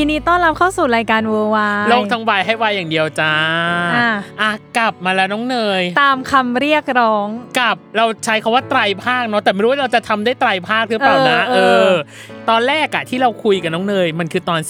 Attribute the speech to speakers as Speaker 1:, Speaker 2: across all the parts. Speaker 1: ยินดีต้อนรับเข้าสู่รายการเวอร์วาย
Speaker 2: โลกทั้งใบให้วายอย่างเดียวจ้า
Speaker 1: อ่ะ
Speaker 2: อ่ะกลับมาแล้วน้องเนย
Speaker 1: ตามคำเรียกร้อง
Speaker 2: กลับเราใช้คาว่าไตรภาคเนาะแต่ไม่รู้ว่าเราจะทำได้ไตรภาคหรือเปล่านะ
Speaker 1: เออเอ
Speaker 2: เอ
Speaker 1: อ
Speaker 2: อ ตอนแรกอะที่เราคุยกับน้องเนยมันคือตอน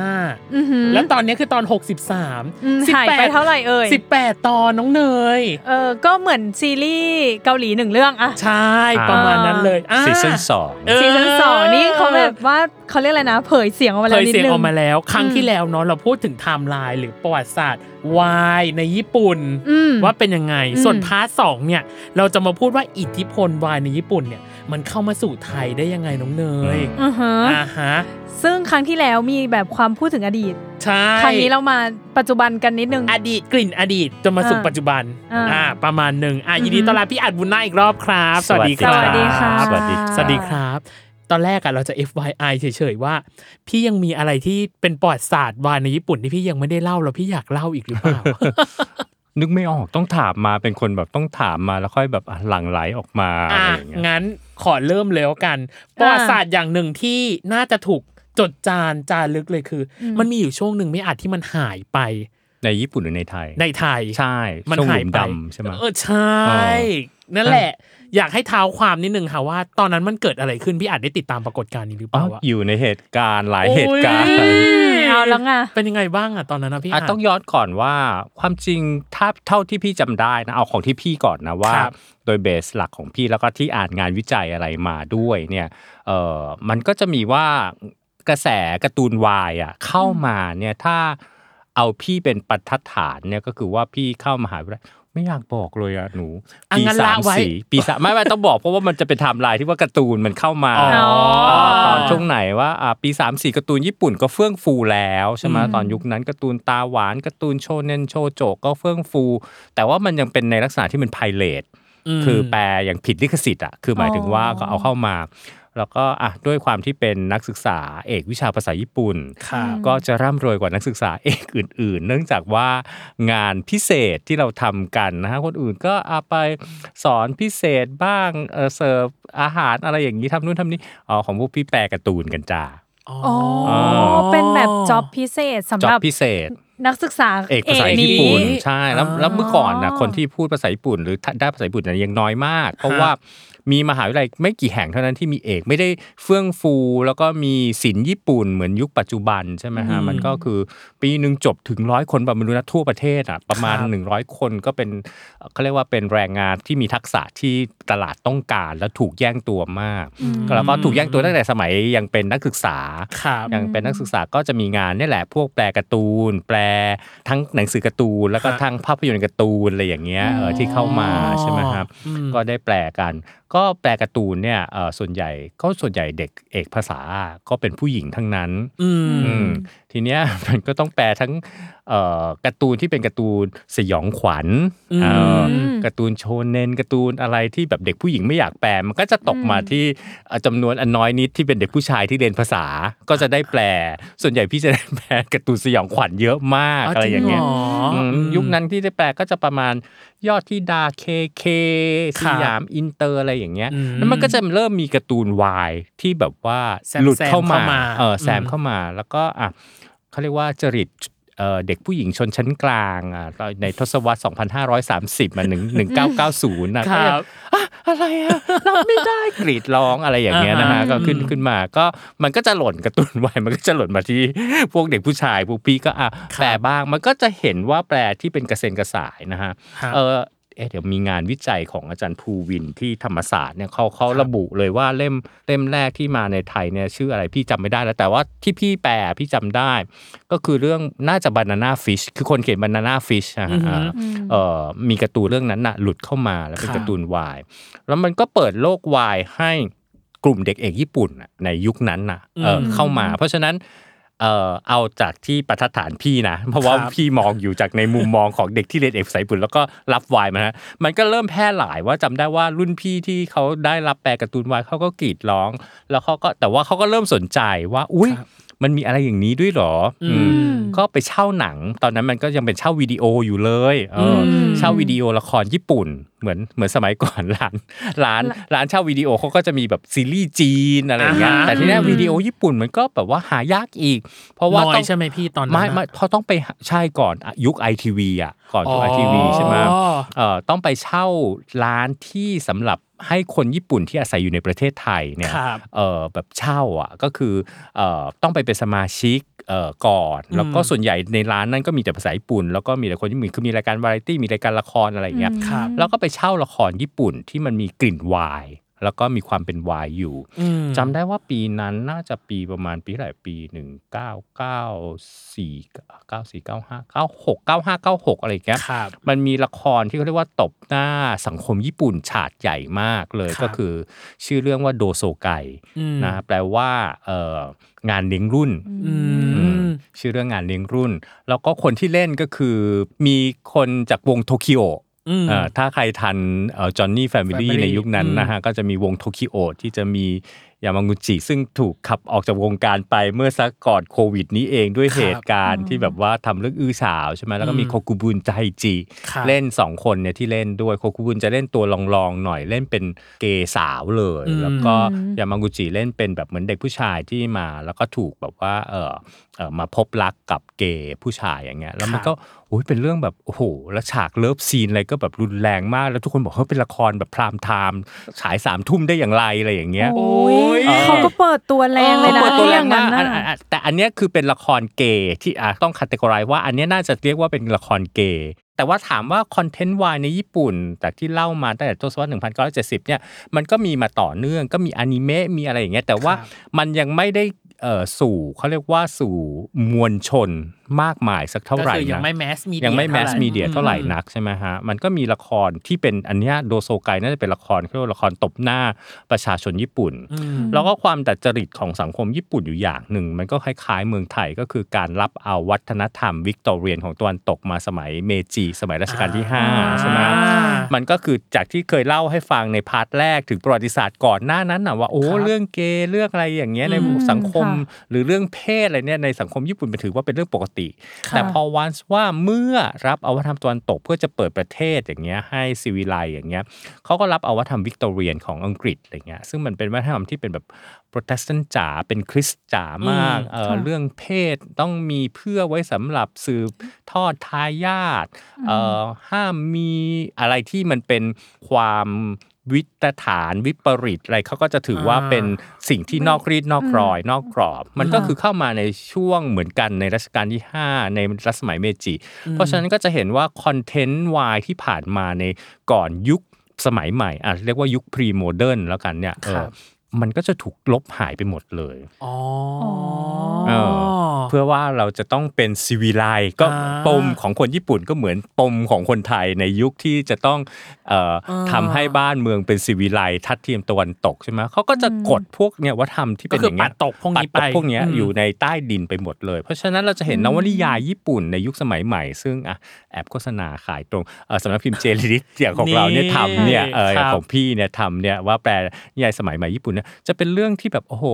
Speaker 2: 45
Speaker 1: อื้อหือ
Speaker 2: แล้วตอนเนี้ยคือตอน 63
Speaker 1: อืม
Speaker 2: 18
Speaker 1: หายไปเท่าไหร่เอ่ย
Speaker 2: 18 ตอนน้องเนย
Speaker 1: เออก็เหมือนซีรีส์เกาหลีหนึ่งเรื่องอะ
Speaker 2: ใช่ประมาณนั้นเลยอ่ะ
Speaker 3: ซีซั่นสอง
Speaker 2: เออ
Speaker 1: ซีซั่นสองนี่เขาแบบว่าเขาเรียกอะไรนะ เผยเสียงออกมา
Speaker 2: เผ
Speaker 1: แล้ว
Speaker 2: ย
Speaker 1: นิด
Speaker 2: เสียง
Speaker 1: นึ
Speaker 2: อง อกมาแล้ว ครั้ง
Speaker 1: อืม
Speaker 2: ที่แล้วเนาะเราพูดถึงไทม์ไลน์หรือประวัติศาสตร์วายในญี่ปุ่น
Speaker 1: อืม
Speaker 2: ว่าเป็นยังไง
Speaker 1: อืม
Speaker 2: ส่วนพาร์ทสองเนี่ย เราจะมาพูดว่าอิทธิพลวายในญี่ปุ่นเนี่ย มันเข้ามาสู่ไทยได้ยังไงน้องเนย
Speaker 1: อือฮะ
Speaker 2: อ่าฮะ
Speaker 1: ซึ่งครั้งที่แล้วมีแบบความพูดถึงอดีต
Speaker 2: ใช่
Speaker 1: ครั้งนี้เรามาปัจจุบันกันนิดนึง
Speaker 2: อดีตกลิ่นอดีตจนมาสู่
Speaker 1: อ่า
Speaker 2: ปัจจุบัน
Speaker 1: อ่า
Speaker 2: อ่า ประมาณหนึ่งอ่ะ
Speaker 1: อือฮึ
Speaker 2: ยินดีต้อนรับพี่อัดบุญนาอีกรอบครับ สวัสดีครับ
Speaker 1: สวัสดีค่ะ
Speaker 3: สวัสดี
Speaker 2: สวัสดีครับ ตอนแรกอะเราจะ FYI เฉยๆว่า พี่ยังมีอะไรที่เป็นประวัติศาสตร์วายในญี่ปุ่นที่พี่ยังไม่ได้เล่าแล้วพี่อยากเล่าอีกหรือเปล่า
Speaker 4: นึกไม่ออกต้องถามมาเป็นคนแบบต้องถามมาแล้วค่อยแบบอ่ะหลั่งไหลออกมาอะไรอย่างเงี้ย
Speaker 2: งั้นขอเริ่มเลยแล้วกัน ประวัติศาสตร์อย่างหนึ่งที่น่าจะถูกจดจานจารึกเลยคืออมันมีอยู่ช่วงหนึ่งไม่อาจที่มันหายไป
Speaker 4: ในญี่ปุ่นหรือในไทย
Speaker 2: ในไทย
Speaker 4: ใช่
Speaker 2: มัน
Speaker 4: ช่วง
Speaker 2: หา
Speaker 4: ห
Speaker 2: ย
Speaker 4: ลุม
Speaker 2: ไป
Speaker 4: ดำใช่ไหม
Speaker 2: เออใช่
Speaker 4: อ๋อ
Speaker 2: นั่นแหละ อยากให้เท้าความนิดนึงค่ะว่า ตอนนั้นมันเกิดอะไรขึ้น พี่อาจได้ติดตามปรากฏการณ์นี้หรือเป
Speaker 4: อ๋อ
Speaker 2: ล่าอะ
Speaker 4: อยู่ในเหตุการณ์หลายเหตุการณ์
Speaker 2: โย
Speaker 1: เอาแล้วไง
Speaker 2: เป็นยังไงบ้างอะตอนนั้นนะพี่
Speaker 4: อ่ะ
Speaker 2: อาจ
Speaker 4: ต้องย้อนก่อนว่าความจริงถ้าเท่าที่พี่จำได้นะเอาของที่พี่ก่อนนะว่า
Speaker 2: ครับ
Speaker 4: โดยเบสหลักของพี่แล้วก็ที่อ่านงานวิจัยอะไรมาด้วยเนี่ยเออมันก็จะมีว่ากระแสการ์ตูนวายอ่ะเข้ามาเนี่ยถ้าเอาพี่เป็นปัรทัดฐานเนี่ยก็คือว่าพี่เข้ามหาวิทยาลัยไม่อยากบอกเลยอ่ะหนู
Speaker 2: อ่ะ
Speaker 4: ปี
Speaker 2: งั้นละ
Speaker 4: สาม
Speaker 2: ไว้
Speaker 4: สี่ปีสามไม่ไม่ต้องบอกเพราะว่ามันจะเป็นไทม์ไลน์ที่ว่าการ์ตูนมันเข้ามา
Speaker 2: อ๋อ
Speaker 4: ต
Speaker 1: อ๋อ
Speaker 4: อนช่วงไหนว่าอ่าปี 3 4การ์ตูนญี่ปุ่นก็เฟื่องฟูแล้วใช่ไหม
Speaker 2: อืม
Speaker 4: ตอนยุคนั้นการ์ตูนตาหวานการ์ตูนโชเนนโชโจก็เฟื่องฟู แต่ว่ามันยังเป็นในลักษณะที่เป็นไพเรต
Speaker 2: ม
Speaker 4: คือแปลอย่างผิดลิขสิทธิ์อ่ะคือหมายถึงว่า
Speaker 1: อ๋อ
Speaker 4: ก็เอาเข้ามา แล้วก็อ่ะด้วยความที่เป็นนักศึกษาเอกวิชาภาษาญี่ปุ่น
Speaker 2: ครับ
Speaker 4: ก็จะร่ำรวยกว่านักศึกษาเอกอื่น ๆ เนื่องจากว่างานพิเศษที่เราทำกันนะฮะคนอื่นก็เอาไปสอนพิเศษบ้างเอ่อเสิร์ฟอาหารอะไรอย่างนี้ทำนู่นทำนี่อ๋อของพวกพี่แปลการ์ตูนกันจ้า
Speaker 2: อ๋อ
Speaker 1: อ๋อ
Speaker 2: อ
Speaker 1: อ๋อเป็นแบบจ็อบพิเศษสำ
Speaker 4: จ็
Speaker 1: ห
Speaker 4: อ
Speaker 1: รั
Speaker 4: บบ พิเศษ
Speaker 1: นักศึกษา
Speaker 4: เอกภาษา
Speaker 1: เ
Speaker 4: ญี่ปุ่นใช่แล้ว
Speaker 2: อ๋อ
Speaker 4: แล้วเมื่อก่อนนะคนที่พูดภาษาญี่ปุ่น หรือได้ภาษาญี่ปุ่นเนี่ยยังน้อยมาก เพราะว่ามีมหาวิทยาลัยไม่กี่แห่งเท่านั้นที่มีเอกไม่ได้เฟื่องฟู แล้วก็มีศิลป์ญี่ปุ่นเหมือนยุคปัจจุบันใช่ไหม
Speaker 2: อื
Speaker 4: ฮะ
Speaker 2: ม
Speaker 4: มันก็คือปีหนึ่งจบถึงร้อยคนประมาณนู้นนะทั่วประเทศอ่ะประมาณ
Speaker 2: ครับ
Speaker 4: 100 คนก็เป็นเอ่อเขาเรียกว่าเป็นแรงงานที่มีทักษะที่ตลาดต้องการ และถูกแย่งตัวมาก
Speaker 1: อืม
Speaker 4: แล้วก็ถูกแย่งตัวตั้งแต่สมัยยังเป็นนักศึกษา
Speaker 2: ครับ
Speaker 4: อย่างเป็นนักศึกษาก็จะมีงานนี่แหละพวกแปลการ์ตูน แปลทั้งหนังสือการ์ตูน แล้วก็
Speaker 2: ฮะ
Speaker 4: ทั้งภาพยนตร์การ์ตูนอะไรอย่างเงี้ยเออที่เข้ามาใช่ไหมครับ
Speaker 2: อืม
Speaker 4: ก็ได้แปลกัน ก็แปลการ์ตูนเนี่ยเออส่วนใหญ่ก็ส่วนใหญ่เด็กเอกภาษาก็เป็นผู้หญิงทั้งนั้น
Speaker 2: อืม
Speaker 4: อืม ทีเนี้ย มันก็ต้องแปลทั้งเอ่อการ์ตูนที่เป็นการ์ตูนสยองขวัญ
Speaker 2: อืม
Speaker 4: เอ่อการ์ตูนโชเนนการ์ตูนอะไรที่แบบเด็กผู้หญิงไม่อยากแปลมันก็จะตกมาที่เอ่อจำนวนอันน้อยนิดที่เป็นเด็กผู้ชายที่เรียนภาษาก็จะได้แปล ส่วนใหญ่พี่จะได้แปลการ์ตูนสยองขวัญเยอะมากอะไรอย่างเงี้ย
Speaker 2: จริงเหรอ
Speaker 4: อืมยุคนั้นที่ได้แปลก็จะประมาณยอดที่ดาเคเค
Speaker 2: ค
Speaker 4: ส
Speaker 2: รับ
Speaker 4: ยามอินเตอร์อะไรอย่างเงี้ย
Speaker 2: อืม
Speaker 4: แล้วมันก็จะเริ่มมีการ์ตูนวายที่แบบว่า
Speaker 2: แซม
Speaker 4: หลุดเข้ามา
Speaker 2: แซมเข้ามา
Speaker 4: เออแซม
Speaker 2: อืม
Speaker 4: เข้ามาแล้วก็อ่ะเขาเรียกว่าจริตเอ่อเด็กผู้หญิงชนชั้นกลางอ่ะในทศวรรษ 2530มา1990นะ
Speaker 2: ค
Speaker 4: ก็
Speaker 2: รั
Speaker 4: ยัง
Speaker 2: บ
Speaker 4: อะไรอะ รับไม่ได้ กรีดร้องอะไรอย่างเงี้ยนะฮะ
Speaker 2: อ่าฮะ
Speaker 4: ก็ขึ้น
Speaker 2: อืม
Speaker 4: ขึ้นมาก็มันก็จะหล่นการะตุนไว้ มันก็จะหล่นมาที่พวกเด็กผู้ชายพวกพี่ก็อ่ะ
Speaker 2: ครับ
Speaker 4: แปลบ้างมันก็จะเห็นว่าแปลที่เป็นกระเซ็นกระสายนะฮะ
Speaker 2: ครับ
Speaker 4: เออเอ๊ะเดี๋ยวมีงานวิจัยของอาจารย์ภูวินที่ธรรมศาสตร์เนี่ยเขาเขาระบุเลยว่าเล่มเล่มแรกที่มาในไทยเนี่ยชื่ออะไรพี่จำไม่ได้แล้วแต่ว่าที่พี่แปลพี่จำได้ ก็คือเรื่องน่าจะบานาน่าฟิชคือคนเขียนบานาน่าฟิชนะฮะ
Speaker 2: อือฮึ
Speaker 4: อ่า เอ่อมีการ์ตูนเรื่องนั้นน่ะหลุดเข้ามาแล้วเป็น
Speaker 2: ค่ะ
Speaker 4: การ์ตูนวาย แล้วมันก็เปิดโลกวายให้กลุ่มเด็กเอกญี่ปุ่นน่ะในยุคนั้นน่ะเอ่ออเข้ามา เพราะฉะนั้นเอ่อเอาจากที่ประทัดฐานพี่นะ เพราะว่าพี่มองอยู่จากในมุมมองของเด็กที่เรียนเอกภาษาญี่ปุ่นแล้วก็รับวายมาฮะมันก็เริ่มแพร่หลายว่าจำได้ว่ารุ่นพี่ที่เขาได้รับแปลการ์ตูนวายเขาก็กรีดร้อง แล้วเขาก็แต่ว่าเขาก็เริ่มสนใจว่าอุ้ยมันมีอะไรอย่างนี้ด้วยเหรออืม
Speaker 2: อืม
Speaker 4: ก็ไปเช่าหนังตอนนั้นมันก็ยังเป็นเช่าวิดีโออยู่เลยเอออ
Speaker 2: ม
Speaker 4: เช่าวิดีโอละครญี่ปุ่นเหมือนเหมือนสมัยก่อน ร้านร้านร้านเช่าวิดีโอเขาก็จะมีแบบซีรีส์จีนอะไรอย่างเงี้ย
Speaker 2: อ่าฮะ
Speaker 4: แต่ที่นี่วิดีโอญี่ปุ่นมันก็แบบว่าหายากอีก เพราะว่า
Speaker 2: น้อย
Speaker 4: ต้อง
Speaker 2: ใช่ไหมพี่ตอนนั้น
Speaker 4: ไม่ไม่เพราะต้องไปหาใช่ก่อนอ่ะยุคไอทีวีอ่ะก่อนยุคไอทีวีใช่ไหม
Speaker 2: อ๋อ
Speaker 4: เอ่อต้องไปเช่าร้านที่สำหรับให้คนญี่ปุ่นที่อาศัยอยู่ในประเทศไทยเนี่ย
Speaker 2: ครับ
Speaker 4: เอ่อแบบเช่าอ่ะก็คือเอ่อต้องไปเป็นสมาชิกเอ่อก่อน แล้วก็ส่วนใหญ่ในร้านนั้นก็มีแต่ภาษาญี่ปุ่น แล้วก็มีแต่คนญี่ปุ่นคือมีรายการวาไรตี้มีรายการละครอะไรอย่างเงี้ย
Speaker 2: ครับ
Speaker 4: แล้วก็ไปเช่าละครญี่ปุ่นที่มันมีกลิ่นวาย แล้วก็มีความเป็นวายอยู่
Speaker 2: อืม
Speaker 4: จำได้ว่าปีนั้นน่าจะปีประมาณปีเท่าไหร่ปีหนึ่งเก้าเก้าสี่เก้าสี่เก้าห้าเก้าหกเก้าห้าเก้าหกอะไรอย่างเงี้ย
Speaker 2: ครับ
Speaker 4: มันมีละครที่เขาเรียกว่าตบหน้าสังคมญี่ปุ่นฉาดใหญ่มากเลย
Speaker 2: ครับ
Speaker 4: ก็คือ ชื่อเรื่องว่าโดโซไก
Speaker 2: อืม
Speaker 4: นะแปลว่าเอ่องานเลี้ยงรุ่น
Speaker 2: อืม
Speaker 4: ชื่อเรื่องงานเลี้ยงรุ่น แล้วก็คนที่เล่นก็คือมีคนจากวงโทคิโอ
Speaker 2: อืม
Speaker 4: เอ่อถ้าใครทันจอห์นนี่แฟมิลี่
Speaker 2: Family
Speaker 4: ในยุคนั้น
Speaker 2: อืม
Speaker 4: นะฮะก็จะมีวงโทคิโอที่จะมียามางูจิซึ่งถูกขับออกจากวงการไปเมื่อสักก่อนโควิดนี้เองด้วย
Speaker 2: ครับ
Speaker 4: เหตุการณ์ที่แบบว่าทำเรื่องอื้อฉาวใช่ไหมแล้วก็มี
Speaker 2: อืม
Speaker 4: โคกุบุนไทจิ
Speaker 2: ครับ
Speaker 4: เล่นสองคนเนี่ยที่เล่นด้วยโคกุบุนจะเล่นตัวลองๆหน่อยเล่นเป็นเกย์สาวเลย
Speaker 2: อืม
Speaker 4: แล้วก็ ยามากุจิเล่นเป็นแบบเหมือนเด็กผู้ชายที่มาแล้วก็ถูกแบบว่าเออเออมาพบรักกับเกย์ผู้ชายอย่างเงี้ยแล้วมันก็โอ้ยเป็นเรื่องแบบโอ้โหแล้วฉากเลิฟซีนอะไรก็แบบรุนแรงมาก แล้วทุกคนบอกเฮ้ยเป็นละครแบบพรามไทม์ฉายสามทุ่มได้อย่างไรอะไรอย่างเงี้ย
Speaker 1: โอ้ย
Speaker 4: เออ
Speaker 1: เขาก็เปิดตัวแรงเลยนะ
Speaker 4: เปิดตัวแร
Speaker 1: อง ย่าง
Speaker 4: มา
Speaker 1: นั้
Speaker 4: ก
Speaker 1: น
Speaker 4: อั
Speaker 1: น่ะ
Speaker 4: นอันอันแต่อันเนี้ยคือเป็นละครเกย์ที่อ่ะต้องคัตเตกรายว่าอันเนี้ยน่าจะเรียกว่าเป็นละครเกย์แต่ว่าถามว่าคอนเทนต์วายในญี่ปุ่นจากที่เล่ามาตั้งแต่ทศวรรษ1970เนี่ยมันก็มีมาต่อเนื่องก็มีอนิเมะมีอะไรอย่างเงี้ยแต่ว่ามันยังไม่ได้เอ่อสู่เขาเรียกว่าสู่มวลชนมากมายสักเท่าไหร่
Speaker 2: ก็คือยัง
Speaker 4: นะ
Speaker 2: ไม่แมสมี
Speaker 4: ยังไม่แมสมีเดียเท่าไหร่นักใช่ไหมฮะ มันก็มีละครที่เป็นอันเนี้ยโดโซไกน่าจะเป็นละครเขาเรียกว่าละครตบหน้าประชาชนญี่ปุ่น
Speaker 2: อืม
Speaker 4: แล้วก็ความดัดจริตของสังคมญี่ปุ่นอยู่อย่างหนึ่ง มันก็คล้ายๆเมืองไทยก็คือการรับเอาวัฒนธรรมวิกตอเรียนของตะวันตกมาสมัยเมจิสมัยรัชกาลที่ห้าใช่ไหม มันก็คือจากที่เคยเล่าให้ฟังในพาร์ทแรกถึงประวัติศาสตร์ก่อนหน้านั้นน่ะว่าโอ้
Speaker 2: ครับ
Speaker 4: เรื่องเกย์เรื่องอะไรอย่างเงี้ยใน
Speaker 2: อืม
Speaker 4: สังคม
Speaker 1: ค่ะ
Speaker 4: หรือเรื่องเพศอะไรเนี่ยในสังคมญี่ปุ่นมันถือว่าเป็นเรื่องปกติ
Speaker 2: ค่ะ
Speaker 4: แต่พอวันว่าเมื่อรับเอาวัฒนธรรมตะวันตกเพื่อจะเปิดประเทศอย่างเงี้ยให้ซีวิไลอย่างเงี้ยเขาก็รับเอาวัฒนธรรมวิกตอเรียนของอังกฤษอะไรเงี้ยซึ่งมันเป็นวัฒนธรรมที่เป็นแบบโปรเตสแตนต์จ๋าเป็นคริสต์จ๋ามากเอ่อเรื่องเพศต้องมีเพื่อไว้สำหรับสืบทอดทายาท เอ่อห้ามมีอะไรที่มันเป็นความวิตฐานวิปริตอะไรเขาก็จะถือว่า
Speaker 2: อ่า
Speaker 4: เป็นสิ่งที่นอกรีดนอกรอย นอกกรอบ มันก็คือเข้ามาในช่วงเหมือนกันในรัชกาลที่ 5 ในรัชสมัยเมจิ เพราะฉะนั้นก็จะเห็นว่าคอนเทนต์วายที่ผ่านมาในก่อนยุคสมัยใหม่อ่ะเรียกว่ายุคพรีโมเดิร์นแล้วกันเนี่ยเออมันก็จะถูกลบหายไปหมดเลย
Speaker 2: อ๋อ
Speaker 1: เอ
Speaker 2: อ
Speaker 4: เพื่อว่าเราจะต้องเป็นซีวีไลก็
Speaker 2: อ่า
Speaker 4: ปมของคนญี่ปุ่นก็เหมือนปมของคนไทยในยุคที่จะต้องเอ่ออา ทำให้บ้านเมืองเป็นซีวีไลทัดเทียมตะวันตกใช่ไหมเขาก็จะกดพวกเนี่ยวัฒนธรรมที่
Speaker 2: ก็
Speaker 4: เป็น
Speaker 2: คื
Speaker 4: อย่า
Speaker 2: อง ปั
Speaker 4: เงี้ย
Speaker 2: ดตกพวก
Speaker 4: ปัด
Speaker 2: นี้
Speaker 4: ต
Speaker 2: ไป
Speaker 4: กพวกเนี้ย
Speaker 2: ม
Speaker 4: อยู่ในใต้ดินไปหมดเลย เพราะฉะนั้นเราจะเห็นนวนิยายญี่ปุ่นในยุคสมัยใหม่ ซึ่งอ่ะแอบโฆษณาขายตรงเอ่อสำนักพิมพ์เจลิสอย่างของเราเนี่ย
Speaker 2: นี่
Speaker 4: ทำ เนี่ยเออ
Speaker 2: ครับ
Speaker 4: ของพี่เนี่ยทำเนี่ยว่าแปลนิยายสมัยใหม่ญี่ปุ่นเนี่ยจะเป็นเรื่องที่แบบโอ้โห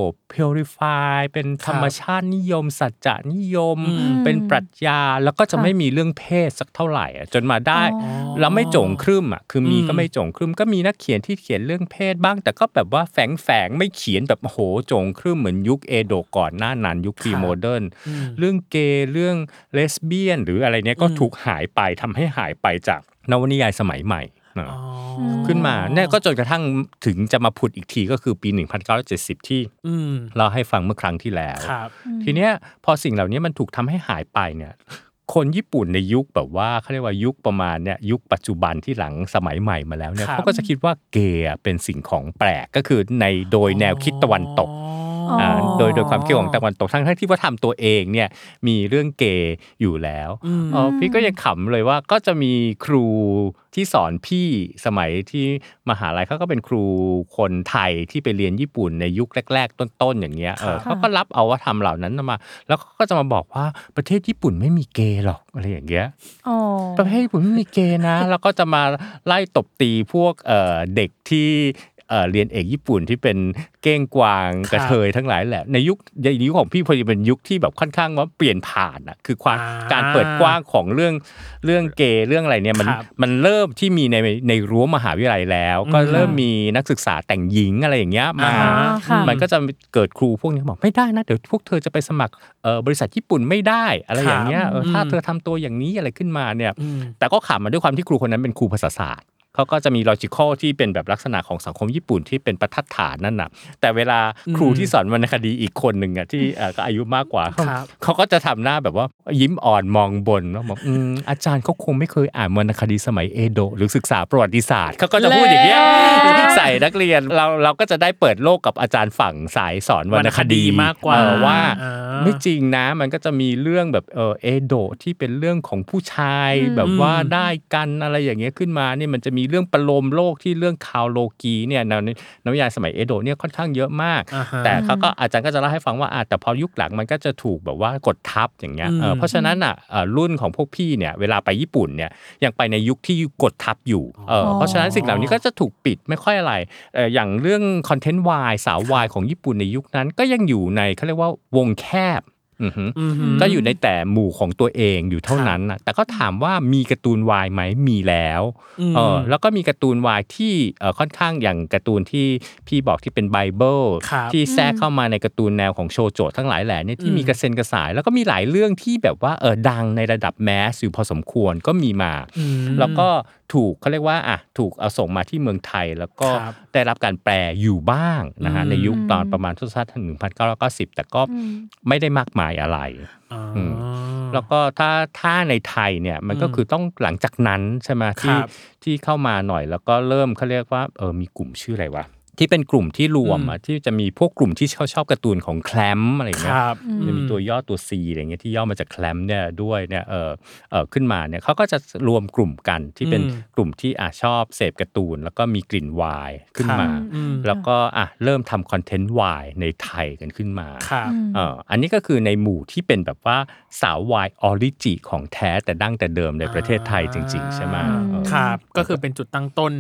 Speaker 4: purify เป็นธรรมชาตินิยม สัจจะนิยม
Speaker 1: ม
Speaker 4: เป็นปรัชญาแล้วก็จะ
Speaker 1: ค่ะ
Speaker 4: ไม่มีเรื่องเพศสักเท่าไหร่อ่ะจนมาได้
Speaker 1: อ๋อ
Speaker 4: แล้วไม่โจงครึ่มอ่ะคือมี
Speaker 2: อืม
Speaker 4: ก็ไม่โจงครึ่มก็มีนักเขียนที่เขียนเรื่องเพศบ้าง แต่ก็แบบว่าแฝงแฝงๆไม่เขียนแบบโอ้โหโจงครึ่มเหมือนยุคเอโดะก่อนหน้านั้นยุคพรีโมเดิร์นเรื่องเกย์เรื่องเลสเบี้ยน หรืออะไรเนี้ยก็ถูกหายไปทำให้หายไปจากนวนิยายสมัยใหม่นะ
Speaker 2: อ๋อ
Speaker 4: ขึ้นมาเนี่ยก็จนกระทั่งถึงจะมาผุดอีกทีก็คือปี 1970 ที่
Speaker 2: อืม
Speaker 4: เราให้ฟังเมื่อครั้งที่แล้ว
Speaker 2: ครับ
Speaker 4: ทีเนี้ยพอสิ่งเหล่านี้มันถูกทำให้หายไปเนี่ย คนญี่ปุ่นในยุคแบบว่าเขาเรียกว่ายุคประมาณเนี่ยยุคปัจจุบันที่หลังสมัยใหม่มาแล้วเนี่ย
Speaker 2: ครับ
Speaker 4: เขาก็จะคิดว่าเกย์อะเป็นสิ่งของแปลกก็คือในโดยแนวคิดตะวันตก
Speaker 1: อ๋ออ่
Speaker 4: อ่าโดยโดยความคิดของตะวันตกทั้งทั้งที่ว่าทำตัวเองเนี่ยมีเรื่องเกย์อยู่แล้วเออพี่ก็ยังขำเลยว่าก็จะมีครูที่สอนพี่สมัยที่มหาลัยเขาก็เป็นครูคนไทยที่ไปเรียนญี่ปุ่นในยุคแรก ๆ ต้นๆอย่างเงี้ยเออเขาก็รับเอาว่าทำเหล่านั้นมา แล้วเขาก็จะมาบอกว่าประเทศญี่ปุ่นไม่มีเกย์หรอกอะไรอย่างเงี้ย
Speaker 1: อ๋อ
Speaker 4: ประเภทผมไม่มีเกย์นะ แล้วก็จะมาไล่ตบตีพวกเอ่อเด็กที่เอ่อเรียนเอกญี่ปุ่นที่เป็นเก้งกวางกระเทยทั้งหลายแหละในยุคในยุคของพี่พอดีเป็นยุคที่แบบค่อนข้างว่าเปลี่ยนผ่านอะคือความ
Speaker 2: อ่า
Speaker 4: การเปิดกว้างของเรื่องเรื่องเกย์เรื่องอะไรเนี่ยมัน
Speaker 2: ครับ
Speaker 4: มันเริ่มที่มีในในรั้วมหาวิทยาลัยแล้ว ก็
Speaker 2: อืม
Speaker 4: เริ่มมีนักศึกษาแต่งหญิงอะไรอย่างเงี้ยมา
Speaker 2: อ่า
Speaker 1: ค่ะ
Speaker 4: มันก็จะเกิดครูพวกนี้บอกไม่ได้นะ เดี๋ยวพวกเธอจะไปสมัครเอ่อบริษัทญี่ปุ่นไม่ได้อะไรอย่างเงี้ยเออถ้าเธอทำตัวอย่างนี้อะไรขึ้นมาเนี่ย
Speaker 2: อืม
Speaker 4: แต่ก็ขำมาด้วยความที่ครูคนนั้นเป็นครูภาษาศาสตร์เขาก็จะมี logical ที่เป็นแบบลักษณะของสังคมญี่ปุ่นที่เป็นประทัดฐานนั่นน่ะแต่เวลาครู
Speaker 2: อืม
Speaker 4: ที่สอนวรรณคดีอีกคนหนึ่งอ่ะที่เอ่อก็อายุมากกว่าเขา
Speaker 2: ครับ
Speaker 4: เขาก็จะทำหน้าแบบว่ายิ้มอ่อนมองบนแล้วบอกอืมอาจารย์เขาคงไม่เคยอ่านวรรณคดีสมัยเอโดะหรือศึกษาประวัติศาสตร์เขาก็จะพูดอย่างเงี้ย
Speaker 2: แล้ว
Speaker 4: ใส่นักเรียนเราเราก็จะได้เปิดโลกกับอาจารย์ฝั่งสายสอนวรรณคดี
Speaker 2: วรรณคดีมากกว่า
Speaker 4: เออว่า
Speaker 2: อ่า
Speaker 4: ไม่ จริงนะมันก็จะมีเรื่องแบบเออเอโดะที่เป็นเรื่องของผู้ชาย
Speaker 1: อืม
Speaker 4: แบบว่า
Speaker 2: อืม
Speaker 4: ได้กันอะไรอย่างเงี้ยขึ้นมาเนี่ยมันจะมีเรื่องประโลมโลกที่เรื่องคาวโลกีเนี่ยในนวนิยายสมัยเอโดะเนี่ยค่อนข้างเยอะมาก
Speaker 2: อ่าฮะ
Speaker 4: แต่เขาก็อาจารย์ก็จะเล่าให้ฟังว่าอ่ะแต่พอยุคหลังมันก็จะถูกแบบว่ากดทับอย่างเงี้ย
Speaker 2: อืม
Speaker 4: เออเพราะฉะนั้นอ่ะเอ่อรุ่นของพวกพี่เนี่ยเวลาไปญี่ปุ่นเนี่ยยังไปในยุคที่กดทับอยู่เออเพราะฉะนั้นสิ่งเหล่านี้ก็จะถูกปิดไม่ค่อยอะไร เอ่ออย่างเรื่องคอนเทนต์วายสาววายของญี่ปุ่นในยุคนั้นก็ยังอยู่ในเขาเรียกว่าวงแคบอือฮึ
Speaker 2: อืม
Speaker 4: ก็อยู่ในแต่หมู่ของตัวเองอยู่เท่านั้นนะแต่ก็ถามว่ามีการ์ตูนวายไหมมีแล้ว
Speaker 2: อืม
Speaker 4: เออแล้วก็มีการ์ตูนวายที่เอ่อค่อนข้างอย่างการ์ตูนที่พี่บอกที่เป็นไบเบิล
Speaker 2: ครับ
Speaker 4: ที่แทรกเข้ามาในการ์ตูนแนวของโชโจทั้งหลายแหล่เนี่ยที่มีกระเซ็นกระสาย แล้วก็มีหลายเรื่องที่แบบว่าเออดังในระดับแมสอยู่พอสมควรก็มีมา
Speaker 2: อืม
Speaker 4: แล้วก็ถูกเขาเรียกว่าอ่ะถูกเอาส่งมาที่เมืองไทย แล้วก็
Speaker 2: ครับ
Speaker 4: ได้รับการแปลอยู่บ้างนะฮะ
Speaker 2: อืม
Speaker 4: ในยุคตอนประมาณทศวรรษหนึ่งพันเก้าร้อยเก้าสิบแต่ก็ไม่ได้มากมายอะไร
Speaker 2: อ๋ออ
Speaker 4: ม แล้วก็ถ้าถ้าในไทยเนี่ยมันก็
Speaker 2: อืม
Speaker 4: คือต้องหลังจากนั้นใช่ไหมที่
Speaker 2: ครับ
Speaker 4: ที่เข้ามาหน่อยแล้วก็เริ่มเขาเรียกว่าเออมีกลุ่มชื่ออะไรวะที่เป็นกลุ่มที่รวม
Speaker 2: อืม
Speaker 4: อะที่จะมีพวกกลุ่มที่เขาชอบการ์ตูนของแคลมอะไรอย่าง
Speaker 2: ค
Speaker 4: เงี้ย
Speaker 2: รับ
Speaker 4: จะมีตัวย่อตัว C อะไรเงี้ยที่ย่อมาจากแคลมเนี่ยด้วยเนี่ยเออเออขึ้นมาเนี่ยเขาก็จะรวมกลุ่มกันที่เป็นกลุ่มที่อ่ะชอบเสพการ์ตูน แล้วก็มีกลิ่นวายขึ้นมา
Speaker 2: อืม
Speaker 4: แล้วก็อ่ะเริ่มทำคอนเทนต์วายในไทยกันขึ้นมา
Speaker 2: ครับ
Speaker 4: เอออันนี้ก็คือในหมู่ที่เป็นแบบว่าสาววายออริจิของแท้แต่ดั้งแต่เดิมในประเทศไทยจริง ๆ ใช่ไหมเออ
Speaker 2: ครับ ก็คือเป็นจุดตั้งต้น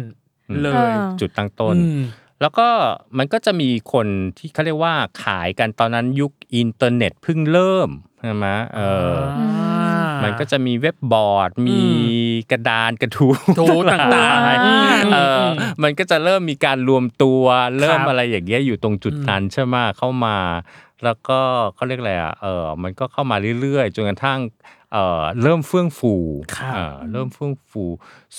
Speaker 2: เล
Speaker 1: เอย อ
Speaker 4: จุดตั้งต้น
Speaker 2: อืม
Speaker 4: แล้วก็มันก็จะมีคนที่เขาเรียกว่าขายกันตอนนั้นยุคอินเทอร์เน็ตเพิ่งเริ่มใช่ไหมเอออ มันก็จะมีเว็บบอร์ด มีกระดานกระทู้
Speaker 2: ทู้ต่าง
Speaker 1: ๆ
Speaker 4: อืม
Speaker 2: อืม
Speaker 4: เออมันก็จะเริ่มมีการรวมตัวเริ่ม
Speaker 2: ครับ
Speaker 4: อะไรอย่างเงี้ยอยู่ตรงจุดนั้นใช่ไหมเข้ามา แล้วก็เขาเรียกอะไรอ่ะเออมันก็เข้ามาเรื่อยๆจนกระทั่งเอ เอ่อเริ่มเฟื่องฟู
Speaker 2: ครับ
Speaker 4: เอ่อเริ่มเฟื่องฟู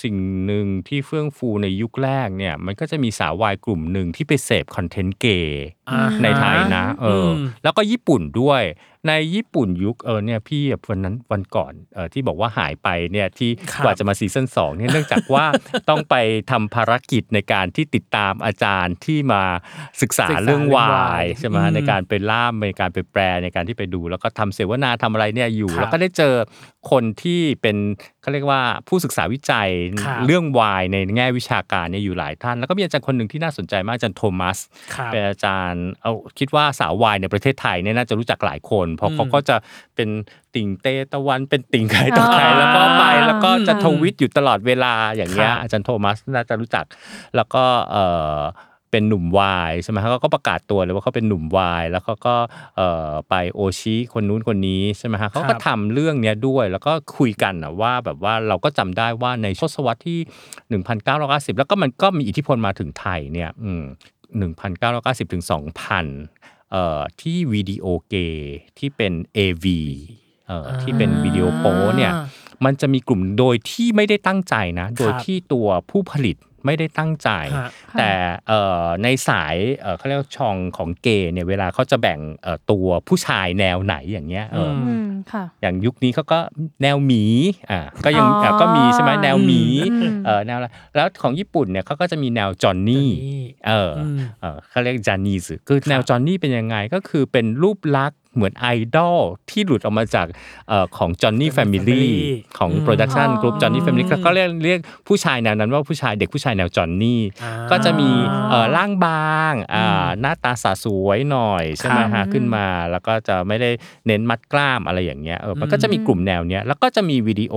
Speaker 4: สิ่งหนึ่งที่เฟื่องฟูในยุคแรกเนี่ยมันก็จะมีสาววายกลุ่มหนึ่งที่ไปเสพคอนเทนต์เกย์
Speaker 2: อ่าฮะ
Speaker 4: ในไทยนะเอออ
Speaker 2: ม
Speaker 4: แล้วก็ญี่ปุ่นด้วย ในญี่ปุ่นยุคเออเนี่ยพี่วันนั้นวันก่อนเออที่บอกว่าหายไปเนี่ยที่
Speaker 2: ครับ
Speaker 4: กว่าจะมาซีซั่นสองเนี่ยเนื่องจาก ว่า ต้องไปทำภารกิจในการที่ติดตามอาจารย์ที่มาศึกษา
Speaker 2: ศึกษา
Speaker 4: เรื่อง
Speaker 2: เรื่อง
Speaker 4: วาว
Speaker 2: า
Speaker 4: ย
Speaker 2: ย
Speaker 4: ใช่ไหม
Speaker 2: อืม
Speaker 4: ในการไปล่ามในการไปแปลในการที่ไปดู แล้วก็ทำเสวนาทำอะไรเนี่ยอยู่
Speaker 2: ครับ
Speaker 4: แล้วก็ได้เจอคนที่เป็นเขาเรียกว่าผู้ศึกษาวิจัย
Speaker 2: ครับ
Speaker 4: เรื่องวายในแง่วิชาการเนี่ยอยู่หลายท่าน แล้วก็มีอาจารย์คนหนึ่งที่น่าสนใจมากอาจารย์โทมัส
Speaker 2: ครับ
Speaker 4: เป็นอาจารย์เอาคิดว่าสาววายในประเทศไทยเนี่ยน่าจะรู้จักหลายคน เพราะเขาก็จะเป็นติ่งเตตะวันเป็นติ่งใครต่อใคร
Speaker 2: อ่า
Speaker 4: แล้วก็ไปแล้วก็จะ
Speaker 2: อืม
Speaker 4: ทวิตอยู่ตลอดเวลาอย่างเงี้ย
Speaker 2: ครับ
Speaker 4: อาจารย์โทมัสน่าจะรู้จัก แล้วก็เออเป็นหนุ่มวายใช่ไหมเขาก็ประกาศตัวเลยว่าเขาเป็นหนุ่มวายแล้วเขาก็เอ่อไปโอชิคนนู้นคนนี้ใช่ไหมฮะเขาก็
Speaker 2: ครับ
Speaker 4: ทำเรื่องเนี้ยด้วยแล้วก็คุยกันนะว่าแบบว่าเราก็จำได้ว่าในทศวรรษที่ 1990 แล้วก็มันก็มีอิทธิพลมาถึงไทยเนี่ยอืม 1990 ถึง 2,000เอ่อที่วิดีโอเกย์ที่เป็น AV เอ่อที่เป็นวิดีโอโป้เนี่ยมันจะมีกลุ่มโดยที่ไม่ได้ตั้งใจนะ โดยที่ตัวผู้ผลิตไม่ได้ตั้งใจ
Speaker 2: ฮะ
Speaker 4: แต่เอ่อในสายเอ่อเขาเรียกว่าช่องของเกย์เนี่ยเวลาเขาจะแบ่งเอ่อตัวผู้ชายแนวไหนอย่างเงี้ยเอออ
Speaker 1: อืมค่ะ
Speaker 4: อย่างยุคนี้เขาก็แนวหมีอ่าก็ยัง
Speaker 1: อ๋ออ่
Speaker 4: ะก็มีใช่ไหมแนวหมี
Speaker 1: อืม
Speaker 4: เออแนวอะไรแล้วของญี่ปุ่นเนี่ยเขาก็จะมีแนวจอนนี่
Speaker 2: Johnny
Speaker 4: เอออ
Speaker 2: ม
Speaker 4: เออเขาเรียกจานีสคือแนวจอนนี่เป็นยังไงก็คือเป็นรูปลักษณ์เหมือนไอดอลที่หลุดออกมาจากเอ่อของจอนนี่
Speaker 2: Johnny
Speaker 4: แฟมิลี่
Speaker 2: Family
Speaker 4: ของ
Speaker 2: อืม
Speaker 4: โปรดักชันกรุ๊ปจอนนี่แฟมิลี่
Speaker 2: อืม
Speaker 4: เขาเรียกเรียกผู้ชายแนวนั้นว่าผู้ชายเด็กผู้ชายแนวจอนนี่ ก็จะมีเอ่อร่างบางอ่า
Speaker 2: อืม
Speaker 4: หน้าตาสาสวยหน่อยใช่ไหม
Speaker 2: ครั
Speaker 4: ฮะ
Speaker 2: บ
Speaker 4: ขึ้นมาแล้วก็จะไม่ได้เน้นมัดกล้ามอะไรอย่างเงี้ยเออมันก็
Speaker 2: อืม
Speaker 4: จะมีกลุ่มแนวเนี้ยแล้วก็จะมีวิดีโอ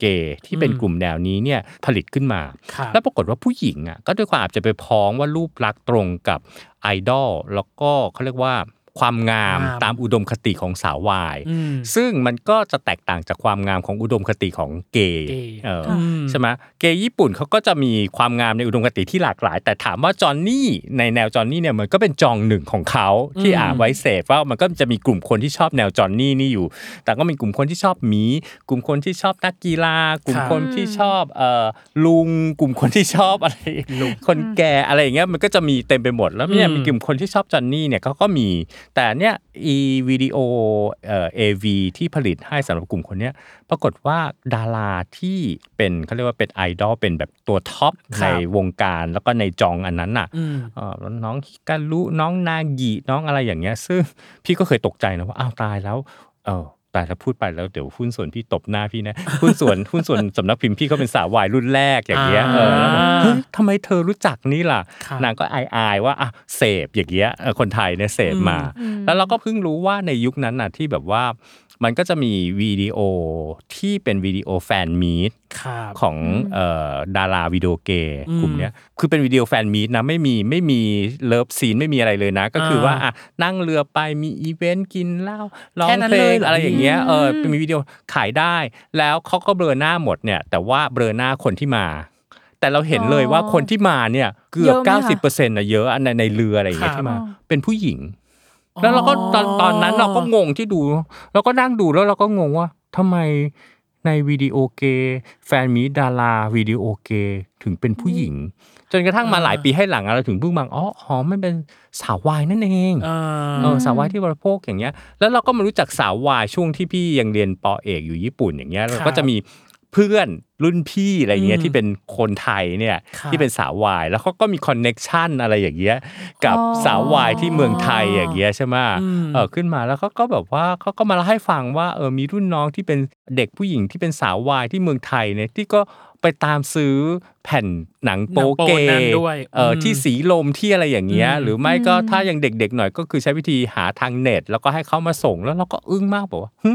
Speaker 4: เกย์ที่เป็น
Speaker 2: อืม
Speaker 4: กลุ่มแนวนี้เนี่ยผลิตขึ้นมา
Speaker 2: ครับ
Speaker 4: แล้วปรากฏว่าผู้หญิงอ่ะก็ด้วยความอาจจะไปพ้องว่ารูปลักษณ์ตรงกับไอดอลแล้วก็เขาเรียกว่าความงาม
Speaker 2: งาม
Speaker 4: ตามอุดมคติของสาววาย
Speaker 2: อืม
Speaker 4: ซึ่งมันก็จะแตกต่างจากความงามของอุดมคติของเกย์
Speaker 2: เกย์
Speaker 4: เออ
Speaker 2: อืม
Speaker 4: ใช่ไหมเกย์ญี่ปุ่นเขาก็จะมีความงามในอุดมคติที่หลากหลาย แต่ถามว่าจอห์นนี่ในแนวจอห์นนี่เนี่ยมันก็เป็นจองหนึ่งของเขาที่
Speaker 2: อืม
Speaker 4: อ่านไว้เสพว่ามันก็จะมีกลุ่มคนที่ชอบแนวจอห์นนี่นี่อยู่ แต่ก็มีกลุ่มคนที่ชอบหมีกลุ่มคนที่ชอบนักกีฬา กลุ่ม
Speaker 2: ครับ
Speaker 4: คนที่ชอบเอ่อลุง กลุ่มคนที่ชอบอะไร คนแก่อะไรอย่างเงี้ยมันก็จะมีเต็มไปหมดแล้วเนี่ย
Speaker 2: อืม
Speaker 4: มีกลุ่มคนที่ชอบจอห์นนี่เนี่ยเขาก็มี แต่เนี่ยอีวิดีโอเอ่อ AV ที่ผลิตให้สำหรับกลุ่มคนเนี้ย ปรากฏว่าดาราที่เป็นเขาเรียกว่าเป็นไอดอลเป็นแบบตัวท็อป
Speaker 2: ครับ
Speaker 4: ในวงการแล้วก็ในจองอันนั้นน่ะ
Speaker 2: อืม
Speaker 4: เอ่อน้องฮิการุน้องนากิน้องอะไรอย่างเงี้ย ซึ่งพี่ก็เคยตกใจนะว่าอ้าวตายแล้วเออตายแล้วพูดไปแล้วเดี๋ยวหุ้นส่วนพี่ตบหน้าพี่นะ หุ้นส่วน หุ้นส่วนสำนักพิมพ์พี่ก็เป็นสาววายรุ่นแรกอย่างเงี้ยเออแล้วบอกเฮ้ยทำไมเธอรู้จักนี่ล่ะ
Speaker 2: ครับ
Speaker 4: นางก็อายอายๆว่าอ่ะเสพอย่างเงี้ยเออคนไทยเนี่ยเสพมา
Speaker 1: อืม
Speaker 4: แล้วเราก็เพิ่งรู้ว่าในยุคนั้นน่ะที่แบบว่ามันก็จะมีวิดีโอที่เป็นวิดีโอแฟนมีต
Speaker 2: ครับ
Speaker 4: ของเอ่อดาราวิดีโอเกย์
Speaker 2: อืม
Speaker 4: กลุ่มเนี้ยคือเป็นวิดีโอแฟนมีตนะไม่มีไม่มีเลิฟซีนไม่มีอะไรเลยนะ ก็คือว่า
Speaker 2: อ่า
Speaker 4: อ่ะนั่งเรือไปมีอีเวนต์กินเหล้าร้อ
Speaker 2: แค่
Speaker 4: ง
Speaker 2: นั้น
Speaker 4: เพล
Speaker 2: เลย
Speaker 4: ง
Speaker 2: เหรอ
Speaker 4: อะไรอย่างเงี้ยเออ
Speaker 1: อืม
Speaker 4: มีวิดีโอขายได้ แล้วเขาก็เบลอหน้าหมดเนี่ยแต่ว่าเบลอหน้าคนที่มา แต่เราเห็นเลยว่าคนที่มาเนี่ยเกือบ
Speaker 1: เยอะไหมคะ
Speaker 4: 90%นะเยอะอันในในเรืออะไรอย่างเงี้ยที่มาเป็นผู้หญิง
Speaker 2: อ๋อ
Speaker 4: แล้วเราก็ตอนตอนนั้นเราก็งงที่ดูเราก็นั่งดูแล้วเราก็งงว่าทำไมในวิดีโอเกย์แฟนมีตดาราวิดีโอเกย์ถึงเป็นผู้หญิง จนกระทั่งมาหลายปีให้หลังอะเราถึงเพิ่งมาอ๋ออ๋อมันเป็นสาววายนั่นเอง
Speaker 2: อ่า
Speaker 4: เออสาววายที่บริโภคอย่างเงี้ยแล้วเราก็มารู้จักสาววายช่วงที่พี่ยังเรียนปอเอกอยู่ญี่ปุ่นอย่างเงี้ยเรา
Speaker 2: ครั
Speaker 4: ก็
Speaker 2: บ
Speaker 4: จะมีเพื่อนรุ่นพี่อะไรเงี้ย
Speaker 2: อืม
Speaker 4: ที่เป็นคนไทยเนี่ย
Speaker 2: ครับ
Speaker 4: ที่เป็นสาววายแล้วเขาก็มีคอนเน็กชันอะไรอย่างเงี้ยกับ
Speaker 1: อ๋อ
Speaker 4: สาววายที่เมืองไทยอย่างเงี้ยใช่ไหม
Speaker 2: อืม
Speaker 4: เออขึ้นมาแล้วเขาก็แบบว่าเขาก็มาเล่าให้ฟังว่าเออมีรุ่นน้องที่เป็นเด็กผู้หญิงที่เป็นสาววายที่เมืองไทยเนี่ยที่ก็ไปตามซื้อแผ่นหนังโป๊เก
Speaker 2: หนังโป๊นั้น
Speaker 4: ย์
Speaker 2: ด้วย
Speaker 4: เอออ
Speaker 2: ม
Speaker 4: ที่ สีลมที่อะไรอย่างเงี้ย
Speaker 2: อืม
Speaker 4: หรือไม่ก็
Speaker 1: อืม
Speaker 4: ถ้ายังเด็กๆหน่อยก็คือใช้วิธีหาทางเน็ต แล้วก็ให้เขามาส่งแล้วเราก็อึ้งมากบอกว่าหึ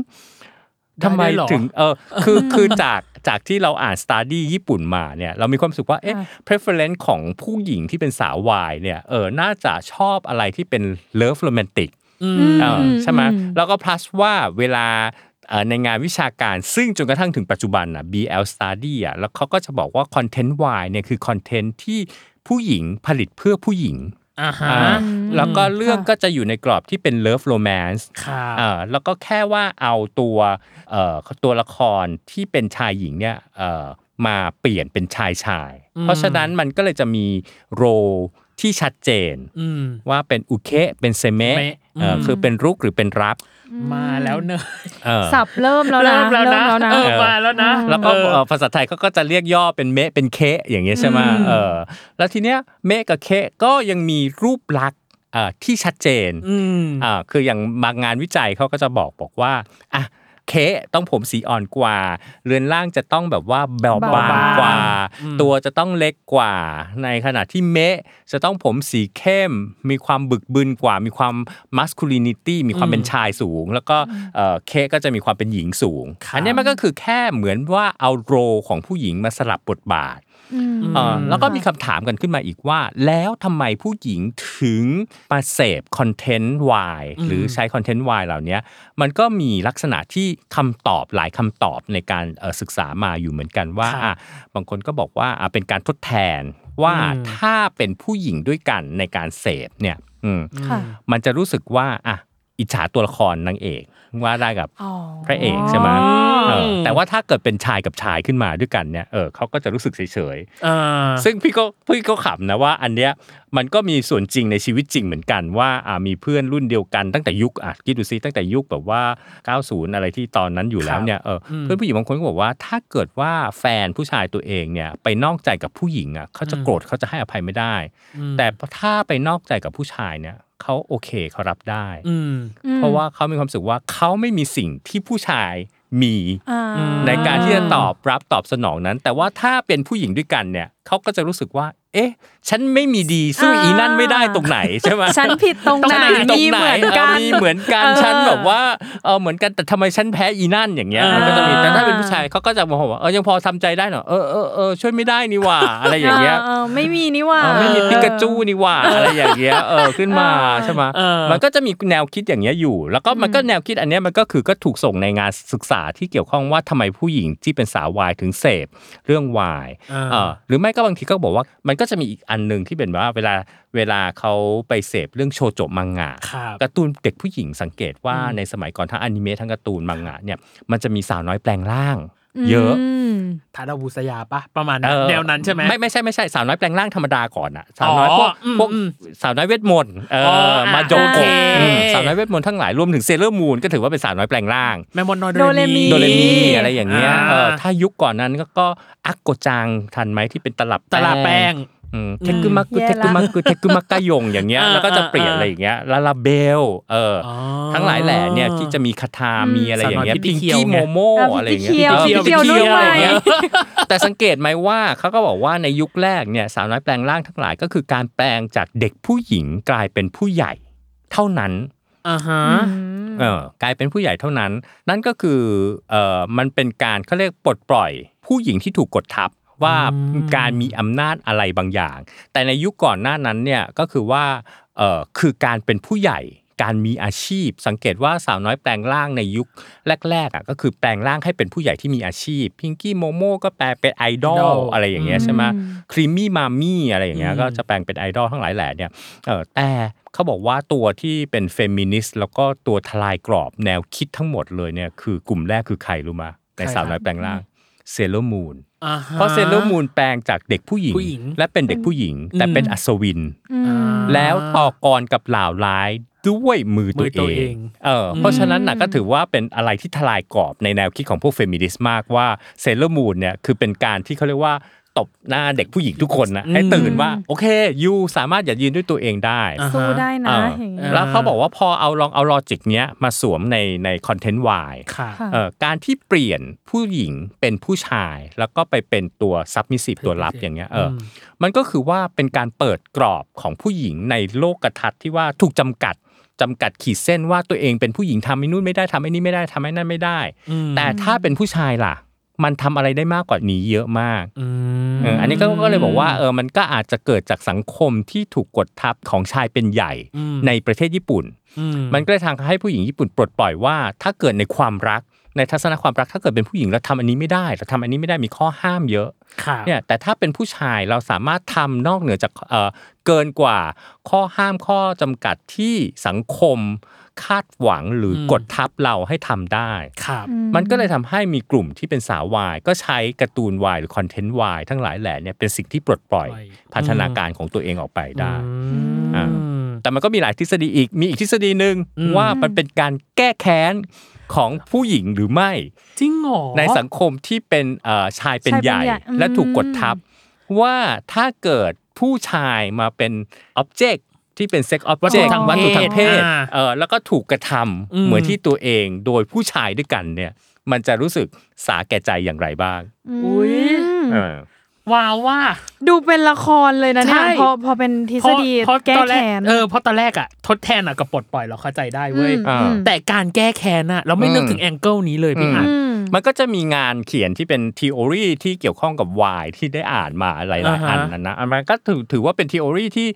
Speaker 4: ทำไม
Speaker 2: ด้ด้วยเหรอ
Speaker 4: ถึงเออคือคือจากจากที่เราอ่านสตาร์ดี้ญี่ปุ่นมาเนี่ยเรามีความรู้สึกว่าเอ๊ะ preference ของผู้หญิงที่เป็นสาววายเนี่ยเออน่าจะชอบอะไรที่เป็น love romantic
Speaker 2: อืม
Speaker 4: เออใช่ไหม
Speaker 1: อืม
Speaker 4: แล้วก็ plus ว่าเวลาเอ่อในงานวิชาการซึ่งจนกระทั่งถึงปัจจุบันอ่ะ BL study อ่ะแล้วเขาก็จะบอกว่าคอนเทนต์ Y เนี่ยคือคอนเทนต์ที่ผู้หญิงผลิตเพื่อผู้หญิง
Speaker 2: อ่าฮะ
Speaker 4: อ่าแล้วก็เรื่องก็จะอยู่ในกรอบที่เป็นเลิฟโรแมนส์
Speaker 2: ค่ะ
Speaker 4: เอ่อแล้วก็แค่ว่าเอาตัวเอ่อตัวละครที่เป็นชายหญิงเนี่ยเอ่อมาเปลี่ยนเป็นชายชาย
Speaker 2: อืม
Speaker 4: เพราะฉะนั้นมันก็เลยจะมีโรที่ชัดเจน
Speaker 2: อืม
Speaker 4: ว่าเป็นอุเคเป็นเซเมะ
Speaker 2: เมะ
Speaker 4: เอ่ออ
Speaker 2: ม
Speaker 4: คือเป็นรุกหรือเป็นรับ
Speaker 2: มาแล้วเนอะ
Speaker 4: เออ
Speaker 1: สับเริ่มแล้วนะ
Speaker 2: เริ่มแล้วนะ
Speaker 1: เริ่มแล้ว
Speaker 2: เออ
Speaker 1: นะ
Speaker 2: มาแล้วนะ
Speaker 4: แล้วก็
Speaker 2: เออ
Speaker 4: เอ่อภาษาไทยเขาก็จะเรียกย่อเป็นเมะเป็นเคอย่างเงี้ยใช่ไหม
Speaker 2: อืม
Speaker 4: เออแล้วทีเนี้ยเมะกับเคก็ยังมีรูปลักษณ์เอ่อที่ชัดเจน
Speaker 2: อืม
Speaker 4: อ่าคืออย่างบางงานวิจัยเขาก็จะบอกบอกว่าอ่ะเคต้องผมสีอ่อนกว่า เรือนร่างจะต้องแบบว่าเบา
Speaker 1: เบา
Speaker 4: บาง
Speaker 1: บาง
Speaker 4: กว่า
Speaker 2: อืม
Speaker 4: ตัวจะต้องเล็กกว่า ในขณะที่เมะจะต้องผมสีเข้ม มีความบึกบึนกว่า มีความมัสคูลินิตี้มีความเป็นชายสูง แล้วก็เอ่อเคก็จะมีความเป็นหญิงสูง อันเนี้ยมันก็คือแค่เหมือนว่าเอาโรของผู้หญิงมาสลับบทบาท
Speaker 1: อืม
Speaker 4: เอ่อ
Speaker 2: อืม
Speaker 4: แล้วก็มีคำถามกันขึ้นมาอีกว่า แล้วทำไมผู้หญิงถึงมาเสพคอนเทนต์วายหรือใช้คอนเทนต์วายเหล่าเนี้ยมันก็มีลักษณะที่คำตอบหลายคำตอบในการเอ่อศึกษามาอยู่เหมือนกันว่า
Speaker 2: ค่ะ
Speaker 4: อ่ะบางคนก็บอกว่าอ่ะเป็นการทดแทนว่า
Speaker 2: อืม
Speaker 4: ถ้าเป็นผู้หญิงด้วยกันในการเสพเนี่ยอืม
Speaker 1: ค่ะ
Speaker 4: มันจะรู้สึกว่าอ่ะอิจฉาตัวละครนางเอกว่าได้กับ
Speaker 1: อ๋อ
Speaker 4: พระเอกใช่ไหม
Speaker 2: อ๋อ
Speaker 4: เออแต่ว่าถ้าเกิดเป็นชายกับชายขึ้นมาด้วยกันเนี่ย เออเขาก็จะรู้สึกเฉย
Speaker 2: เออ
Speaker 4: ๆ ซึ่งพี่ก็พี่ก็ขำนะว่าอันเนี้ยมันก็มีส่วนจริงในชีวิตจริงเหมือนกันว่าอ่ามีเพื่อนรุ่นเดียวกันตั้งแต่ยุคอ่ะคิดดูซิตั้งแต่ยุคแบบว่า 90 อะไรที่ตอนนั้นอยู่แล้วเนี่ยเอออ
Speaker 2: ม
Speaker 4: เพื่อนผู้หญิงบางคนก็บอกว่าถ้าเกิดว่าแฟนผู้ชายตัวเองเนี่ยไปนอกใจกับผู้หญิงอ่ะเขาจะโกรธเขาจะให้อภัยไม่ได้ แต่ถ้าไปนอกใจกับผู้ชายเนี่ยเขาโอเคเขารับได้
Speaker 2: อืม
Speaker 4: เพราะว่าเขามีความรู้สึกว่าเขาไม่มีสิ่งที่ผู้ชายมี
Speaker 1: อ่า
Speaker 4: ในการที่จะตอบรับตอบสนองนั้น แต่ว่าถ้าเป็นผู้หญิงด้วยกันเนี่ยเขาก็จะรู้สึกว่า เอ๊ะ ฉันไม่มีดีสู้
Speaker 1: อ่า
Speaker 4: อีนั่นไม่ได้ตรงไหนใช่ไหม
Speaker 1: ฉันผิดตรงไหน
Speaker 4: ฉัผิดตรง
Speaker 1: มี
Speaker 4: ไหน
Speaker 1: เหมือน
Speaker 4: เอ
Speaker 1: กั
Speaker 4: อน มีเหมือนกัน
Speaker 1: เออ
Speaker 4: ฉันแบบว่าเออเหมือนกันแต่ทำไมฉันแพ้อีนั่นอย่างเงี้ย
Speaker 2: อ่ามั
Speaker 4: มันก็จะมีแต่ถ้าเป็นผู้ชายเขาก็จะบอกว่าเออยังพอทำใจได้หน่อยเออเออเออช่วยไม่ได้นี่หว่าอะไรอย่างเงี้ย
Speaker 1: ออไม่มีนี่หว่า
Speaker 4: เออไม่มีปิกาจูนี่หว่าอะไรอย่างเงี้ยเออขึ้นมา
Speaker 1: เออ
Speaker 4: ใช่ไหม
Speaker 2: เออ
Speaker 4: มันก็จะมีแนวคิดอย่างเงี้ยอยู่ แล้วก็มันก็แนวคิดอันเนี้ยมันก็คือก็ถูกส่งในงานศึกษาที่เกี่ยวข้องว่าทำไมผู้หญิงที่เป็นสาววายถึงเสพเรื่องวายเออหรือไม่ก็บางทีก็บอกว่ามันก็จะมีอีกอันหนึ่งที่เป็นว่าเวลาเวลาเขาไปเสพเรื่องโชโจมังงะ
Speaker 2: ครับ
Speaker 4: การ์ตูนเด็กผู้หญิงสังเกตว่า
Speaker 2: อืม
Speaker 4: ในสมัยก่อนทั้งอนิเมะทั้งการ์ตูนมังงะเนี่ยมันจะมีสาวน้อยแปลงร่าง เยอะ
Speaker 1: ม
Speaker 2: ทาดาบุษยาปะประมาณนั้น
Speaker 4: เออ
Speaker 2: แนวนั้นใช่ไหม
Speaker 4: ไม่ไม่ใช่ไม่ใช่สาวน้อยแปลงร่างธรรมดาก่อนอะสาวน้อยพวก
Speaker 2: อ๋ออืม
Speaker 4: พวก
Speaker 2: อืม
Speaker 4: สาวน้อยเวทมนต์เออ
Speaker 2: อ
Speaker 4: อ
Speaker 2: อ่ะ
Speaker 4: มาโจ
Speaker 1: โอเค
Speaker 4: โกะอืมสาวน้อยเวทมนต์ทั้งหลายรวมถึงเซเลอร์มูนก็ถือว่าเป็นสาวน้อยแปลงร่าง
Speaker 2: แมมอนนอย
Speaker 1: โดเรมี
Speaker 4: โดเรมีอะไรอย่างเงี้ยเออ
Speaker 2: ถ้า
Speaker 4: ถ้ายุคก่อนนั้นก็ก็อักโกจังทันไหมที่เป็นตลับ
Speaker 2: ตลาดแป้ง
Speaker 4: อืมเทคกุมักกุ
Speaker 1: แย่
Speaker 4: เทค
Speaker 1: ละ
Speaker 4: กุมักกุเทคกุมัก กะยงอย่างเงี้ย
Speaker 2: อ่า
Speaker 4: แล้วก็จะเปลี่ยน
Speaker 2: อ่า
Speaker 4: อะไรอย่างเงี้ยลาลาเบลเอออ
Speaker 2: อ๋อ
Speaker 4: ทั้งหลายแหล่เนี่ยที่จะมีคาทามีอะไรอย่างเงี้ย
Speaker 2: สาวน้อยพิ
Speaker 4: พิ
Speaker 2: ม
Speaker 4: งกี้
Speaker 2: พ์เคียวไง
Speaker 4: โมโม่
Speaker 1: อ่า
Speaker 4: อะไรอย่างเงี้ย
Speaker 1: พิมพ์เคีย
Speaker 4: อ
Speaker 1: ว
Speaker 4: อ
Speaker 1: พิมพ์
Speaker 4: พิมพ์
Speaker 1: เคียว
Speaker 4: เคียว
Speaker 1: ด้วย
Speaker 4: อะไรเงี้ยแต่สังเกตไหมว่าเขาก็บอกว่าในยุคแรกเนี่ยสาวน้อยแปลงร่างทั้งหลายก็คือการแปลงจากเด็กผู้หญิงกลายเป็นผู้ใหญ่เท่านั้น
Speaker 2: อ่าฮะ
Speaker 4: เออกลายเป็นผู้ใหญ่เท่านั้น นั่นก็คือเออมันเป็นการเขาเรียกปลดปล่อย ผู้หญิงที่ถูกกดทับว่า
Speaker 2: อืม
Speaker 4: การมีอำนาจอะไรบางอย่าง แต่ในยุคก่อนหน้านั้นเนี่ยก็คือว่าเอ่อคือการเป็นผู้ใหญ่ การมีอาชีพ สังเกตว่าสาวน้อยแปลงร่างในยุคแรกๆอ่ะก็คือแปลงร่างให้เป็นผู้ใหญ่ที่มีอาชีพพิงกี้โมโม่ก็แปลงเป็นไอดอล
Speaker 2: Idol
Speaker 4: อะไรอย่างเงี้ยใช่ไหมครีมมี่มามี่อะไรอย่างเงี้ย
Speaker 2: อืม
Speaker 4: ก็จะแปลงเป็นไอดอลทั้งหลายแหล่เนี่ยเออแต่เขาบอกว่าตัวที่เป็นเฟมินิสต์แล้วก็ตัวทลายกรอบแนวคิดทั้งหมดเลยเนี่ยคือกลุ่มแรกคือใครรู้มาในสาวน้อยแปลงร่างเซเลอร์มูน
Speaker 2: อ่ฮ
Speaker 4: เพราะเซเลอร์มูนแปลงจากเด็กผู้หญิ
Speaker 2: ผู้หญิง
Speaker 4: และเป็นเด็กผู้หญิง
Speaker 2: อืม
Speaker 4: แต่เป็นอัศวิน
Speaker 1: อื
Speaker 2: อ่า
Speaker 1: ม
Speaker 4: แล้วต่อกรกับเหล่าร้ายด้วยมือ
Speaker 2: มือตั
Speaker 4: ตัว ว
Speaker 2: เอ
Speaker 4: เอง งเอออเพราะฉะนั้นนะก็ถือว่าเป็นอะไรที่ทลายกรอบในแนวคิดของพวกเฟมินิสต์มากว่าเซเลอร์มูนเนี่ยคือเป็นการที่เขาเรียกว่าตบหน้าเด็กผู้หญิงทุกคนนะให้ตื่นว่าโอเคยูสามารถอย่ายืนด้วยตัวเองได้
Speaker 2: อ่าฮะ
Speaker 1: สู้ได้นะ
Speaker 4: เอออ
Speaker 1: อย่าง
Speaker 2: เงี้ย
Speaker 4: แล้วเขาบอกว่าพอเอาลองเอาลอจิกเนี้ยมาสวมในในคอนเทนต์วาย
Speaker 2: ค่ะ
Speaker 1: ค่ะ
Speaker 4: เอ่อการที่เปลี่ยนผู้หญิงเป็นผู้ชาย แล้วก็ไปเป็นตัวซับมิสซีฟตัวรับอย่างเงี้ยเอออ
Speaker 2: ม
Speaker 4: มันก็คือว่าเป็นการเปิดกรอบของผู้หญิงในโลกกระทัดที่ว่าถูกจำกัดจำกัดขีดเส้นว่าตัวเองเป็นผู้หญิงทำไอ้นู่นไม่ได้ทำไอ้นี่ไม่ได้ทำไอ้นั่นไม่ได้
Speaker 2: อืม
Speaker 4: แต่ถ้าเป็นผู้ชายล่ะ มันทำอะไรได้มากกว่านี้เยอะมาก
Speaker 2: อืม
Speaker 4: เอออันนี้ก็ก็เลยบอกว่าเออมันก็อาจจะเกิดจากสังคมที่ถูกกดทับของชายเป็นใหญ่
Speaker 2: อืม
Speaker 4: ในประเทศญี่ปุ่น
Speaker 2: อืม
Speaker 4: มันก็เลยทำให้ผู้หญิงญี่ปุ่นปลดปล่อยว่า ถ้าเกิดในความรัก ในทัศนะความรักถ้าเกิดเป็นผู้หญิงเราทำอันนี้ไม่ได้เราทำอันนี้ไม่ได้มีข้อห้ามเยอะ
Speaker 2: ค่ะ
Speaker 4: เนี่ยแต่ถ้าเป็นผู้ชายเราสามารถทำนอกเหนือจากเอ่อเกินกว่า ข้อห้ามข้อจำกัดที่สังคมคาดหวังหรือกดทับเราให้ทำได้
Speaker 2: ครับ
Speaker 4: มันก็เลยทำให้มีกลุ่มที่เป็นสาววายก็ใช้การ์ตูนวายหรือคอนเทนต์วายทั้งหลายแหล่เนี่ยเป็นสิ่งที่ปลดปล่อย
Speaker 2: ปล่อย
Speaker 4: พัฒนาการของตัวเองออกไปได้
Speaker 2: อืม
Speaker 4: อ่า แต่มันก็มีหลายทฤษฎีอีกมีอีกทฤษฎีหนึ่ง
Speaker 2: อืม
Speaker 4: ว่ามันเป็นการแก้แค้นของผู้หญิงหรือไม่
Speaker 2: จริงเหรอ
Speaker 4: ในสังคมที่เป็นเอ่อชายเป็น
Speaker 1: ชายเป็น
Speaker 4: ใหญ่
Speaker 1: ใหญ่อืม
Speaker 4: และถูกกดทับ ว่าถ้าเกิดผู้ชายมาเป็นอ็อบเจกต์ที่เป็นเซ็กอ็อบ
Speaker 2: วัตถุ
Speaker 4: เจกต์
Speaker 2: ทาง
Speaker 4: วัตถุทางเพศ
Speaker 2: อ่า
Speaker 4: เออแล้วก็ถูกกระทำ
Speaker 2: อืม
Speaker 4: เหมือนที่ตัวเองโดยผู้ชายด้วยกันเนี่ย มันจะรู้สึกสาแก่ใจอย่างไรบ้าง
Speaker 1: ม
Speaker 2: อุ๊ย
Speaker 4: เออ
Speaker 2: ว้าวว่า
Speaker 1: ดูเป็นละครเลยนะเนี่ย
Speaker 2: ใช่
Speaker 1: พอพอเป็นทฤษฎี
Speaker 2: เพราะเพ
Speaker 1: แก้
Speaker 2: ราะตอนร
Speaker 1: แค้น
Speaker 2: เออเพราะตอนแรกอะทดแทนอะกับปลดปล่อยเราเข้าใจได้เว้ย
Speaker 1: อืม
Speaker 2: แต่การแก้แค้นอะเราไม่นึกถึงแองเกิลนี้เลยพี่อัด
Speaker 1: อืม
Speaker 4: มันก็จะมีงานเขียนที่เป็นทฤษฎีที่เกี่ยวข้องกับวายที่ได้อ่านมาหลาย ๆ อัน
Speaker 2: อ่าฮะ
Speaker 4: นะนะอันมันก็ถือถือว่าเป็นทฤษฎีที่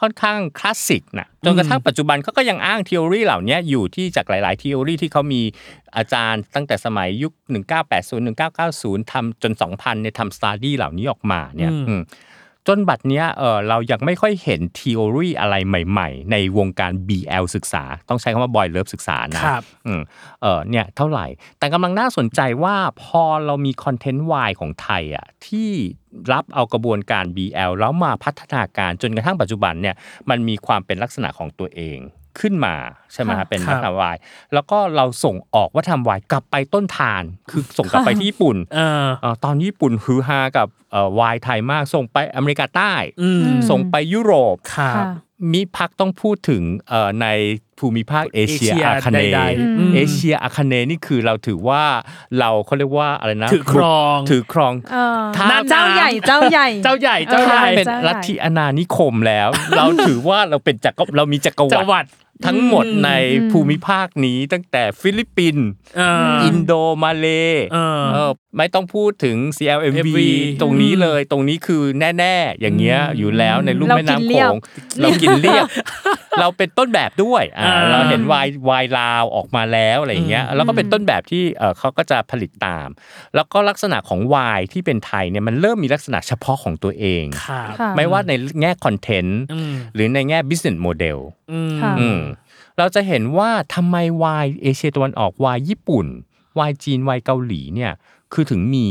Speaker 4: ค่อนข้างคลาสสิกนะจนกระทั่งปัจจุบันเขาก็ยังอ้างทฤษฎีเหล่านี้อยู่ที่จากหลาย ๆ ทฤษฎีที่เขามีอาจารย์ตั้งแต่สมัยยุค 1980 1990 ทำจน 2000 เนี่ยทำสตาร์ดี้เหล่านี้ออกมาเนี่ย
Speaker 2: อืม
Speaker 4: อืมจนบัดเนี้ยเออเรายังไม่ค่อยเห็นทฤษฎีอะไรใหม่ ๆ ในวงการ BL ศึกษา ต้องใช้คำว่า boy love ศึกษานะ
Speaker 2: ครับ
Speaker 4: อืมเออเนี่ยเท่าไหร่ แต่กำลังน่าสนใจว่าพอเรามีคอนเทนต์วายของไทยอ่ะที่รับเอากระบวนการ BL แล้วมาพัฒนาการจนกระทั่งปัจจุบันเนี่ยมันมีความเป็นลักษณะของตัวเองขึ้นมาใช่ไหมฮะเป็น
Speaker 2: ค
Speaker 4: วั
Speaker 2: รับ
Speaker 4: ฒนวาย แล้วก็เราส่งออกวัฒนวายกลับไปต้นทาน คือส่งกลับไปที่ญี่ปุ่น
Speaker 2: เออ
Speaker 4: เอ่อตอนญี่ปุ่นฮือฮากับเอ่อวายไทยมากส่งไปอเมริกาใต้
Speaker 2: อืม
Speaker 1: ม
Speaker 4: ส่งไปยุโรป
Speaker 2: ครับ
Speaker 1: ค่ะ
Speaker 4: มิพักต้องพูดถึงเอ่อในภูมิภาคเอเชีย
Speaker 2: เอเชีย
Speaker 4: อาคาเน
Speaker 2: ใดๆอืม
Speaker 4: เอเชียอาคาเนนี่คือเราถือว่าเราเขาเรียกว่าอะไรนะ
Speaker 2: ถือครอง
Speaker 4: ถือครอง
Speaker 1: เออ
Speaker 4: ถ้า
Speaker 1: เจ้าใหญ่เจ้าใหญ่
Speaker 2: เจ้าใหญ่เจ้า
Speaker 1: ออ
Speaker 2: ให
Speaker 4: ถ้า
Speaker 2: ญ่
Speaker 4: มันเป็น
Speaker 1: ใช่
Speaker 4: ลัทธิอาณานิคมแล้ว เราถือว่าเราเป็นจักรเรามีจักร
Speaker 2: จังห
Speaker 4: วรรดิ
Speaker 2: วัด
Speaker 4: ทั้งหมดในภูมิภาคนี้ตั้งแต่ฟิลิปปินส์
Speaker 2: เอออ
Speaker 4: อินโดมาเล
Speaker 2: เออ
Speaker 4: เออไม่ต้องพูดถึง CLMV
Speaker 2: MV
Speaker 4: ตรงนี้เลยตรงนี้คือแน่ๆ อย่างเงี้ยอยู่แล้วในลุ่ม
Speaker 1: เรา
Speaker 4: แม่น้ำ
Speaker 1: กินเรี
Speaker 4: โข
Speaker 1: ยบ
Speaker 4: ง เรากินเรียบ เราเป็นต้นแบบด้วยอ่า
Speaker 2: อ่า
Speaker 4: เราเห็นวายวายลาวออกมาแล้วอะไรอย่างเงี้ย แล้วก็เป็นต้นแบบที่เอ่อเขาก็จะผลิตตาม แล้วก็ลักษณะของวายที่เป็นไทยเนี่ยมันเริ่มมีลักษณะเฉพาะของตัวเอง
Speaker 2: ครับ
Speaker 1: ค่ะ
Speaker 4: ไม่ว่าในแง่คอนเทนต์
Speaker 2: อืม
Speaker 4: หรือในแง่ business model
Speaker 2: อืม
Speaker 1: ค่ะ
Speaker 4: อืมเราจะเห็นว่าทำไมวายเอเชียตะวันออกวายญี่ปุ่นวายจีนวายเกาหลีเนี่ยคือถึงมี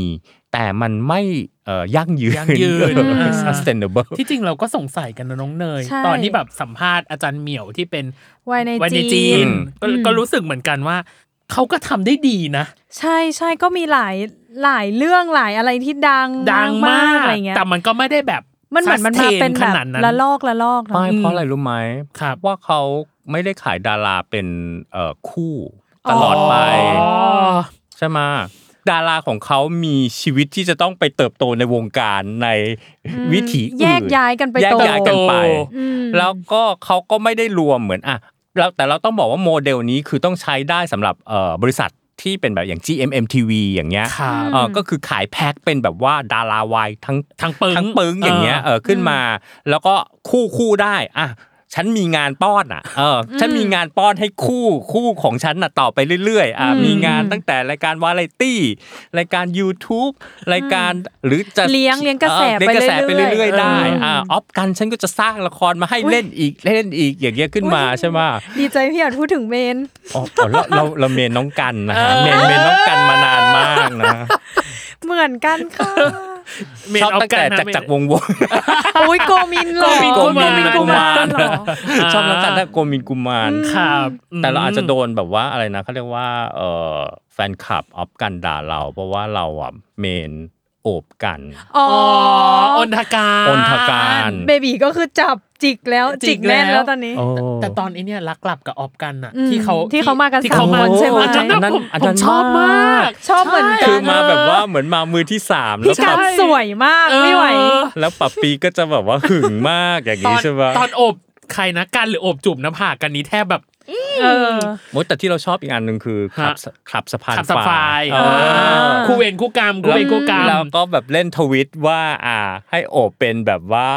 Speaker 4: แต่มันไม่เอ่อยั่งยืน
Speaker 2: ยั่งยืน
Speaker 1: อืม
Speaker 2: อ่า
Speaker 4: sustainable
Speaker 2: ที่จริงเราก็สงสัยกันนะน้องเนย
Speaker 1: ใช่
Speaker 2: ตอนที่แบบสัมภาษณ์อาจารย์เหมียวที่เป็น
Speaker 1: ไว้ใน
Speaker 2: วันใน
Speaker 1: จี
Speaker 2: จี
Speaker 1: น
Speaker 2: น
Speaker 1: อื
Speaker 2: ก็
Speaker 1: ม
Speaker 2: ก็รู้สึกเหมือนกันว่า เขาก็ทำได้ดีนะ
Speaker 1: ใช่ใช่ก็มีหลายหลายเรื่องหลายอะไรที่ดัง
Speaker 2: ดังมาก
Speaker 1: อะไรเงี้ย
Speaker 2: แต่มันก็ไม่ได้แบบ
Speaker 1: มันเหมือนมันมาเป็น
Speaker 2: ข
Speaker 1: แบบ
Speaker 2: นาดนั้น
Speaker 1: ละลอกละลอกเนอะ
Speaker 4: ไม่เพราะอะไรรู้ไหม
Speaker 2: ครับ
Speaker 4: ว่าเขาไม่ได้ขายดาราเป็นเอ่อคู่ตลอดไป
Speaker 2: อ๋อ
Speaker 4: ใช่ไหมดาราของเขามีชีวิตที่จะต้องไปเติบโตในวงการในวิถีอื่น
Speaker 1: แยกย้ายกันไป
Speaker 4: แยก
Speaker 1: โต
Speaker 4: ย้ายกันไป
Speaker 1: อืม
Speaker 4: แล้วก็เขาก็ไม่ได้รวมเหมือนอ่ะเราแต่เราต้องบอกว่าโมเดลนี้คือต้องใช้ได้สำหรับเอ่อบริษัทที่เป็นแบบอย่าง GMMTV อย่างเงี้ย
Speaker 2: ครับ
Speaker 4: เออก็คือขายแพ็คเป็นแบบว่าดาราวายทั้ง
Speaker 2: ทั้งปึ้ง
Speaker 4: ทั้งปึ้งอย่างเงี้ยเออขึ้นมา แล้วก็คู่คู่ได้อ่ะฉันมีงานป้อนอ่ะเอออฉันมีงานป้อนให้คู่คู่ของฉันน่ะต่อไปเรื่อยๆอ่ะมีงานตั้งแต่รายการวาไรตี้รายการ YouTube รายการหรือจะ
Speaker 1: เลี้ยงเลี้ยงกระแส
Speaker 4: ออเลี้ยงกระแสไป
Speaker 1: ไปเรื่อยๆ
Speaker 4: เรื่อยๆได้
Speaker 1: เอออ่
Speaker 4: อ่ะออฟกันฉันก็จะสร้างละครมาให้เล่นอีกเล่นอีกอย่างเงี้ยขึ้นมาใช่ไหม
Speaker 1: ดีใจพี่อยากพูดถึงเมน
Speaker 4: อ๋ออ๋อเราเราเราเมนน้องกันนะฮะเมนเมนน้องกันมานานมากนะ
Speaker 1: เหมือนกันค่ะ
Speaker 2: เมน
Speaker 4: ชอบ
Speaker 2: เอา
Speaker 4: ตั้ง
Speaker 2: กัน
Speaker 4: แต่
Speaker 2: นะ
Speaker 4: จากรจักร
Speaker 2: เม
Speaker 4: ว
Speaker 2: น
Speaker 4: งศ์วง
Speaker 1: อุ้ยโกมินเหรอ
Speaker 2: โกมิน
Speaker 1: โก
Speaker 2: โกมิ
Speaker 1: มิ
Speaker 2: น
Speaker 1: นเหรอ
Speaker 4: ชอบน้ำตาลแต่โกมินกุมาร
Speaker 2: ครับ
Speaker 4: แต่เราอาจจะโดนแบบว่าอะไรนะเขาเรียกว่าเอ่อแฟนคลับออฟกันด่าเรา เพราะว่าเราอ่ะเมนโอบกัน
Speaker 1: อ๋อ
Speaker 2: อ๋ออนทการ
Speaker 4: อนทการ
Speaker 1: เบบีก็คือจับจิกแล้ว
Speaker 2: จิ
Speaker 1: จิก
Speaker 2: กแล้
Speaker 1: แน่
Speaker 2: ว
Speaker 1: นแล้วตอนนี้
Speaker 4: โอ้
Speaker 2: แต่ตอนไอเนี่ยรักกลับกับออฟกันน่ะ
Speaker 1: อืม
Speaker 2: ที่เขา
Speaker 1: ที่เขามากัน
Speaker 2: ที่เขา
Speaker 1: สาม
Speaker 2: มา
Speaker 1: คนใช่ไหม
Speaker 2: อันนั้นผม
Speaker 4: อัน
Speaker 2: ผ
Speaker 4: นั้
Speaker 2: ม
Speaker 4: น
Speaker 2: ชอบมาก
Speaker 1: ชอบเหมือนกั
Speaker 4: คื
Speaker 1: น
Speaker 4: อมาแบบว่าเหมือนมามือที่สามแล้
Speaker 1: พี่
Speaker 4: ว
Speaker 1: กา
Speaker 4: ปั
Speaker 1: ร
Speaker 4: บ
Speaker 1: สวยมาก
Speaker 2: เออ
Speaker 1: ไม่ไหว
Speaker 4: แล้วปับปีก็จะแบบว่าหึงมากอย่าง
Speaker 2: ตอ
Speaker 4: นี้
Speaker 2: น
Speaker 4: ใช่ไหม
Speaker 2: ตอนโอบใครนะกันหรือโอบจูบหน้าผากกันนี้แทบแบบ
Speaker 1: เออ
Speaker 4: มดแต่ที่เราชอบอีกอันหนึ่งคือคลับ
Speaker 2: ฮะ
Speaker 4: คลับสะพาน
Speaker 2: ขับส
Speaker 4: ฟ้า
Speaker 2: ฟาย
Speaker 4: เออ
Speaker 2: คู่เวรคู่กรรมคู่เวรคู่กรร
Speaker 4: เรา
Speaker 2: ม
Speaker 4: ก็แบบเล่นทวิตว่าอ่าให้โอบเป็นแบบว่า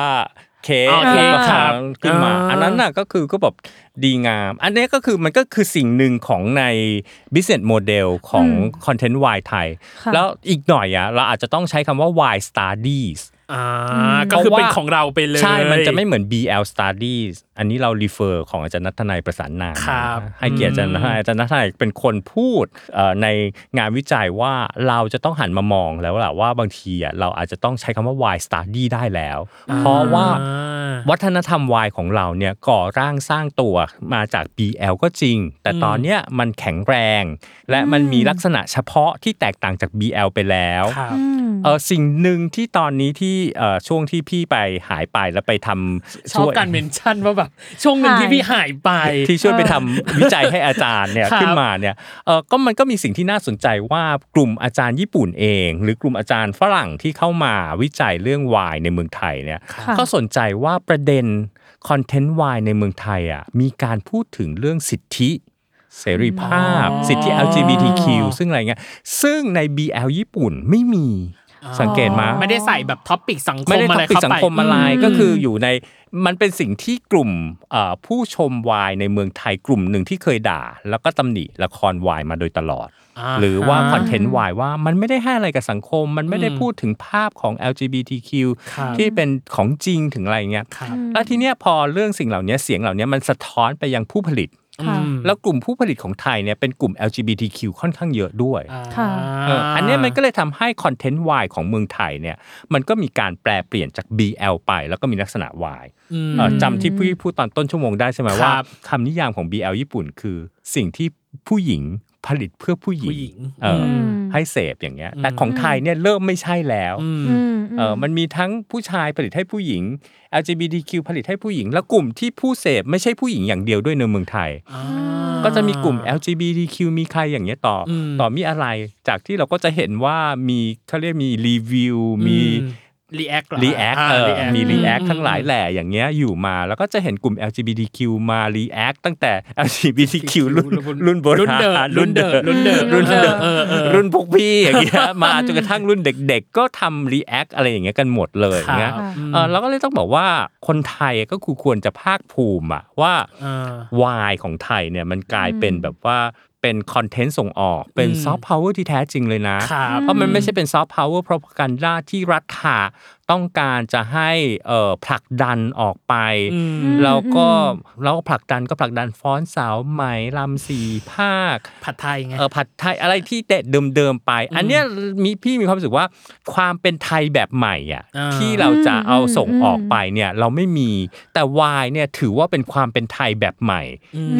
Speaker 4: เค้ก
Speaker 2: อ๋อเค้ก
Speaker 4: แล้วก็
Speaker 2: ครับ
Speaker 4: ขึ้นมา
Speaker 2: อ่า
Speaker 4: อันนั้นน่ะก็คือก็แบบดีงาม อันนี้ก็คือมันก็คือสิ่งหนึ่งของใน business model ของ
Speaker 1: อืม
Speaker 4: คอนเทนต์วายไทย
Speaker 1: ค่ะ
Speaker 4: แล้วอีกหน่อยอ่ะเราอาจจะต้องใช้คำว่า Y studies
Speaker 2: อ่า
Speaker 1: อืม
Speaker 2: ก็คือเป็น
Speaker 4: พะว่
Speaker 2: ของเราไปเลย
Speaker 4: ใช่ มันจะไม่เหมือน BL studies อันนี้เรา refer ของอาจารย์นัทนายประสานนาม
Speaker 2: ครับ
Speaker 4: ให้เกียรติอาจารย์นัทนายอาจารย์นัทนายเป็นคนพูดเอ่อในงานวิจัยว่าเราจะต้องหันมามองแล้วล่ะว่าบางทีอ่ะเราอาจจะต้องใช้คำว่า Y study ได้แล้ว เพราะว่า
Speaker 2: า
Speaker 4: วัฒนธรรมวายของเราเนี่ยก่อร่างสร้างตัวมาจาก BL ก็จริง แต่ตอนเนี้ยมันแข็งแรง และมันมีลักษณะเฉพาะที่แตกต่างจาก BL ไปแล้ว
Speaker 2: ครับ
Speaker 1: อืม
Speaker 4: เออสิ่งหนึ่งที่ตอนนี้ที่เอ่อช่วงที่พี่ไปหายไปแล้วไปทำ
Speaker 2: ชอบ
Speaker 4: ช่วย
Speaker 2: การเมนชั่นว่าแบบ ช่วงหนึ่งที่พี่หายไป
Speaker 4: ที่ช่วยไปทำวิจัยให้อาจารย์เนี่ย
Speaker 2: ครับ
Speaker 4: ขึ้นมาเนี่ยเออก็มันก็มีสิ่งที่น่าสนใจว่ากลุ่มอาจารย์ญี่ปุ่นเอง หรือกลุ่มอาจารย์ฝรั่งที่เข้ามาวิจัยเรื่องวายในเมืองไทยเนี่ย
Speaker 1: ค่ะ
Speaker 4: ก็สนใจว่าประเด็นคอนเทนต์วายในเมืองไทยอ่ะมีการพูดถึงเรื่องสิทธิ เสรีภาพ
Speaker 2: อ๋อ
Speaker 4: สิทธิ LGBTQ ซึ่งอะไรเงี้ยซึ่งใน BL ญี่ปุ่นไม่มีสังเกตมา
Speaker 2: ไม่ได้ใส่แบบท็อปปิกสังค
Speaker 4: ไม่
Speaker 2: ม
Speaker 4: ได้
Speaker 2: อะไร
Speaker 4: ทำปิด
Speaker 2: เข้า
Speaker 4: สั
Speaker 2: ไป
Speaker 4: งคมอะไรก็คืออยู่ในมันเป็นสิ่งที่กลุ่มเอ่อผู้ชมวายในเมืองไทยกลุ่มหนึ่งที่เคยด่า แล้วก็ตำหนิละครวายมาโดยตลอด
Speaker 2: า
Speaker 4: หรือว่าคอนเทนต์วายว่ามันไม่ได้ให้อะไรกับสังคม มันไม่ได้
Speaker 2: อืม
Speaker 4: พูดถึงภาพของ LGBTQ
Speaker 2: ครับ
Speaker 4: ที่เป็นของจริงถึงอะไรเงี้ย
Speaker 2: ครับ
Speaker 4: แล้วทีเนี้ยพอเรื่องสิ่งเหล่านี้เสียงเหล่านี้มันสะท้อนไปยังผู้ผลิต
Speaker 1: ค่ะ
Speaker 4: แล้วกลุ่มผู้ผลิตของไทยเนี่ยเป็นกลุ่ม LGBTQ ค่อนข้างเยอะด้วย
Speaker 1: ค่ะ
Speaker 4: เอออันเนี้ยมันก็เลยทำให้คอนเทนต์วายของเมืองไทยเนี่ยมันก็มีการแปลเปลี่ยนจาก BL ไป แล้วก็มีลักษณะวายเอ่อจำที่พี่พูดตอนต้นชั่วโมงได้ใช่ไหม
Speaker 2: ครับ
Speaker 4: ว่าคำนิยามของ BL ญี่ปุ่นคือสิ่งที่ผู้หญิงผลิตเพื่อผู้หญิ
Speaker 2: ผู้
Speaker 4: ง
Speaker 2: หญิง
Speaker 4: เอออ
Speaker 1: ม
Speaker 4: ให้เสพอย่างเงี้ย
Speaker 2: อืม
Speaker 4: แต่ของไทยเนี่ยเริ่มไม่ใช่แล้ว
Speaker 2: อืม
Speaker 1: อืม
Speaker 4: เออมันมีทั้งผู้ชายผลิตให้ผู้หญิง LGBTQ ผลิตให้ผู้หญิง และกลุ่มที่ผู้เสพไม่ใช่ผู้หญิงอย่างเดียวด้วยในเมืองไทย ก็จะมีกลุ่ม LGBTQ มีใครอย่างเงี้ยต่ออ
Speaker 2: ม
Speaker 4: ต่อมีอะไร จากที่เราก็จะเห็นว่ามีเขาเรียกมีรีวิว มี
Speaker 2: react เหรอ
Speaker 4: react
Speaker 2: อ่า
Speaker 4: เออ
Speaker 2: react
Speaker 4: มี react
Speaker 2: อืม
Speaker 4: ทั้งหลายแหล่อย่างเงี้ยอยู่มา แล้วก็จะเห็นกลุ่ม LGBTQ มา react ตั้งแต่ LGBTQ รุ่นรุ่นโบ
Speaker 2: รุ่น
Speaker 4: ราณ
Speaker 2: เดิมรุ่นเดิม
Speaker 4: รุ่นเดิม
Speaker 2: รุ่
Speaker 4: รุ่
Speaker 2: น
Speaker 4: นเดิ
Speaker 2: เดิม
Speaker 4: ม
Speaker 2: เออเออ
Speaker 4: รุ่นพวกพี่อย่างเงี้ยมาจนกระทั่งรุ่นเด็ก ๆ ก็ทำ react อะไรอย่างเงี้ยกันหมดเลยอย่างเงี้ย
Speaker 2: ครับ
Speaker 4: เออเราก็เลยต้องบอกว่าคนไทยก็คือควรจะภาคภูมิอะว่า
Speaker 2: อ่า
Speaker 4: วายของไทยเนี่ยมันกลายเป็นแบบว่าเป็นคอนเทนต์ส่งออกเป็น
Speaker 2: อืม
Speaker 4: ซอฟต์พาวเวอร์ที่แท้จริงเลยนะ
Speaker 2: ครับ
Speaker 4: เพราะมันไม่ใช่เป็นซอฟต์พาวเวอร์เพราะการด้าที่รัฐาต้องการจะให้เอ่อผลักดันออกไป
Speaker 2: อืม
Speaker 4: แล้วก็เราก็ผลักดันก็ผลักดันฟ้อนสาวไหมลำสีภาค
Speaker 2: ผัดไทยไง
Speaker 4: เออผัดไทยอะไรที่เด็ดเดิมๆไป อันเนี้ยมีพี่มีความรู้สึกว่าความเป็นไทยแบบใหม่อ่ะ
Speaker 2: อ่า
Speaker 4: ที่เราจะเอาส่งออกไปเนี่ยเราไม่มีแต่วายเนี่ยถือว่าเป็นความเป็นไทยแบบใหม่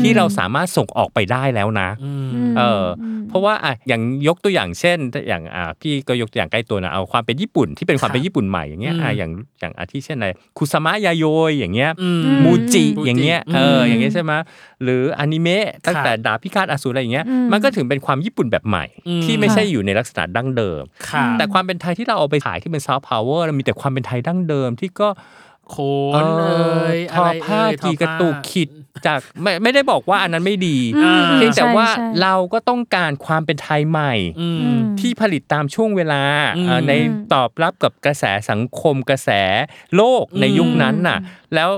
Speaker 4: ที่เราสามารถส่งออกไปได้แล้วนะ
Speaker 1: อืม
Speaker 4: เอออ
Speaker 1: ม
Speaker 4: เพราะว่าอ่ะอย่างยกตัวอย่างเช่นอย่างอ่ะพี่ก็ยกตัวอย่างใกล้ตัวนะเอาความเป็นญี่ปุ่นที่เป็นความเป็นญี่ปุ่นใหม่อย่างเงี้ยอ่ะ
Speaker 2: อืม
Speaker 4: อย่างอย่างอาทิเช่นอะไรคุซามะยาโยยอย่างเงี้ย
Speaker 2: อืม
Speaker 1: มู
Speaker 4: มูจิ
Speaker 2: มูจิ
Speaker 4: อย่างเงี้ยเออ
Speaker 2: ม
Speaker 4: อย่างเงี้ยใช่ไหมหรืออนิเมะตั้ง
Speaker 2: ครับ
Speaker 4: แต่ดาบพิฆาตอสูรอะไรอย่างเงี้ย
Speaker 1: อืม
Speaker 4: มันก็ถึงเป็นความญี่ปุ่นแบบใหม่
Speaker 2: อืม
Speaker 4: ที่ไม่ใช่อยู่ในลักษณะดั้งเดิม
Speaker 2: ค่ะ
Speaker 4: แต่ความเป็นไทยที่เราเอาไปขายที่เป็นซอฟต์พาวเวอร์มีแต่ความเป็นไทยดั้งเดิมที่ก็
Speaker 2: โคนเอย
Speaker 4: ทอผ้า
Speaker 2: อะไรเอ่ย
Speaker 4: กี่กระตุก
Speaker 2: ทอผ้า
Speaker 4: ขีดจากไม่ไม่ได้บอกว่าอันนั้นไม่ดี
Speaker 1: อืม
Speaker 4: เพียงแต่
Speaker 1: ใช่
Speaker 4: ว่า
Speaker 1: ใช่
Speaker 4: เราก็ต้องการความเป็นไทยใหม่
Speaker 2: อื
Speaker 1: อื
Speaker 2: ม
Speaker 1: ม
Speaker 4: ที่ผลิตตามช่วงเวลา
Speaker 2: อืม
Speaker 4: เอ่อในตอบรับกับกระแสสังคมกระแสโลก
Speaker 2: อืม
Speaker 4: ในยุคนั้นน่ะ แล้ว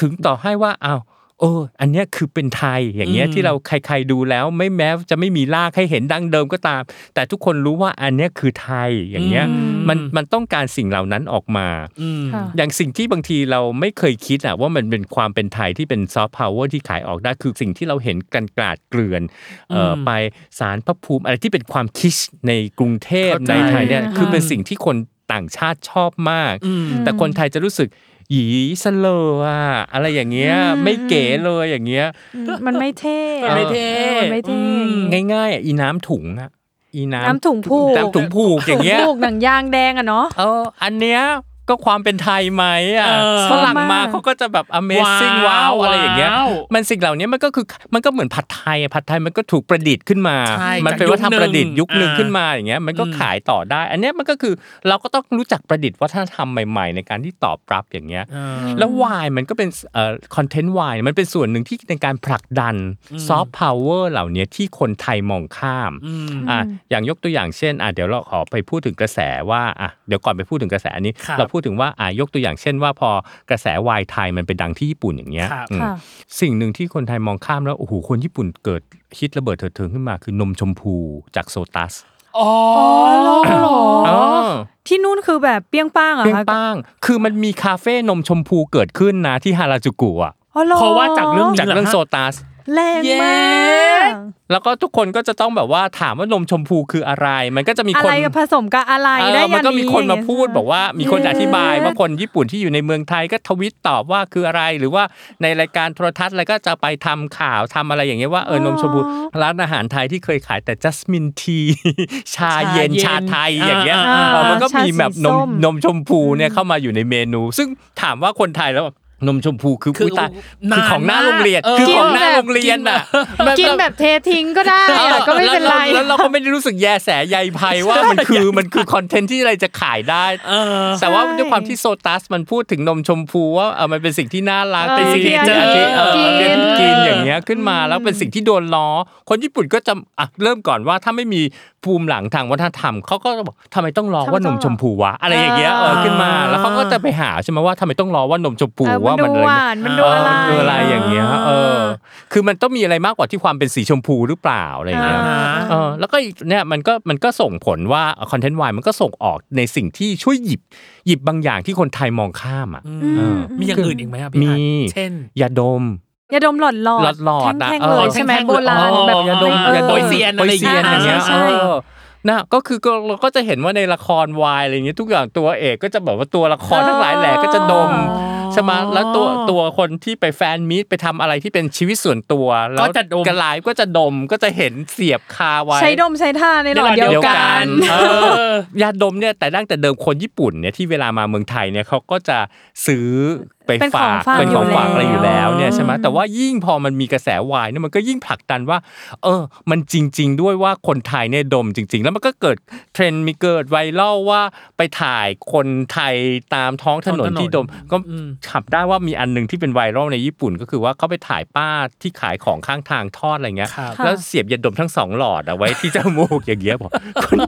Speaker 4: ถึงต่อให้ว่าอ้าวเออ อันเนี้ยคือเป็นไทยอย่างเงี้ยที่เราใครๆดูแล้วไม่แม้จะไม่มีลากให้เห็นดั้งเดิมก็ตาม แต่ทุกคนรู้ว่าอันเนี้ยคือไทยอย่างเงี้ย
Speaker 1: อืม
Speaker 4: มันมันต้องการสิ่งเหล่านั้นออกมา
Speaker 2: อืม
Speaker 1: ค่ะ
Speaker 4: อย่างสิ่งที่บางทีเราไม่เคยคิดอะว่ามันเป็นความเป็นไทยที่เป็นซอฟต์พาวเวอร์ที่ขายออกได้คือสิ่งที่เราเห็นกันกลาดเกลื่อนเอ่ออ
Speaker 2: ม
Speaker 4: ไปสารพระภูมิอะไรที่เป็นความคิชในกรุงเทพ
Speaker 2: เข้าใจ
Speaker 4: ในไทยเนี่ย
Speaker 1: อ่า
Speaker 4: คือเป็นสิ่งที่คนต่างชาติชอบมาก
Speaker 2: อืม
Speaker 4: แต่คนไทยจะรู้สึกหยีสโลอะอะไรอย่างเงี้ยไม่เก๋เลยอย่างเงี้ย
Speaker 1: อืมมันไม่เท่
Speaker 2: มันไม่เท่
Speaker 1: ออมันไม่เท่
Speaker 2: อืม
Speaker 4: ง่ายๆอะอีน้ำถุงอะอีน้ำ
Speaker 1: น้ำถุงผูก
Speaker 4: น้ำถุงผูกอย่างเงี้ย
Speaker 1: ถุงผูกหนังยางแดงอะเนาะ
Speaker 4: เอออันเนี้ยก็ความเป็นไทยไหมอ่ะ
Speaker 2: เออ
Speaker 4: ฝรั่งมา
Speaker 1: ชอบมาก
Speaker 4: เขาก็จะแบบ amazing ว้าวอะไรอย่างเงี้ย
Speaker 2: ว้าว
Speaker 4: มันสิ่งเหล่านี้มันก็คือมันก็เหมือนผัดไทยอะผัดไทยมันก็ถูกประดิษฐ์ขึ้นมา
Speaker 2: ใช่
Speaker 4: มัเป็นวัฒนธ
Speaker 2: จากยุค
Speaker 4: รรมประดิษฐ์
Speaker 2: หนึ่ง
Speaker 4: ยุคหนึ่ง
Speaker 2: อ่า
Speaker 4: ขึ้นมาอย่างเงี้ยมันก็
Speaker 2: อืม
Speaker 4: ขายต่อได้ อันเนี้ยมันก็คือเราก็ต้องรู้จักประดิษฐ์วัฒนธรรมใหม่ ๆ ในการที่ตอบรับอย่างเงี้ย
Speaker 2: เออ
Speaker 4: แล้ววายมันก็เป็นเอ่อคอนเทนต์วายมันเป็นส่วนหนึ่งที่ในการผลักดันซอฟต์พาวเวอร์เหล่านี้ที่คนไทยมองข้าม
Speaker 2: อืม
Speaker 4: อ่ะอย่างยกตัวอย่างเช่นอ่ะเดี๋ยวเราขอไปพูดถึงกระแสว่าอ่ะเดี๋ยวก่อนไปพูดถึงกระแสอันนี้
Speaker 2: ครับ
Speaker 4: เราพูด ดถึงว่าอ่ายกตัวอย่างเช่นว่าพอกระแสวายไทยมันเป็นดังที่ญี่ปุ่นอย่างเงี้ย
Speaker 2: ครับ
Speaker 4: อืม
Speaker 1: ค่ะ
Speaker 4: สิ่งหนึ่งที่คนไทยมองข้ามแล้วโอ้โหคนญี่ปุ่นเกิดฮิตระเบิดเถิดเทิงขึ้นมาคือนมชมพูจากโซตัส
Speaker 2: อ๋อ
Speaker 1: เหรอ อ๋อ
Speaker 4: า
Speaker 1: ที่นู่นคือแบบเปรี้ยงป้างเหรอะ
Speaker 4: เปียง
Speaker 1: คะ
Speaker 4: ป้าง คือมันมีคาเฟ่นมชมพูเกิดขึ้นนะที่ฮาราจูกุอ่ะ
Speaker 1: อ๋อหอ
Speaker 2: เพราะว่าจากเรื่องนี้
Speaker 4: จากเรื่อง
Speaker 2: หฮะ
Speaker 4: โซตัส
Speaker 1: แรงมาก
Speaker 4: แล้วก็ทุกคนก็จะต้องแบบว่าถามว่านมชมพูคืออะไร มันก็จะมี
Speaker 1: อะ
Speaker 4: ค
Speaker 1: ไร
Speaker 4: น
Speaker 1: กับผสมกับอะไร
Speaker 4: เอ
Speaker 1: ได้
Speaker 4: อ
Speaker 1: ยันนี้
Speaker 4: มันก็มีคนมาพูด
Speaker 1: ย่งเงี้ย
Speaker 4: บอกว่า มีคนอธิบายว่า
Speaker 1: เ
Speaker 4: คนญี่ปุ่นที่อยู่ในเมืองไทยก็ทวิตตอบว่าคืออะไร หรือว่าในรายการโทรทัศน์อะไรก็จะไปทำข่าวทำอะไรอย่างเงี้ยว่าเออนมชมพู
Speaker 1: อ๋อ
Speaker 4: ร้านอาหารไทยที่เคยขายแต่จัสมินที ชาเย็น
Speaker 2: ชา
Speaker 4: ชาไทย
Speaker 2: เย็น
Speaker 4: อย่างเงี้ย
Speaker 2: อ่า
Speaker 1: อ่า
Speaker 4: เออมันก็
Speaker 1: ชา
Speaker 4: มี
Speaker 1: สี
Speaker 4: แบบนม
Speaker 1: ส้ม
Speaker 4: นมชมพูเนี่ยเข้ามาอยู่ในเมนู ซึ่งถามว่าคนไทยแล้วแบบนมชมพูคือ
Speaker 2: คือ
Speaker 4: ผู้ตาย
Speaker 2: นาน
Speaker 4: คือของหน้าม
Speaker 2: าก
Speaker 4: โรงเรียน
Speaker 2: เออ
Speaker 4: คือของห
Speaker 1: กิน
Speaker 4: น้า
Speaker 1: แบบ
Speaker 4: โรงเรียนอ่ะ
Speaker 1: กินแบบเททิ้งก็ได้
Speaker 4: เออ
Speaker 1: อะก็ไม่เป็นไร
Speaker 4: แล้วแล้วเราก็ไม่ได้รู้สึกแยแสใยภัยว่ามันคือมันคือคอนเทนต์ที่อะไรจะขายได้
Speaker 2: เออ
Speaker 4: แต่ว่า
Speaker 1: ใช่
Speaker 4: ด้วยความที่โซตัสมันพูดถึงนมชมพูว่าเออมันเป็นสิ่งที่น่ารัก
Speaker 1: เออ
Speaker 4: เป็นสิ่งที่
Speaker 1: ที่
Speaker 4: จะ
Speaker 1: อาจจะ
Speaker 4: เออ
Speaker 1: กิน
Speaker 4: เรียนกินอย่างเงี้ยขึ้นมาแล้วเป็นสิ่งที่โดนล้อ คนญี่ปุ่นก็จะอ่ะเริ่มก่อนว่าถ้าไม่มีภูมิหลังทางวัฒนธรรมเขาก็จะบอกทำไมต้องล้อว่านมชมพูวะอะไรอย่างเงี้ยเออขึ้นมาแล้วเขาก็จะไปหาใช่ไหมว่าทำไมต้องล้อว่านมชมพู
Speaker 1: เออ
Speaker 4: ว่า
Speaker 1: มั
Speaker 4: มัน
Speaker 1: น
Speaker 4: อะไรเงี้ยวเออมัน
Speaker 1: ดูหานมันดูอะไร
Speaker 4: คืออะไรอย่างเงี้ยเออ คือมันต้องมีอะไรมากกว่าที่ความเป็นสีชมพูหรือเปล่าอะไรอย่างเงี้ย
Speaker 1: อ่า
Speaker 4: เออแล้วก็อีกเนี่ยมันก็มันก็ส่งผลว่าคอนเทนต์วายมันก็ส่งออกในสิ่งที่ช่วยหยิบหยิบบางอย่างที่คนไทยมองข้ามอ่ะ
Speaker 1: อื
Speaker 4: เอ
Speaker 1: ม
Speaker 4: อ
Speaker 2: มีอย่างอื่นอีกไหมอ่ะพี่
Speaker 4: มี
Speaker 2: อาร์ตเช่น
Speaker 4: ยาดม
Speaker 1: ยาดมหลอดหลอด
Speaker 4: หลอดๆอะ
Speaker 1: แท่ง
Speaker 4: เอ
Speaker 1: ๆ
Speaker 4: อ
Speaker 1: เลยใช่ไหม
Speaker 2: แท่งๆ
Speaker 1: โบราณ
Speaker 2: อ๋อ
Speaker 1: แบบ
Speaker 2: ยาดม
Speaker 1: เออย
Speaker 2: าดมเสียน
Speaker 4: โปยเซียนอะไรเงี้ยเอ
Speaker 1: ใช่ใช่
Speaker 4: อนะก็คือก็เราก็จะเห็นว่าในละครวายอะไรอย่างเงี้ยทุกอย่างตัวเอกก็จะแบบว่าตัวละครทั้งหลายแหล่ก็จะดมใช่ไหมแล้วตัวตัวคนที่ไปแฟนมีตไปทำอะไรที่เป็นชีวิตส่วนตัวแล้ว
Speaker 2: ก็จะดม
Speaker 4: กระลายก็จะดมก็จะเห็นเสียบคาไว้
Speaker 1: ใช้ดมใช้ท่าในหลอดเดียวกัน
Speaker 4: เออยาดมเนี่ยแต่ดั้งแต่เดิมคนญี่ปุ่นเนี่ยที่เวลามาเมืองไทยเนี่ยเขาก็จะซื้อไป
Speaker 1: เป็นขอ
Speaker 4: ฝา
Speaker 1: ง
Speaker 4: ก
Speaker 1: ฝาก
Speaker 4: เป็นของ
Speaker 1: อยู่
Speaker 4: ฝากอะไรอยู่แล้วเนี่ย
Speaker 2: แล้ว
Speaker 4: ใช่ไหมแต่ว่ายิ่งพอมันมีกระแสวายเนี่ยมันก็ยิ่งผลักดันว่า เออ มันจริง ๆ ด้วยว่าคนไทยเนี่ยดมจริง ๆ แล้วมันก็เกิดเทรนด์มีเกิดไวรัลว่าไปถ่ายคนไทยตามท้องถนนที่ดม ก็ขับได้ว่ามีอันหนึงที่เป็นไวรัลในญี่ปุ่น ก็คือว่าเขาไปถ่ายป้าที่ขายของข้างทางทอดอะไรเงี้ย
Speaker 2: ครับ
Speaker 1: ค่ะ
Speaker 4: แล้วเสียบยาดมทั้งสองหลอดเอาไว้ที่จมูกอย่างเงี้ยบอก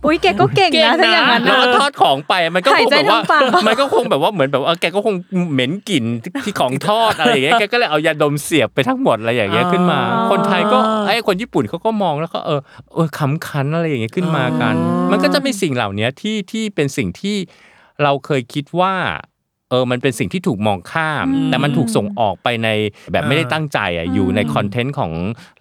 Speaker 1: อุ้ยแกก็เก่งนะถ้าอย่างนั้น
Speaker 4: แล้ว
Speaker 1: อะ
Speaker 4: ก็ทอดของไปมันก็ค
Speaker 1: หาย
Speaker 4: ง
Speaker 1: ใจ
Speaker 4: แบบว่า
Speaker 1: ทางปาก
Speaker 4: มันก็คงแบบว่าเหมือนแบบว่าแกก็คงเหม็นกลิ่นที่ของทอดอะไร อย่างเงี้ยแกก็เลยเอายาดมเสียบไปทั้งหมดอะไรอย่างเงี้ย
Speaker 2: อ๋อ
Speaker 4: ขึ้นมา คนไทยก็ไอ้ยคนญี่ปุ่นเขาก็มองแล้วก็เออเออขำขันอะไรอย่างเงี้ยขึ้นมากัน มันก็จะมีสิ่งเหล่านี้ที่ที่เป็นสิ่งที่เราเคยคิดว่า เออมันเป็นสิ่งที่ถูกมองข้าม
Speaker 1: อืม
Speaker 4: แต่มันถูกส่งออกไปในแบบไม่ได้ตั้งใจอ่ะอยู่ในคอนเทนต์ของ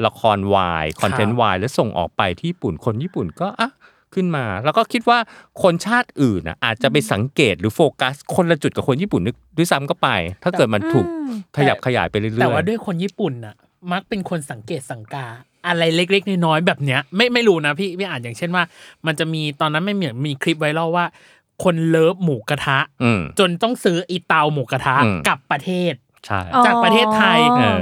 Speaker 4: ละครวายคอนเทนต์วายแล้วส่งออกไปที่ญี่ปุ่นคนญี่ปุ่นก็อ่ะ ขึ้นมาแล้วก็คิดว่าคนชาติอื่นน่ะอาจจะไปสังเกตหรือโฟกัส คนละจุดกับคนญี่ปุ่นนึกด้วยซ้ำก็ไป ถ้าเกิดมันถูก
Speaker 1: อืม
Speaker 4: ขยับขยายไปเรื่อยๆ
Speaker 2: แต่ว่าด้วยคนญี่ปุ่นน่ะ มักเป็นคนสังเกตสังกา อะไรเล็กๆน้อยๆแบบเนี้ยไม่ไม่รู้นะพี่พี่อ่านอย่างเช่นว่า มันจะมีตอนนั้นไม่เหมือนมีคลิปไวรัลว่า คนเลิฟหมูกระทะ
Speaker 4: อืม
Speaker 2: จนต้องซื้ออีเตาหมูกระทะ
Speaker 4: อืม
Speaker 2: กลับประเทศ
Speaker 4: ใช่
Speaker 1: อ๋อ
Speaker 2: จากประเทศไทย
Speaker 4: เออ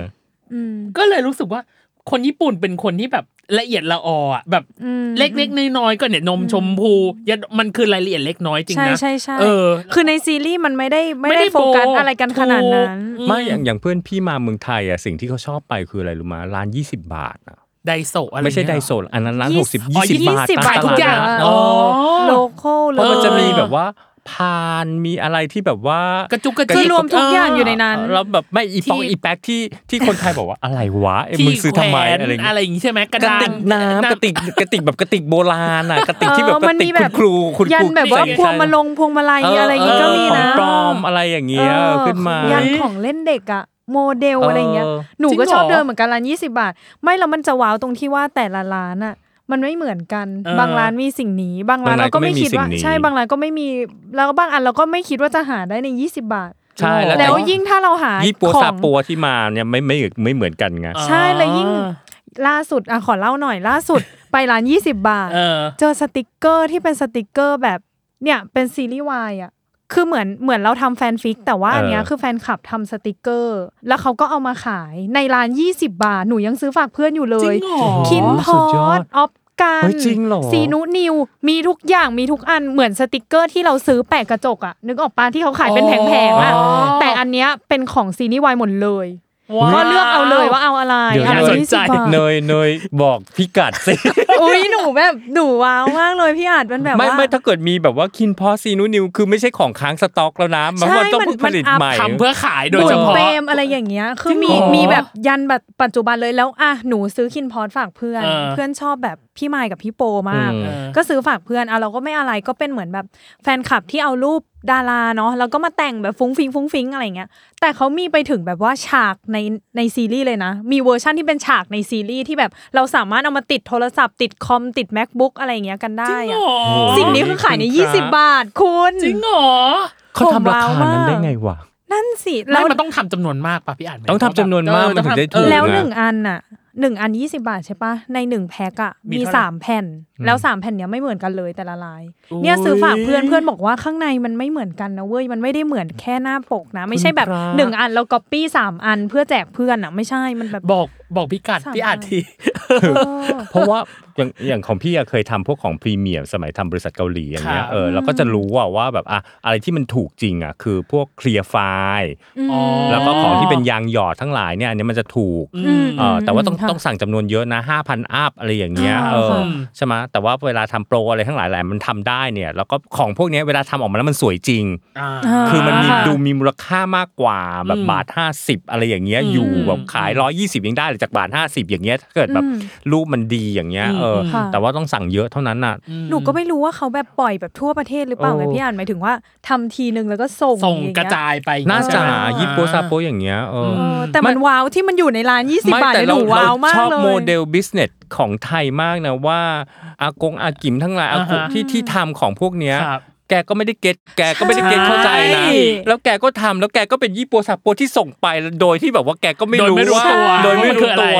Speaker 1: อืม
Speaker 2: ก็เลยรู้สึกว่าคนญี่ปุ่นเป็นคนที่แบบละเอียดละอออะแบบ
Speaker 1: อืม
Speaker 2: เล็กๆน้อยๆก็เนี่ยนมชมพูยัดมันคือรายละเอียดเล็กน้อยจริง
Speaker 1: ใช่
Speaker 2: นะ
Speaker 1: ใช่ใช่
Speaker 2: เออ
Speaker 1: คือในซีรีส์มันไม่ได้ไม่
Speaker 2: ไม่
Speaker 1: ได้
Speaker 2: ได้
Speaker 1: โฟกัส
Speaker 2: โฟ
Speaker 1: อะไรกันขนาดนั้น
Speaker 2: ถูก
Speaker 4: ไม่อย่างอย่างเพื่อนพี่มาเมืองไทยอ่ะสิ่งที่เขาชอบไปคืออะไรรู้มาร้าน 20 บาทอะ
Speaker 2: ไดโซะอะไร
Speaker 4: ไม่ใช่ได
Speaker 2: เงี้ย
Speaker 4: โซนอันนั้นร้าน
Speaker 1: ยี่สิบ
Speaker 4: 60
Speaker 1: อ๋อบ
Speaker 4: 20าท
Speaker 1: ยี่สิบ
Speaker 4: ตม
Speaker 1: บาททุกอย่าง
Speaker 4: ตลดนัด
Speaker 1: เ
Speaker 2: อ๋อ
Speaker 1: โลโก้เล
Speaker 4: เพราะ
Speaker 1: ย
Speaker 4: มันจะมีแบบว่าพานมีอะไรที่แบบว่าก
Speaker 2: ระจุกกระจิก
Speaker 1: คือรวมทุกอย่างอยู่ในนั้น
Speaker 4: เราแบบไม่อีปอง
Speaker 2: ที่
Speaker 4: อีแป๊กที่ที่คนไทยบอกว่าอะไรวะไอ้
Speaker 2: ที่
Speaker 4: มึงซื้อทำไม
Speaker 2: แขวน
Speaker 4: อะไรอย่างเงี้ย
Speaker 2: อะไรอย่างงี้ใช่ไหมกระ
Speaker 4: กระ
Speaker 2: ดาน
Speaker 4: ติกน้ำกระติกกระติกแบบกระติกโบราณ อ่ะกระติก
Speaker 1: เออ
Speaker 4: ที่แบบก
Speaker 1: มั
Speaker 4: ระ
Speaker 1: น
Speaker 4: ติ
Speaker 1: มี
Speaker 4: ก
Speaker 1: แบ
Speaker 4: คุ
Speaker 1: บ
Speaker 4: ณครูคุณค
Speaker 1: ยัน
Speaker 4: รู
Speaker 1: แบบว่า
Speaker 4: ใส่
Speaker 1: พวงมาลงพวงมาลัย
Speaker 4: เ
Speaker 1: อะไรอย่างงี้ก็มี
Speaker 4: ข
Speaker 1: นะ
Speaker 4: องปลอมอะไรอย่างเงี้ยขึ้นมา
Speaker 1: ยันของเล่นเด็กอะโมเดล
Speaker 4: เอออ
Speaker 1: อะไรอย่างเงี้ยหนูก็
Speaker 2: จริงเหรอ
Speaker 1: ชอบเดินเหมือนกันร้าน20 บาท ไม่แล้วมันจะว้าวตรงที่ว่าแต่ละร้านอะมันไม่เหมือนกัน
Speaker 2: เออ
Speaker 1: บางร้านมีสิ่งนี้ บางร้า
Speaker 4: บา
Speaker 1: น
Speaker 4: งร้าน
Speaker 1: เราก็ไม่
Speaker 4: ก็ไม่มี
Speaker 1: คิด
Speaker 4: สิ่
Speaker 1: ว่า
Speaker 4: งนี้
Speaker 1: ใช่บางร้านก็ไม่มีแล้วก็บางอันเราก็ไม่คิดว่าจะหาได้ใน 20 บาท
Speaker 4: ใช่แล้ว
Speaker 1: แล้วยิ่งถ้าเราหา
Speaker 4: ยี่ปัว
Speaker 1: ของ
Speaker 4: ซาปัวที่มาเนี่ยไม่ไม่ไม่เหมือนกันไง
Speaker 2: อ่า
Speaker 1: ใช่เลยยิ่งล่าสุดอ่ะขอเล่าหน่อยล่าสุด ไปร้าน 20 บาท
Speaker 2: เออ
Speaker 1: เจอสติกเกอร์ที่เป็นสติกเกอร์แบบเนี่ยเป็นซีรีส์วายอ่ะคือเหมือนเหมือนเราทำแฟนฟิก แต่ว่า
Speaker 4: เอออั
Speaker 1: อันเนี้ยคือแฟนคลับทำสติกเกอร์ แล้วเขาก็เอามาขายในร้าน 20 บาท หนูยังซื้อฝากเพื่อนอยู่เล
Speaker 2: จริ
Speaker 1: ย
Speaker 2: งเหรอ
Speaker 1: คินพ
Speaker 4: สุ
Speaker 1: อ
Speaker 4: ดยอ
Speaker 1: ด
Speaker 4: ด
Speaker 1: ออฟกัน
Speaker 4: เฮ้ยจริงเหรอ
Speaker 1: ซีนุนิวมีทุกอย่างมีทุกอันเหมือนสติกเกอร์ที่เราซื้อแปะกระจกอ่ะนึกออกปะที่เขาขายเป็นแผงๆอ่ะ
Speaker 2: อ๋อ
Speaker 1: แต่อันเนี้ยเป็นของซีรีส์วายหมดเลย
Speaker 2: ว้าว
Speaker 1: ก็เลือกเอาเลยว่าเอาอะไร
Speaker 4: เดี๋ยว
Speaker 1: อัน
Speaker 4: น่าส
Speaker 1: ละ
Speaker 4: น
Speaker 1: ยี่
Speaker 4: ใจ
Speaker 1: สิบบาท
Speaker 4: เนยเนยบอกพิกัดสิ
Speaker 1: อุ้ยหนูแบบหนูว้าวมากเลยพี่อาจมันแบบ
Speaker 4: ไม่
Speaker 1: ว่า
Speaker 4: ไม่ถ้าเกิดมีแบบว่าคินพอซีนูนิว คือไม่ใช่ของค้างสต็อกแล้วนะมัน
Speaker 1: ใช่
Speaker 4: ว่าต้อง
Speaker 1: มัน
Speaker 4: ผลิต
Speaker 1: มันอัพ
Speaker 4: ใหม่
Speaker 2: ทำเพื่อขายโดยเฉ
Speaker 1: หนู
Speaker 2: พาะ
Speaker 1: เปรมอะไรอย่างเงี้ย คือมี
Speaker 2: จริงเหรอ
Speaker 1: มีแบบยันแบบปัจจุบันเลยแล้วอ่ะหนูซื้อคินพอดฝากเพื่อน
Speaker 2: เออ
Speaker 1: เพื่อนชอบแบบพี่ไมค์กับพี่โปมาก
Speaker 4: อืม
Speaker 2: เออ
Speaker 1: ก็ซื้อฝากเพื่อนเอาเราก็ไม่อะไรก็เป็นเหมือนแบบแฟนคลับที่เอารูปดาราเนาะแล้วก็มาแต่งแบบฟุ้งฟิงฟุ้งฟิงอะไรเงี้ย แต่เขามีไปถึงแบบว่าฉากในในซีรีส์เลยนะ มีเวอร์ชั่นที่เป็นฉากในซีรีส์ที่แบบเราสามารถเอามาติดโทรศัพท์ติดคอมติด macbook อะไรเงี้ยกันได้
Speaker 2: จริง
Speaker 1: อะ
Speaker 2: เหรอ
Speaker 1: สิ่งนี้คือขายใน 20 บาทคุณ
Speaker 2: จริงเหรอ
Speaker 4: เขาทำราคานั้นได้ไงวะ
Speaker 1: นั่นสิแล้
Speaker 2: แล้ว
Speaker 1: ว
Speaker 2: มันต้องทำจำนวนมากป่ะพี่อ่านไหม
Speaker 4: ต้องทำจำนวนมาก
Speaker 2: เออ
Speaker 4: มันถึงได้ถูก
Speaker 2: เออ
Speaker 1: แล้ว
Speaker 4: นะ
Speaker 1: หนึ่งอันน่ะหนึ่งอันยี่สิบาทใช่ปะในหนึ่งแพ็คอะ
Speaker 2: มี
Speaker 1: มี
Speaker 2: เท่าไหร่
Speaker 1: สามแผ่น แล้วสามแผ่นเนี้ยไม่เหมือนกันเลยแต่ละลาย เนี่ยซื้อฝากเพื่อนเพื่อนบอกว่าข้างในมันไม่เหมือนกันนะเว้ยมันไม่ได้เหมือนแค่หน้าปกนะ ไม่ใช่แบบ
Speaker 2: คุณพระ
Speaker 1: หนึ่งอันแล้วก๊อปปี้สามอันเพื่อแจกเพื่อนอะไม่ใช่มันแบบ
Speaker 2: บอกบอกพี่กัด
Speaker 1: สาม
Speaker 2: พี่อ่านที
Speaker 1: เออ
Speaker 4: เพราะว่า อย่างอย่างของพี่อะเคยทำพวกของพรีเมียมสมัยทำบริษัทเกาหลีอย่างเงี้
Speaker 2: ครั
Speaker 4: ย
Speaker 2: บ
Speaker 4: เออเราก็จะรู้ว่าว่าแบบอะอะไรที่มันถูกจริงอะคือพวกเคลียร์ไฟล์
Speaker 2: อ๋อ
Speaker 4: แล้วก็ของที่เป็นยางหยอดทั้งหลายเนี่ยอันเนี้ยมันจะถูก
Speaker 1: อืม
Speaker 4: เออแต่ว่าต้อง
Speaker 1: ค่ะ
Speaker 4: ต้องสั่งจำนวนเยอะนะ5,000อัพอะไรอย่างเงี้ย
Speaker 1: อ่า
Speaker 4: เออ
Speaker 1: ค่ะ
Speaker 4: ใช่ไหมแต่ว่าเวลาทำโปรอะไรทั้งหลายแหละมันทำได้เนี่ยแล้วก็ของพวกเนี้ยเวลาทำออกมาแล้วมันสวยจริง
Speaker 2: อ่า
Speaker 4: คือมันมี
Speaker 1: ค่ะ
Speaker 4: ดูมีมูลค่ามากกว่าแบบ
Speaker 2: อืม
Speaker 4: บาท 50 อะไรอย่างเงี้ย
Speaker 2: อืม
Speaker 4: อยู่แบบขาย 120ยังได้เลยจากบาท 50 อย่างเงี้ยถ้าเกิดแบบ
Speaker 1: อืม
Speaker 4: รูปมันดีอย่างเงี้ย
Speaker 2: อืม
Speaker 4: เออ
Speaker 2: ค่ะ
Speaker 4: แต่ว่าต้องสั่งเยอะเท่านั้นน่ะ
Speaker 1: หนูก็ไม่รู้ว่าเขาแบบปล่อยแบบทั่วประเทศหรือเปล่าไง
Speaker 4: โอ้
Speaker 1: พี่อ่านหมายถึงว่าทำทีนึงแล้วก็ส่ง
Speaker 2: ส่ง
Speaker 1: อย่เย
Speaker 2: กระจายไปอย่ง
Speaker 4: ห
Speaker 2: เงี้
Speaker 4: น้าย
Speaker 2: ใช่
Speaker 4: จ๋า
Speaker 2: ไหม
Speaker 4: ยิปโปซาโปอย่างเงี้ยเออ
Speaker 1: เอ
Speaker 4: อ
Speaker 1: อแต่มันว้าวที่มันอยู่ในร้าน 20
Speaker 4: ไม่
Speaker 1: บาท
Speaker 4: แต่
Speaker 1: เนี่ยห
Speaker 4: เรา
Speaker 1: นูว้าว
Speaker 4: เรา
Speaker 1: มาก
Speaker 4: ชอบ
Speaker 1: เลย
Speaker 4: โมเดลบิสเนสของไทยมากนะว่าอากงอากิมทั้งหลายอา
Speaker 2: อ่าฮะ
Speaker 4: กุที่ที่ทำของพวกเนี้ย
Speaker 2: ครับ
Speaker 4: แกก็ไม่ได้เก็ตแกก็ไม่ได้เก็ต
Speaker 2: ใช่
Speaker 4: เข้าใจนะแล้วแกก็ทำแล้วแกก็เป็นยี่ปัวสับปัวที่ส่งไปโดยที่แบบว่าแกก็ไม่
Speaker 2: โดย
Speaker 4: รู้
Speaker 2: ไม่รู้
Speaker 4: ว่า
Speaker 2: ตัว
Speaker 4: โดยไม่รู้
Speaker 2: ว่ามันคืออะ
Speaker 4: ตั
Speaker 2: ไร
Speaker 4: ว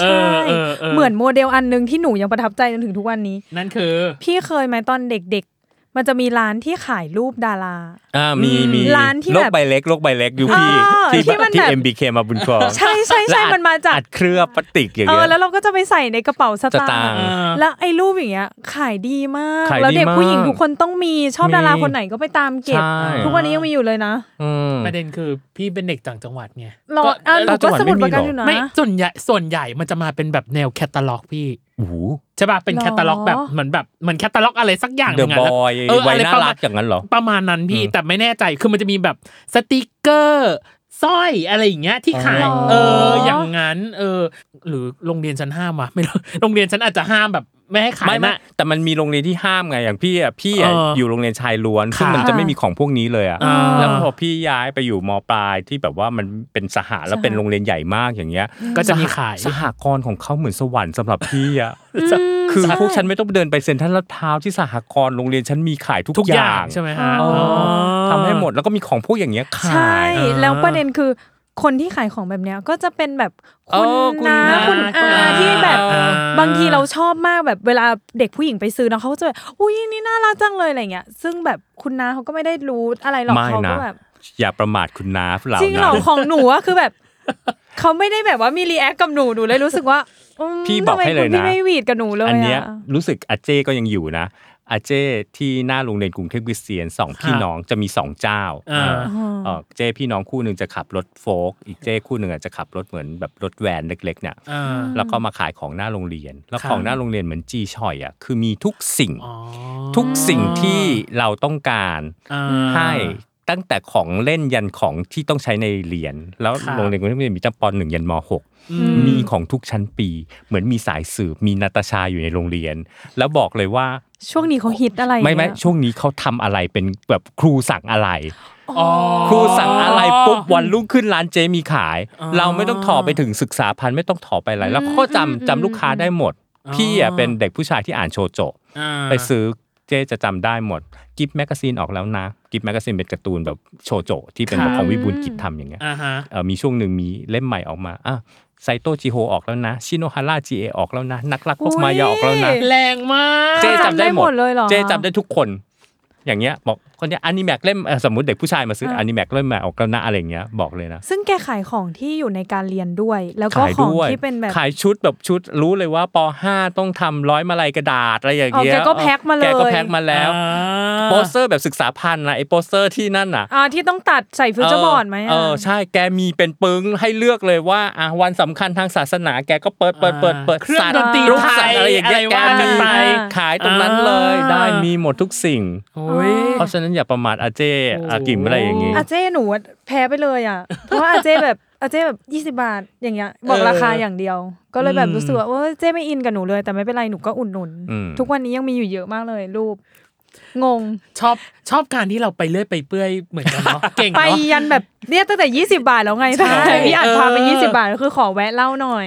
Speaker 2: เอ
Speaker 1: ใช่
Speaker 2: อเออเออ
Speaker 1: เหมือนโมเดลอันหนึงที่หนูยังประทับใจจนถึงทุกวันนี้
Speaker 2: นั่นคือ
Speaker 1: พี่เคยไหมตอนเด็กๆ มันจะมีร้านที่ขายรูปดารา
Speaker 4: อ่ามีมี
Speaker 1: ร้านที่
Speaker 4: โลก
Speaker 1: แบบ
Speaker 4: ใบเล็กโลกใบเล็กยูพี
Speaker 1: อ่า
Speaker 4: ที่
Speaker 1: ที่มัน
Speaker 4: ที่
Speaker 1: แบบ
Speaker 4: เอ็มบีเคมาบุญครอง
Speaker 1: ใช่ใช่ใช่
Speaker 4: และอัด
Speaker 1: มันมาจาก
Speaker 4: อัดเครือบพลาสติกอย่าง
Speaker 1: เอ
Speaker 4: เงี้
Speaker 1: อย แล้วเราก็จะไปใส่ในกระเป๋าส
Speaker 4: ส
Speaker 1: ตา
Speaker 4: ตาง งค์
Speaker 1: ค์แล้วไอ้รูปอย่างเงี้ยขายดีมาก
Speaker 4: ขายดี
Speaker 1: แล้วเด็กผู้หญิง
Speaker 4: มาก
Speaker 1: ทุกคนต้องมีชอบดารา
Speaker 4: มี
Speaker 1: คนไหนก็ไปตามเก็บ
Speaker 4: ใช่
Speaker 1: ทุกวันนี้ยังมีอยู่เลยนะ
Speaker 4: อืม
Speaker 2: ประเด็นคือพี่เป็นเด็กต่างจังหวัดไง
Speaker 1: เราอ่ะหนู
Speaker 4: แล้วจั
Speaker 1: ก็
Speaker 4: งหวัด
Speaker 1: สมุด
Speaker 4: ไม่มี
Speaker 1: ประการ
Speaker 4: หรออ
Speaker 1: อยู่นะ
Speaker 2: ไม่ส่วนใหญ่ส่วนใหญ่มันจะมาเป็นแบบแนวแคตตาล็อกพี่
Speaker 4: โอ้โห
Speaker 2: ใช่ป่ะเป็น
Speaker 1: หรอ
Speaker 2: แคตตาล็อกแบบเหมือนแบบเหมือนแคตตาล็อกอะไรสักอย่างห
Speaker 4: เด
Speaker 2: นึ่
Speaker 4: อะ
Speaker 2: ง
Speaker 4: บ
Speaker 2: อะแล้ว
Speaker 4: อย
Speaker 2: เออ
Speaker 4: วั
Speaker 2: อะ
Speaker 4: ย
Speaker 2: ไร
Speaker 4: น่า
Speaker 2: ประ
Speaker 4: รั
Speaker 2: มาณ
Speaker 4: กอย่างนั้นเหรอ
Speaker 2: ประมาณนั้นพี่
Speaker 4: อืม
Speaker 2: แต่ไม่แน่ใจคือมันจะมีแบบสติกเกอร์สร้อยอะไรอย่างเงี้ยที่ขาย
Speaker 4: อ๋อ
Speaker 2: เอออย่างนั้นเออหรือโรงเรียนชั้นห้ามวะไม่รู้ โรงเรียนชั้นอาจจะห้ามแบบไม่ให้ขาย
Speaker 4: ไม่ไม่
Speaker 2: นะ
Speaker 4: แต่มันมีโรงเรียนที่ห้ามไงอย่างพี่อ่ะพี่อะ
Speaker 2: เอออยู่
Speaker 4: โรงเรียนชายล้วน
Speaker 2: ค่ะ
Speaker 4: ซึ่งมันจะไม่มีของพวกนี้เลยอ่ะ
Speaker 2: อ่า
Speaker 4: แล้วพอพี่ย้ายไปอยู่มปลายที่แบบว่ามันเป็นสหะแล้วเป็นโรงเรียนใหญ่มากอย่างเงี้ย
Speaker 2: ก็จะมีขาย
Speaker 4: สหกรณ์ของเขาเหมือนสวรรค์สำหรับพี่อ่ะคือพวกฉันไม่ต้องเดินไปเซ็นทรัลลาดพร้าวที่สหกรณ์โรงเรียนฉันมีขายทุ
Speaker 2: ทุก
Speaker 4: กอย่
Speaker 2: อา
Speaker 4: ย่าง ง
Speaker 2: ใช่ไหมฮะ
Speaker 1: อ๋ออ๋
Speaker 4: ทำให้หมดแล้วก็มีของพวกอย่างเงี้ยข
Speaker 1: ใช่
Speaker 4: าย
Speaker 1: แล้วประเด็นคือคนที่ขายของแบบเนี้ยก็จะเป็นแบบคุณ
Speaker 4: เออคุณ
Speaker 1: นา
Speaker 4: น้า
Speaker 1: คุณอา
Speaker 4: คุณอา
Speaker 1: ที่แบบ
Speaker 2: อ่
Speaker 1: บางทีเราชอบมากแบบเวลาเด็กผู้หญิงไปซื้อเนาะเขาก็จะแบบอุ้ยนี่น่ารักจังเลยอะไรเงี้ย ซึ่งแบบคุณน้าเขาก็ไม่ได้รู้อะไรหรอก
Speaker 4: ไม่
Speaker 1: เขา
Speaker 4: นะ
Speaker 1: ก็แบบ
Speaker 4: อย่าประมาทคุณน้าเหล่า
Speaker 1: จริงเหร
Speaker 4: นั้
Speaker 1: อน ของหนูอะคือแบบ เขาไม่ได้แบบว่ามีรีแอคกับหนูหนูเลยรู้สึกว่าอืม
Speaker 4: พี่บอก
Speaker 1: ทำไม
Speaker 4: ให้เลย
Speaker 1: คุณพี่
Speaker 4: นะ
Speaker 1: ไม่หวีดกับหนูเลย
Speaker 4: อันเนี้ย
Speaker 1: อะ
Speaker 4: รู้สึกอาเจ้ก็ยังอยู่นะอาเจ้ที่หน้าโรงเรียนกรุงเทพคริสเตียนสองพี่น้องจะมีสองเจ้า
Speaker 2: อ่า
Speaker 4: เออเออเจ้พี่น้องคู่หนึ่งจะขับรถโฟล์กอีกเจ้คู่หนึ่งอาจจะขับรถเหมือนแบบรถแวนเล็กๆเนี่ย
Speaker 2: อ่า
Speaker 4: แล้วก็มาขายของหน้าโรงเรียน แล้ว
Speaker 2: ครับ
Speaker 4: ของหน้าโรงเรียนเหมือนจีชอยอ่ะคือมีทุกสิ่ง
Speaker 2: อ๋อ
Speaker 4: ทุกสิ่งที่เราต้องการ
Speaker 2: อ่า
Speaker 4: ให้ตั้งแต่ของเล่นยันของที่ต้องใช้ในเรียน แล้ว
Speaker 2: ครับ
Speaker 4: โรงเรียนกรุงเทพคริสเตียนมีตั้งปหนึ่งยันมหก
Speaker 2: อื
Speaker 4: มีของทุกชั้นปี เหมือนมีสายสืบมีนาตาชาอยู่ในโรงเรียน แล้วบอกเลยว่า
Speaker 1: ช่วงนี้เขาฮิตอะไร
Speaker 4: ไม่ไม่
Speaker 1: เนี่ย
Speaker 4: ช่วงนี้เขาทำอะไรเป็นแบบครูสั่งอะไร
Speaker 2: อ๋อ
Speaker 4: ครูสั่งอะไรปุ๊บวันรุ่งขึ้นร้านเจมีขาย
Speaker 2: อ๋อ
Speaker 4: เราไม่ต้องถอไปถึงศึกษาพันธุ์ไม่ต้องถอไปอะไรแล้วเขาก็จำจำลูกค้าได้หมด
Speaker 2: อ๋อ
Speaker 4: พี่อ่ะเป็นเด็กผู้ชายที่อ่านโชโจะ
Speaker 2: อ่า
Speaker 4: ไปซื้อเจจะจำได้หมดกิฟต์แมกกาซีนออกแล้วนะกิฟต์แมกกาซีนเป็นการ์ตูนแบบโชโจะที่เป็น
Speaker 2: ครับ
Speaker 4: ของวิบูลย์กิจทำอย่างเงี้ย
Speaker 2: อ่าฮะ
Speaker 4: เอ่อมีช่วงหนึ่งมีเล่มใหม่ออกมาอ่ะไซโตจิโฮออกแล้วนะ ชิโนฮาร่าจีเอออกแล้วนะ นักรักพวกมายาออกแล้วนะ
Speaker 2: แรงมาก
Speaker 4: เจ๊
Speaker 1: จำได้หมดเลยเหรอ
Speaker 4: เจ๊จำได้ทุกคน อย่างเงี้ยบอกคนเนี้ยอนิแมกเล่มเอ่อสมมติเด็กผู้ชายมาซื้ออนิแมกเล่มใหม่ออกแล้วนะอะไรอย่างเงี้ยบอกเลยนะ
Speaker 1: ซึ่งแกขายของที่อยู่ในการเรียนด้วย แล้วก็
Speaker 4: ขาย
Speaker 1: ของ
Speaker 4: ด้วย
Speaker 1: ที่เป็นแบบ
Speaker 4: ขายชุดแบบชุดรู้เลยว่าป .5 ต้องทำร้อยมาลัยกระดาษอะไรอย่างเงี้ย
Speaker 1: อ๋อแกก็แพ็คมาเลย
Speaker 4: แกก็แพ็คมาแล้ว
Speaker 2: อ่า
Speaker 4: โปสเตอร์แบบศึกษาพันธ์นะไอ้โปสเตอร์ที่นั่นน่ะ
Speaker 1: อ่าที่ต้องตัดใส่ฟิวเจอร์บอร์ดไหมะ
Speaker 4: เออใช่แกมีเป็นปึ้งให้เลือกเลยว่าอ่ะวันสำคัญทางศาสนาแกก็เปิดเปิดเปิดเปิด
Speaker 2: เครื่อง
Speaker 4: สัว์
Speaker 2: ดนตรี
Speaker 4: ปสัตว์
Speaker 2: ไทย
Speaker 4: อะไรอย่างเงี้ย
Speaker 2: อะไร
Speaker 4: แก
Speaker 2: ว่ากัน
Speaker 4: มี
Speaker 2: ไป
Speaker 4: ขายตรงนั้นเลย
Speaker 2: อ่า
Speaker 4: ได้มีหมดทุกสิ่ง
Speaker 2: โอ้ย
Speaker 4: เพราะฉะนั้นอย่าประมาทอาเจอากิมอะไรอย่างงี้
Speaker 1: อาเจ้หนูแพ้ไปเลย อ่ะ เพราะว่าอาเจ้แบบอาเจ้แบบยี่สิบาทอย่างเงี้ยบอก
Speaker 2: เออ
Speaker 1: ราคาอย่างเดียว ก็เลยแบบ
Speaker 4: อืม
Speaker 1: รู้สึกว่าเออเจ้ไม่อินกับหนูเลย แต่ไม่เป็นไรหนูก็อุดหนุน
Speaker 4: อืม
Speaker 1: ทุกวันนี้ยังมีอยู่เยอะมากเลย รูป งง
Speaker 2: ชอบชอบการที่เราไปเลื่อยไปเปื่อยเหมือนกันเนาะเก่ง
Speaker 1: ไป
Speaker 2: เนาะ
Speaker 1: ยันแบบเนี่ยตั้งแต่ 20 บาทแล้วไง
Speaker 2: ใช่
Speaker 1: พี่อ่านพาไป
Speaker 2: เออ
Speaker 1: 20 บาทก็คือขอแวะเล่าหน่อย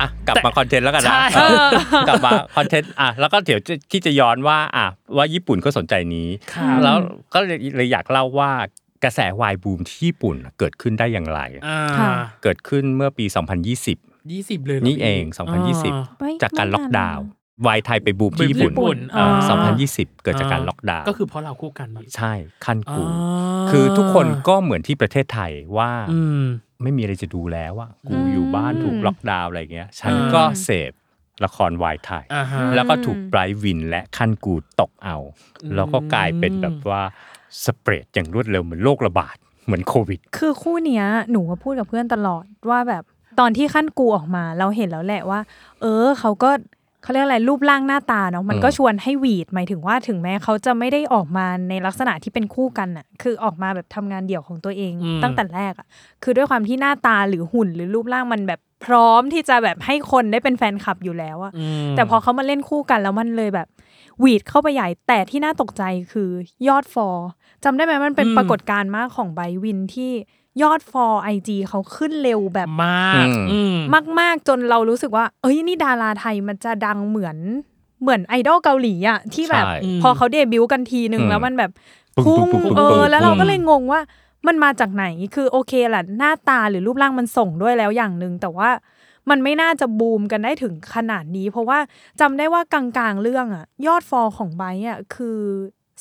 Speaker 4: อ่ะกลับมาคอนเทนต์แล้วกันนะ
Speaker 2: ใช่
Speaker 4: เออกลับมาคอนเทนต์อ่ะแล้วก็เดี๋ยวจะที่จะย้อนว่าอ่ะว่าญี่ปุ่นก็สนใจนี้ แล้วก็เลยเลยอยากเล่าว่ากระแสวายบูมที่ญี่ปุ่นเกิดขึ้นได้อย่างไร
Speaker 2: อ่า
Speaker 1: ค่ะ
Speaker 4: เกิดขึ้นเมื่อปี 2020
Speaker 2: ยี่สิบเลยหร
Speaker 4: นี่เอง
Speaker 2: อ่า
Speaker 1: ไม่
Speaker 4: 2020 จากการ
Speaker 1: ไม่นาน
Speaker 4: ล็อกดาวน์วายไทยไปบูมที่ญี่ปุ่น
Speaker 2: ไปบูมที่ญี่ปุ่น
Speaker 4: อ่า
Speaker 2: อ่า
Speaker 4: 2020 เกิดจากการล็อกดาวน์
Speaker 2: ก็คือเพราะเราคู่กันมั้ง
Speaker 4: ใช่ขั้นกู
Speaker 2: อ่า
Speaker 4: คือทุกคนก็เหมือนที่ประเทศไทยว่า
Speaker 2: อืม
Speaker 4: ไม่มีอะไรจะดูแล้วอะกู
Speaker 1: อืม
Speaker 4: อยู่บ้านถูกล็อกดาวน์อะไรเงี้ย ฉันก็เสพละครวายไทย
Speaker 2: อ่าฮะ
Speaker 4: แล้วก็ถูกไบรท์วินและขั้นกูตกเอา แล้วก็กลายเป็นแบบว่าสเปรดอย่างรวดเร็วเหมือนโรคระบาด เหมือนโควิด
Speaker 1: คือคู่เนี้ยหนูก็พูดกับเพื่อนตลอดว่าแบบตอนที่ขั้นกูออกมา เราเห็นแล้วแหละว่า เออเขาก็เขาเรียกอะไรรูปร่างหน้าตาเนาะมันก็
Speaker 4: อืม
Speaker 1: ชวนให้หวีดหมายถึงว่าถึงแม้เขาจะไม่ได้ออกมาในลักษณะที่เป็นคู่กันน่ะคือออกมาแบบทำงานเดี่ยวของตัวเอง
Speaker 2: อืม
Speaker 1: ตั้งแต่แรกอะคือด้วยความที่หน้าตาหรือหุ่นหรือรูปร่างมันแบบพร้อมที่จะแบบให้คนได้เป็นแฟนคลับอยู่แล้วอะ
Speaker 2: ม
Speaker 1: แต่พอเขามาเล่นคู่กันแล้วมันเลยแบบหวีดเข้าไปใหญ่แต่ที่น่าตกใจคือยอดฟอลจำได้ไหมมันเป็นปรากฏการณ์มากของไบท์วินที่ยอดฟอลไอจีเขาขึ้นเร็วแบบ
Speaker 2: มาก
Speaker 4: อืม
Speaker 2: อืม
Speaker 1: มาก ๆ จนเรารู้สึกว่า เอ้ย นี่ดาราไทยมันจะดังเหมือนเหมือนไอดอลเกาหลีอะที่แบบ
Speaker 4: ใช่
Speaker 1: พอเขาเดบิวต์กันทีหนึ่ง
Speaker 4: อืม
Speaker 1: แล้วมันแบบ
Speaker 4: ปึ้ง
Speaker 1: พุ่ง
Speaker 4: ปึ้งปึ้ง
Speaker 1: เอ
Speaker 4: ปึ้
Speaker 1: อง แล้วเราก็เลยงงว่ามันมาจากไหนคือโอเคแหละหน้าตาหรือรูปร่างมันส่งด้วยแล้วอย่างหนึ่งแต่ว่ามันไม่น่าจะบูมกันได้ถึงขนาดนี้ เพราะว่าจำได้ว่ากลางๆเรื่องอะยอดฟอลของไบร์ทอะคือ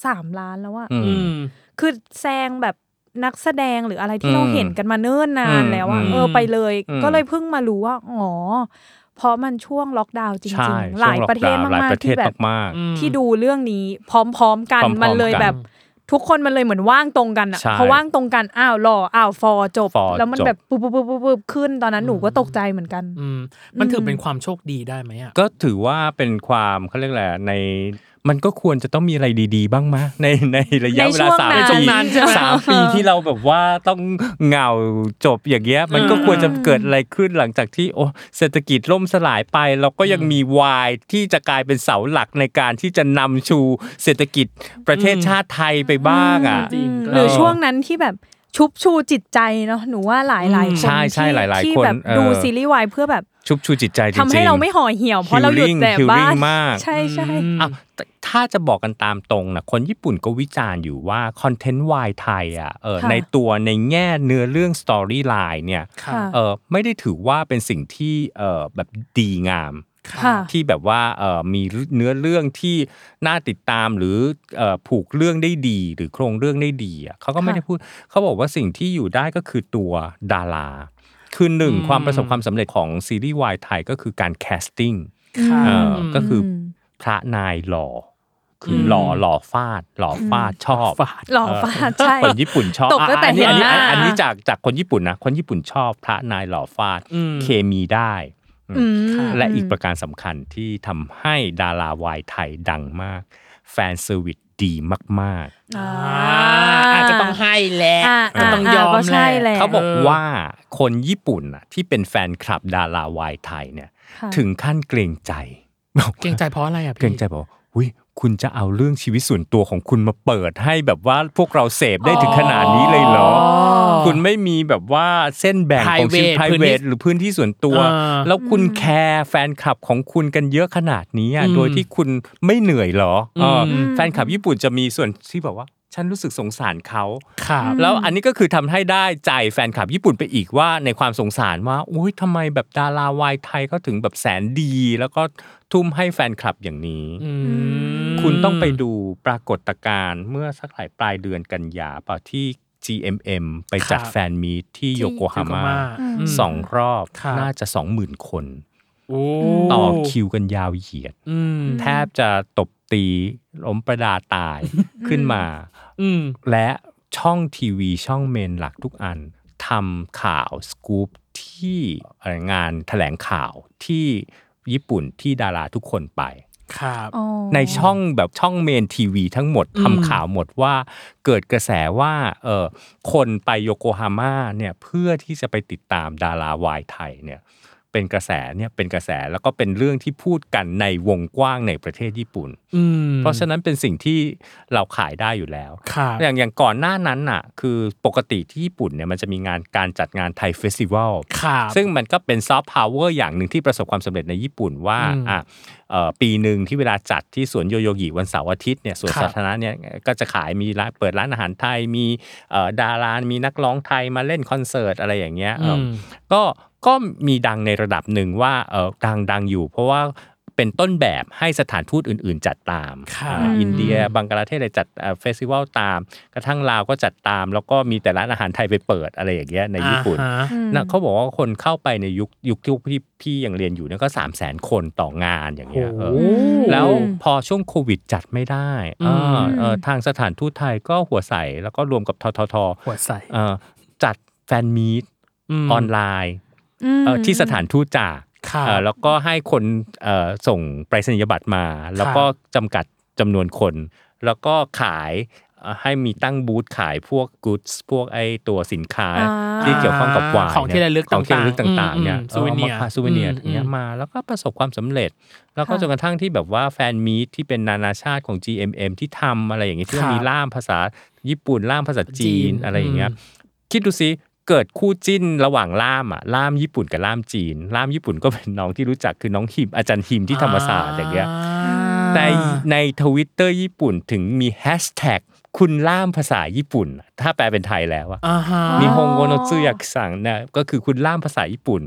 Speaker 1: สามล้านแล้วอะ
Speaker 4: อืม
Speaker 2: อืม
Speaker 1: คือแซงแบบนักแสดงหรืออะไรที่
Speaker 4: อืม
Speaker 1: เราเห็นกันมาเนิ่นนานแล้วอะ
Speaker 4: อืม
Speaker 1: เออไปเลย
Speaker 4: อืม
Speaker 1: ก็เลยเพิ่งมารู้ว่าอ๋อเพราะมันช่วงล็อกดาวน์จ
Speaker 4: ใช่
Speaker 1: ริงๆ
Speaker 4: ช่วง
Speaker 1: หลายประเทศ
Speaker 4: ล็อกดาวน์หลาย
Speaker 1: มาก
Speaker 4: ประ
Speaker 1: ๆ
Speaker 4: เท
Speaker 1: ที่
Speaker 4: ศ
Speaker 1: แบบ
Speaker 4: มาก
Speaker 2: ๆ
Speaker 1: ที่ดูเรื่องนี้พร้อมๆกัน
Speaker 4: พร้อมๆ
Speaker 1: มันเลยแบบ
Speaker 4: กัน
Speaker 1: ทุกคนมันเลยเหมือนว่างตรงกันอะ
Speaker 4: ใช่
Speaker 1: พอว่างตรงกันอ้าวหล่ออ้าวฟอจบ
Speaker 4: for
Speaker 1: แล้วมัน
Speaker 4: จบ
Speaker 1: แบบปุ๊บปุ๊บปุ๊บปุ๊บขึ้นตอนนั้นหนูก็ตกใจเหมือนกัน
Speaker 2: อืมมันถือเป็นความโชคดีได้ไหมอ่ะ
Speaker 4: ก็ถือว่าเป็นความเขาเรียกแหละไรในมันก็ควรจะต้องมีอะไรดี ๆ บ้างมะในในระยะ
Speaker 1: ใน
Speaker 4: เว
Speaker 1: ช่
Speaker 4: ลาว
Speaker 1: ง
Speaker 4: สาม
Speaker 1: นั้
Speaker 4: ปี
Speaker 1: นในช่วงนั้นใช่ไหม
Speaker 4: สามปีที่เราแบบว่าต้องเหงาจบอย่างเงี้ยมันก็ควรจะเกิดอะไรขึ้นหลังจากที่โอ้เศรษฐกิจล่มสลายไป เราก็ยังมีวายที่จะกลายเป็นเสาหลักในการที่จะนำชูเศรษฐกิจประเทศชาติไทยไปบ้างอ่ะ
Speaker 2: จริง
Speaker 1: หรือช่วงนั้นที่แบบชุบชูจิตใจเนาะหนูว่าหลายหลายคน
Speaker 4: ใช่ใช่
Speaker 1: ที่
Speaker 4: หลายๆ
Speaker 1: ที่
Speaker 4: คน
Speaker 1: แบบ
Speaker 4: เออ
Speaker 1: ดูซีรีส์วายเพื่อแบบ
Speaker 4: ชุบชูจิตใจจริงๆ
Speaker 1: ทำให้เราไม่ห่อเหี่ยวเพราะเราหยุด
Speaker 4: Healing
Speaker 1: แต่บ้าน
Speaker 4: Healing มาก
Speaker 1: ใช่ใช่
Speaker 4: อ้าวแต่ถ้าจะบอกกันตามตรงนะคนญี่ปุ่นก็วิจารณ์อยู่ว่าคอนเทนต์วายไทยอ่ะเออ
Speaker 1: ค่ะ
Speaker 4: ในตัวในแง่เนื้อเรื่องสตอรี่ไลน์เนี่ย
Speaker 1: ค่ะ
Speaker 4: เออไม่ได้ถือว่าเป็นสิ่งที่เออแบบดีงาม
Speaker 1: ค่ะ
Speaker 4: ที่แบบว่าเอ่อมีเนื้อเรื่องที่น่าติดตามหรือเอ่อผูกเรื่องได้ดีหรือโครงเรื่องได้ดีอะเขาก็ไม่
Speaker 1: ค่ะ
Speaker 4: ได้พูดเขาบอกว่าสิ่งที่อยู่ได้ก็คือตัวดาราคือหนึ่ง
Speaker 2: อืม
Speaker 4: ความประสบความสำเร็จของซีรีส์วายไทยก็คือการแคสติ้ง
Speaker 2: ค่ะ
Speaker 4: เอ่อก็คืออ
Speaker 1: ม
Speaker 4: พระนายหล่อคืออ
Speaker 2: ม
Speaker 4: หล่อหล่อฟาด หล่อฟาดชอบ
Speaker 2: ฝาด
Speaker 1: หล่อฟ้าใช่
Speaker 4: คนญี่ปุ่นชอบ
Speaker 1: ตกตั้งแต่
Speaker 4: อ่ะอันนี้อันนี้
Speaker 1: หัวหน้า
Speaker 4: อันนี้จากจากคนญี่ปุ่นนะคนญี่ปุ่นชอบพระนายหล่อฟาด
Speaker 2: อืม
Speaker 4: เคมีได้
Speaker 1: อืม
Speaker 4: และอีกประการสำคัญที่ทำให้ดาราวายไทยดังมาก แฟนเซอร์วิสดีมาก
Speaker 1: อ่า
Speaker 2: อาจจะต้องให้แหละ
Speaker 1: อ่า
Speaker 2: ก็ต้องยอม
Speaker 1: อ่าก็ใช่แห
Speaker 4: ๆ
Speaker 1: ละ
Speaker 4: เขาบอกว่าคนญี่ปุ่นน่ะที่เป็นแฟนคลับดาราวายไทยเนี่ย
Speaker 1: ค่ะ
Speaker 4: ถึงขั้นเกรงใจบอกว่า
Speaker 2: เกรงใจเพราะอะไรอ่ะพี่
Speaker 4: เกรงใจบอกว่าอุ๊ยคุณจะเอาเรื่องชีวิตส่วนตัวของคุณมาเปิดให้แบบว่าพวกเราเสพได้ถึงขนาดนี้เลยเหรอ
Speaker 2: อ๋อ
Speaker 4: คุณไม่มีแบบว่าเส้นแบ่งของชีวิต
Speaker 2: Private พื้นที่
Speaker 4: private หรือพื้นที่ส่วนตัว
Speaker 2: เออ
Speaker 4: แล้วคุณแคร์แฟนคลับของคุณกันเยอะขนาดนี้อะ
Speaker 2: อืม
Speaker 4: โดยที่คุณไม่เหนื่อยเหรอเอออ
Speaker 2: ม
Speaker 4: แฟนคลับญี่ปุ่นจะมีส่วนที่แบบว่า ฉันรู้สึกสงสารเขา
Speaker 2: ครับ
Speaker 4: แล้วอันนี้ก็คือทำให้ได้ใจแฟนคลับญี่ปุ่นไปอีกว่าในความสงสารว่าโอ้ยทำไมแบบดาราวายไทยเขาถึงแบบแสนดี แล้วก็ทุ่มให้แฟนคลับอย่างนี้
Speaker 2: อืม
Speaker 4: คุณต้องไปดูปรากฏการณ์เมื่อสักหลายปลายเดือนกันยาเปล่าที่ GMM ไปจัด
Speaker 2: ครับ
Speaker 4: แฟนมีตที่
Speaker 2: ที่
Speaker 4: โยโกฮาม่า
Speaker 2: Yokohama อืม
Speaker 4: สองรอบ
Speaker 2: ครับ
Speaker 4: น่าจะสองหมื่นคน
Speaker 2: โอ้
Speaker 4: ต่อคิวกันยาวเหยียด
Speaker 2: อืม
Speaker 4: แทบจะตบตีล้มประดาตายขึ้นมา
Speaker 2: อืม
Speaker 4: และช่องทีวีช่องเมนหลักทุกอันทำข่าวสกู๊ปที่เอ่องานแถลงข่าวที่ญี่ปุ่นที่ดาราทุกคนไป
Speaker 2: ครับ
Speaker 1: อ๋อ
Speaker 4: ในช่องแบบช่องเมนทีวีทั้งหมด
Speaker 2: อืม
Speaker 4: ทำข่าวหมดว่าเกิดกระแสว่าเออคนไปโยโกฮาม่าเนี่ยเพื่อที่จะไปติดตามดาราวายไทยเนี่ยเป็นกระแสเนี่ยเป็นกระแสแล้วก็เป็นเรื่องที่พูดกันในวงกว้างในประเทศญี่ปุ่น
Speaker 2: อืม
Speaker 4: เพราะฉะนั้นเป็นสิ่งที่เราขายได้อยู่แล้ว
Speaker 2: ครับ
Speaker 4: อย่างอย่างก่อนหน้านั้นน่ะคือปกติที่ญี่ปุ่นเนี่ยมันจะมีงานการจัดงานไทยเฟสติวัล
Speaker 2: ครับ
Speaker 4: ซึ่งมันก็เป็นซอฟต์พาวเวอร์อย่างหนึ่งที่ประสบความสำเร็จในญี่ปุ่นว่า
Speaker 2: อืม
Speaker 4: อ่ะเอ่อปีหนึ่งที่เวลาจัดที่สวนโยโยกิวันเสาร์อาทิตย์เนี่ยสวน
Speaker 2: ครับ
Speaker 4: สาธารณะเนี่ยก็จะขายมีร้านเปิดร้านอาหารไทยมีเอ่อดารามีนักร้องไทยมาเล่นคอนเสิร์ตอะไรอย่างเงี้ยเอิ่ม
Speaker 2: อืม
Speaker 4: ก็ก็มีดังในระดับหนึ่งว่าเออดังดังอยู่ เพราะว่าเป็นต้นแบบให้สถานทูตอื่น ๆ จัดตาม
Speaker 2: ครับ
Speaker 4: อ่าอินเดีย
Speaker 2: อืม
Speaker 4: บังกลาเทศอะไรจัดเฟสติวัลตาม กระทั่งลาวก็จัดตาม แล้วก็มีแต่ร้านอาหารไทยไปเปิดอะไรอย่างเงี้ยในญี่ปุ่น
Speaker 2: อ่าฮะ
Speaker 4: นะเขาบอกว่าคนเข้าไปในยุคยุคที่พี่พี่ยังเรียนอยู่เนี่ยก็ 3 0 0 0 0นคนต่องานอย่างเงี้ยเออแล้วพอช่วงโควิดจัดไม่ได้
Speaker 2: อืม
Speaker 4: อ่าเออทางสถานทูตไทยก็หัวใสแล้วก็รวมกับททท
Speaker 2: หัวใส
Speaker 4: เอ่อจัดแฟนมีต
Speaker 2: ม
Speaker 4: ออนไลน์เอ่อที่สถานทูตจ่า
Speaker 2: ครับ
Speaker 4: เอ่อแล้วก็ให้คนเอ่อส่งไปรษณียบัตรมา แล้วก็จำกัดจำนวนคน แล้วก็ขายเอ่อให้มีตั้งบูธขายพวกกู๊ดพวกไอตัวสินค้า
Speaker 1: อ่า
Speaker 4: ที่เกี่ยวข้องกับวาย
Speaker 2: ของที่ระลึก
Speaker 4: เนี่ยของที่ระลึก
Speaker 2: ต่างๆ
Speaker 4: ต่างๆเนี่ย
Speaker 2: อืมอืม souvenir
Speaker 4: ซู v วเนีย
Speaker 2: อืม
Speaker 4: อย่างเงี้ย
Speaker 2: อืม
Speaker 4: มา แล้วก็ประสบความสำเร็จ แล้วก็
Speaker 1: ค่ะ
Speaker 4: จนกระทั่งที่แบบว่าแฟนมีตที่เป็นนานาชาติของ GMM ที่ทำอะไรอย่างเงี้ยที่ว่ามีล่ามภาษาญี่ปุ่นล่ามภาษาจีนอะไรอย่างเงี้ย คิดดูสิเกิดคู่จิ้นระหว่างล่ามอ่ะล่ามญี่ปุ่นกับล่ามจีน ล่ามญี่ปุ่นก็เป็นน้องที่รู้จักคือน้องฮิมอาจารย์ฮิมที่ธรรมศาสตร์อย่างเงี้ยในในทวิตเตอร์ญี่ปุ่นถึงมีแฮชแท็กคุณล่ามภาษาญี่ปุ่น ถ้าแปลเป็นไทยแล้วอะ
Speaker 2: อ่าฮะ
Speaker 4: มีฮงโกโนซึยากสังนะก็คือคุณล่ามภาษาญี่ปุ่น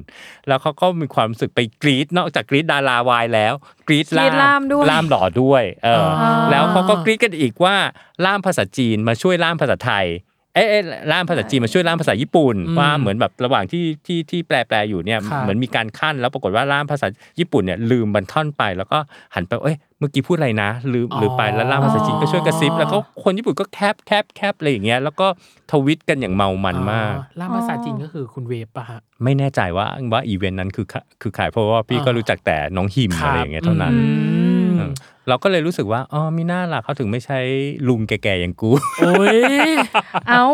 Speaker 4: แล้วเขาก็มีความรู้สึกไปกรีดนอกจากกรีดดาราวายแล้วกรีดล่าก
Speaker 1: รี๊ดล่ามด้วย
Speaker 4: ล่ามหล่อด้วยเอออ แล้วเขาก็กรี๊ดกันอีกว่าล่ามภาษาจีนมาช่วยล่ามภาษาไทย เอ๊ะเอ๊ะล่ามภาษาจีนมาช่วยล่ามภาษาญี่ปุ่น
Speaker 2: อืม
Speaker 4: ว่าเหมือนแบบระหว่างที่ที่ที่แปลแปลอยู่เนี่ย
Speaker 2: ค่ะ
Speaker 4: เหมือนมีการขั้นแล้วปรากฏว่าล่ามภาษาญี่ปุ่นเนี่ยลืมบันท่อนไปแล้วก็หันไปเอ้ยเมื่อกี้พูดอะไรนะลืม
Speaker 2: อ๋อ
Speaker 4: ลืมไปแล้วล่ามภาษาจีนก็ช่วยกระซิบแล้วก็คนญี่ปุ่นก็แคบแคบแคบอะไรอย่างเงี้ยแล้วก็ทวิตกันอย่างเมามันมาก
Speaker 2: าล่ามภาษาจีนก็คือคุณเวฟป่ะฮะ
Speaker 4: ไม่แน่ใจว่าว่าอีเวนต์นั้นคือคือขายเพราะว่าพี่ก็
Speaker 2: อ่ารู้
Speaker 4: รู้จักแต่น้องหิมอะไรอย่างเงี้ยเท่านั้น
Speaker 2: อืม
Speaker 4: เออเราก็เลยรู้สึกว่า อ๋อมีหน้าล่ะเขาถึงไม่ใช้ลุงแก่ๆอย่างกู
Speaker 2: โอ้ย
Speaker 1: เอ้า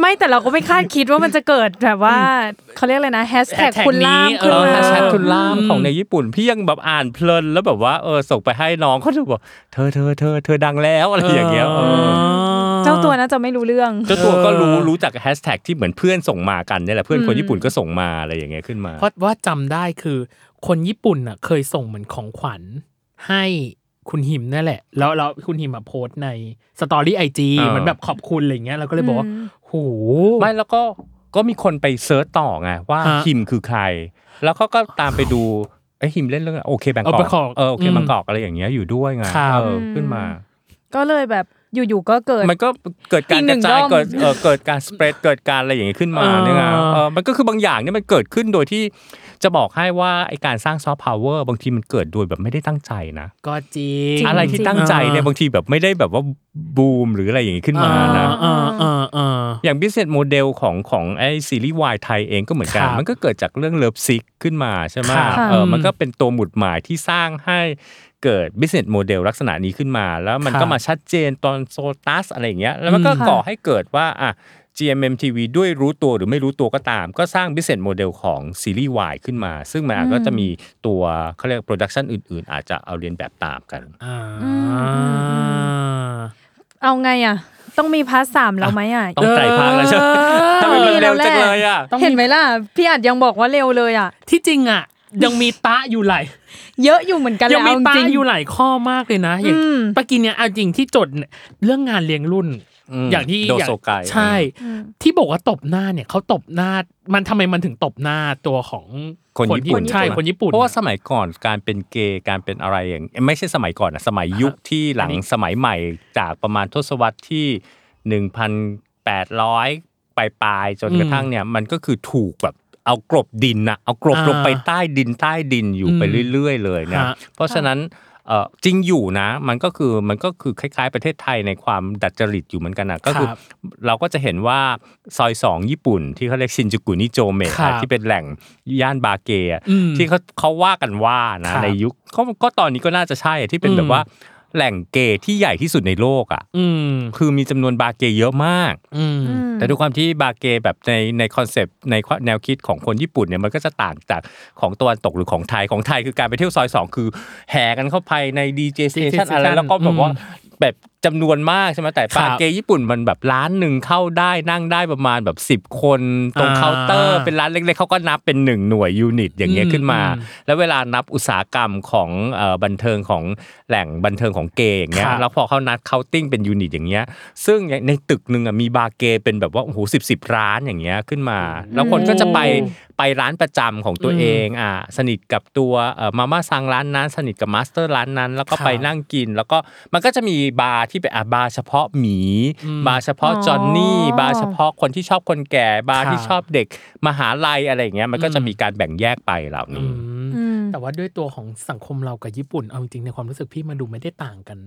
Speaker 1: ไม่แต่เราก็ไม่คาดคิดว่ามันจะเกิดแบบว่าเขาเรียกอะไรนะแฮชแท็ก
Speaker 2: hashtag
Speaker 1: คุณล่าม
Speaker 2: นี้
Speaker 1: ขึ้น
Speaker 4: เออ
Speaker 1: มา
Speaker 4: แฮชแท็กทุนล่าม
Speaker 2: อืม
Speaker 4: ของในญี่ปุ่น พี่ยังแบบอ่านเพลินแล้วแบบว่าเออส่งไปให้น้องเขาถึงบอกเธอเธอเธอเธอดังแล้ว อะไรอย่างเงี้ยเออ
Speaker 1: เจ้าตัวน่าจะไม่รู้เรื่อง
Speaker 4: เจ้าตัวก็รู้รู้จักแฮชแท็กที่เหมือนเพื่อนส่งมากันเนี่ยแหละเพื่อนคนญี่ปุ่นก็ส่งมาอะไรอย่างเงี้ยขึ้นมา
Speaker 2: เพราะว่าจำได้คือ คนญี่ปุ่นน่ะ เคยส่งเหมือนของขวัญให้คุณหิมนั่นแหละ แล้วแล้วคุณหิมมาโพสต์ในสตอรี่ไอจี
Speaker 4: เออ
Speaker 2: เหมือนแบบขอบคุณอะไรเงี้ยเราก็เลยบอกว่าโห
Speaker 4: ไม่แล้วก็ก็มีคนไปเซิร์ชต่อไงว่า
Speaker 2: ฮะ
Speaker 4: ฮิมคือใคร แล้วเขาก็ตามไปดูไอ้ยฮิมเล่นเรื่องอะไรโอเคแบงก
Speaker 2: เอาไปขอ
Speaker 4: อกกเออโอเค
Speaker 2: อืม
Speaker 4: บางกอกอะไรอย่างเงี้ยอยู่ด้วยไง
Speaker 2: ครับ
Speaker 4: เออขึ้นมา
Speaker 1: ก็เลยแบบ อยู่ๆก็เกิด
Speaker 5: มันก็เกิดกา
Speaker 1: อีก
Speaker 5: ร
Speaker 1: ห
Speaker 5: ก
Speaker 1: นึ่
Speaker 5: ระ
Speaker 1: ง
Speaker 5: จาย
Speaker 1: ด้อม
Speaker 5: เกิดเอ่อเกิดการสเปรดเกิดการอะไรอย่างนี้ขึ้นมา
Speaker 2: อ่า
Speaker 5: เนี่ยนะเออมันก็คือบางอย่างเนี่ยมันเกิดขึ้นโดยที่จะบอกให้ว่าไอการสร้างซอฟต์พาวเวอร์บางทีมันเกิดโดยแบบไม่ได้ตั้งใจนะ
Speaker 2: ก็จริง
Speaker 1: จริง
Speaker 5: อะไรที่ตั้งใจเนี่ยบางทีแบบไม่ได้แบบว่าบูมหรืออะไรอย่างนี้ขึ้นมานะ
Speaker 2: เออเออเออ
Speaker 5: อย่าง business model ของของไอซีรีส์วายไทยเองก็เหมือนกัน
Speaker 2: ครับ
Speaker 5: มันก็เกิดจากเรื่องเลิฟซิกขึ้นมาใช่ไหม
Speaker 2: ครับ
Speaker 5: เออมันก็เป็นตัวหมุดหมายที่สร้างให้เกิด business model ลักษณะนี้ขึ้นมา แล้วมัน
Speaker 2: ค
Speaker 5: ก็
Speaker 2: รับ
Speaker 5: มาชัดเจนตอนโซตัสอะไรอย่างเงี้ยแล้วมันก็
Speaker 2: อืม
Speaker 5: ก่อให้เกิดว่าอ่ะ GMMTV ด้วยรู้ตัวหรือไม่รู้ตัวก็ตาม ก็สร้าง business model ของซีรีส์วายขึ้นมา ซึ่งมันอาจก็จะมีตัวเขาเรียก production อื่น ๆ อาจจะเอาเรียนแบบตามกัน
Speaker 2: อ่า
Speaker 1: เอาไงอ่ะ ต้องมีพาร์ทสามแล้วไหมอ่ะ
Speaker 5: ต้องไตรภาคแล้วใช่ไหมทำไมมันเร็วจังเลยอ่ะ
Speaker 1: เห็นไหมล่ะ พี่อัดยังบอกว่าเร็วเลยอ่ะ
Speaker 2: ที่จริงอ่ะ ยังมีตะอยู่หลาย
Speaker 1: เยอะอยู่เหมือนกัน
Speaker 2: ยั
Speaker 1: แล้
Speaker 2: ง
Speaker 1: ว
Speaker 2: มี
Speaker 1: เอา
Speaker 2: ตา
Speaker 1: จริง
Speaker 2: อยู่หลายข้อมากเลยนะ อย่างปากินเนี่ยเอาจริงที่จดเนี่ยเรื่องงานเลี้ยงรุ่น
Speaker 5: อืม
Speaker 2: อย่างที่
Speaker 5: โด
Speaker 2: อย่าง
Speaker 5: โซไก
Speaker 2: ใช่ ที่บอกว่าตบหน้าเนี่ยเขาตบหน้ามันทำไมมันถึงตบหน้าตัวของ
Speaker 5: คนญี่ปุ่น
Speaker 2: ใช่คนญี่ปุ่น
Speaker 5: เพราะว่าสมัยก่อนการเป็นเกย์การเป็นอะไรอย่างไม่ใช่สมัยก่อนนะสมัยยุคที่หลังสมัยใหม่จากประมาณทศวรรษที่ 1,800ปลายปลายๆจนกระทั่งเนี่ยมันก็คือถูกแบบเอากลบดินนะเอากลบ
Speaker 2: อ่า
Speaker 5: ลงไปใต้ดินใต้ดินอยู่
Speaker 2: อืม
Speaker 5: ไปเรื่อย ๆ เลยเนะ
Speaker 2: ฮะ
Speaker 5: เพราะฉะนั้นเอ่อจริงอยู่นะ มันก็คือมันก็คือคล้าย ๆ ประเทศไทยในความดัดจริตอยู่เหมือนกันนะก็คือ
Speaker 2: ครับ
Speaker 5: เราก็จะเห็นว่าซอยสองญี่ปุ่นที่เขาเรียกชินจูกุนิโจเมะ
Speaker 2: ครับ
Speaker 5: ที่เป็นแหล่งย่านบาเกะ
Speaker 2: อืม
Speaker 5: ที่เขาเขาว่ากันว่านะครับ ในยุคเขาก็ตอนนี้ก็น่าจะใช่ที่เป็น
Speaker 2: อืม
Speaker 5: แบบว่าแหล่งเกย์ที่ใหญ่ที่สุดในโลกอ่ะ
Speaker 2: อืม
Speaker 5: คือมีจำนวนบาเกย์เยอะมาก
Speaker 2: อืม
Speaker 5: แต่ด้วยความที่บาเกย์แบบในในคอนเซปต์ในแนวคิดของคนญี่ปุ่นเนี่ยมันก็จะต่างจากของตะวันตกหรือของไทยของไทยคือการไปเที่ยวซอยสองคือแห่กันเข้าไปในดีเจส
Speaker 2: DJ
Speaker 5: เตชันอะไร
Speaker 2: station
Speaker 5: แล้วก็แบบว่า
Speaker 2: อืม
Speaker 5: แบบจำนวนมากใช่ไหมแต่
Speaker 2: ครับ
Speaker 5: บาเกย์ญี่ปุ่นมันแบบร้านหนึ่งเข้าได้นั่งได้ประมาณแบบ 10 คนตรง
Speaker 2: อ่า
Speaker 5: เคาน์เตอร์เป็นร้านเล็กๆเขาก็นับเป็นหนึ่งหน่วยยูนิตอย่างเงี้ย
Speaker 2: อืม
Speaker 5: ขึ้นมา
Speaker 2: อืม
Speaker 5: แล้วเวลานับอุตสาหกรรมของเอ่อบันเทิงของแหล่งบันเทิงของเกย์อย่างเงี้ย
Speaker 2: ครับ
Speaker 5: แล้วพอเขานัดเคาน์ติ้งเป็นยูนิตอย่างเงี้ย ซึ่งในตึกหนึ่งอะมีบาร์เกย์เป็นแบบว่าโอ้โหสิบสิบร้านอย่างเงี้ยขึ้นมา แล้วคนก็จะไปไปร้านประจำของตัวเองอ่ะสนิทกับตัวมาม่าซังร้านนั้น สนิทกับมาสเตอร์ร้านนั้น แล้วก็
Speaker 2: ครับ
Speaker 5: ไปนั่งกิน แล้วก็มันก็จะมีบาร์ที่เป็นอ่ะบาร์เฉพาะหมี บาร์เฉพาะจอนนี่
Speaker 1: อ๋อ
Speaker 5: บาร์เฉพาะคนที่ชอบคนแก่บาร์ที่
Speaker 2: ครับ
Speaker 5: ชอบเด็กมหาลัยอะไรอย่างเงี้ยมันก็จะมีการแบ่งแยกไปเหล่า
Speaker 2: อื
Speaker 5: นี้
Speaker 2: ม
Speaker 1: อืม
Speaker 2: แต่ว่าด้วยตัวของสังคมเรากับญี่ปุ่นเอาจริงๆในความรู้สึกพี่มันดูไม่ได้ต่างกัน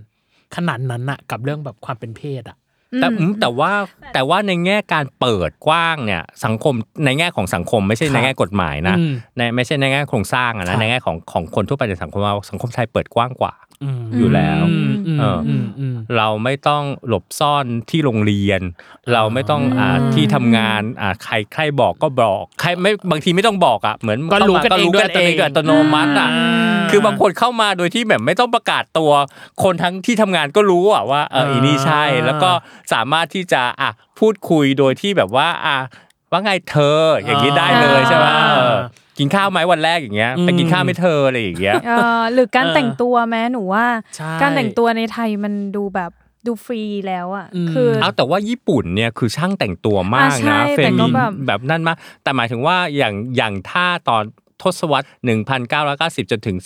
Speaker 2: ขนาดนั้นน่ะ กับเรื่องแบบความเป็นเพศอ่ะ
Speaker 5: แต่อืมแต่ว่าแต่ว่าในแง่การเปิดกว้างเนี่ยสังคมในแง่ของสังคมไม่ใช่ในแง่กฎหมายนะ
Speaker 2: อืม
Speaker 5: ในไม่ใช่ในแง่โครงสร้างอะ
Speaker 2: ครั
Speaker 5: นะ
Speaker 2: บ
Speaker 5: ในแง่ของของคนทั่วไปในสังคมว่าสังคมไทยเปิดกว้างกว่า
Speaker 2: อืม
Speaker 5: อยู่แล้ว
Speaker 2: อืมอืม
Speaker 5: เอออื
Speaker 2: มอืม
Speaker 5: เราไม่ต้องหลบซ่อนที่โรงเรียน เราไม่ต้องอ่าที่ทำงานอ่าใครใครบอกก็บอกใครไม่บางทีไม่ต้องบอกอ่ะเหมือน
Speaker 2: ก็รู้
Speaker 5: ข้ามา
Speaker 2: กันเองด้วย
Speaker 5: นเอง
Speaker 2: ตัวเอง
Speaker 5: ด้วยอัตโนมัติอ่ะ คือบางคนเข้ามาโดยที่แบบไม่ต้องประกาศตัว คนทั้งที่ทำงานก็รู้อะว่าเอออีนี่ใช่
Speaker 2: อ่า
Speaker 5: แล้วก็สามารถที่จะอ่ะพูดคุยโดยที่แบบว่าอ่ะว่าไงเธออย่างนี้ได้เลยใช่ไหม
Speaker 2: อ่า
Speaker 5: เออกินข้าวไหมวันแรกอย่างเงี้ย
Speaker 2: อืม
Speaker 5: ไปกินข้าวไหม่เธออะไรอย่างเงี้ย
Speaker 1: เอ่อหรือการ
Speaker 2: เออ
Speaker 1: แต่งตัวแม้หนูว่า
Speaker 2: ใช่
Speaker 1: การแต่งตัวในไทยมันดูแบบดูฟรีแล้วอ่ะ
Speaker 2: อืม
Speaker 1: คือ
Speaker 5: เอาแต่ว่าญี่ปุ่นเนี่ยคือช่างแต่งตัวมาก
Speaker 1: อ่ะใช่
Speaker 5: นะเฟ
Speaker 1: แต่ก็
Speaker 5: มิน
Speaker 1: แบบ
Speaker 5: แบบนั่นมากแต่หมายถึงว่าอย่างอย่างถ้าตอนทศวรรษ 1990 จนถึง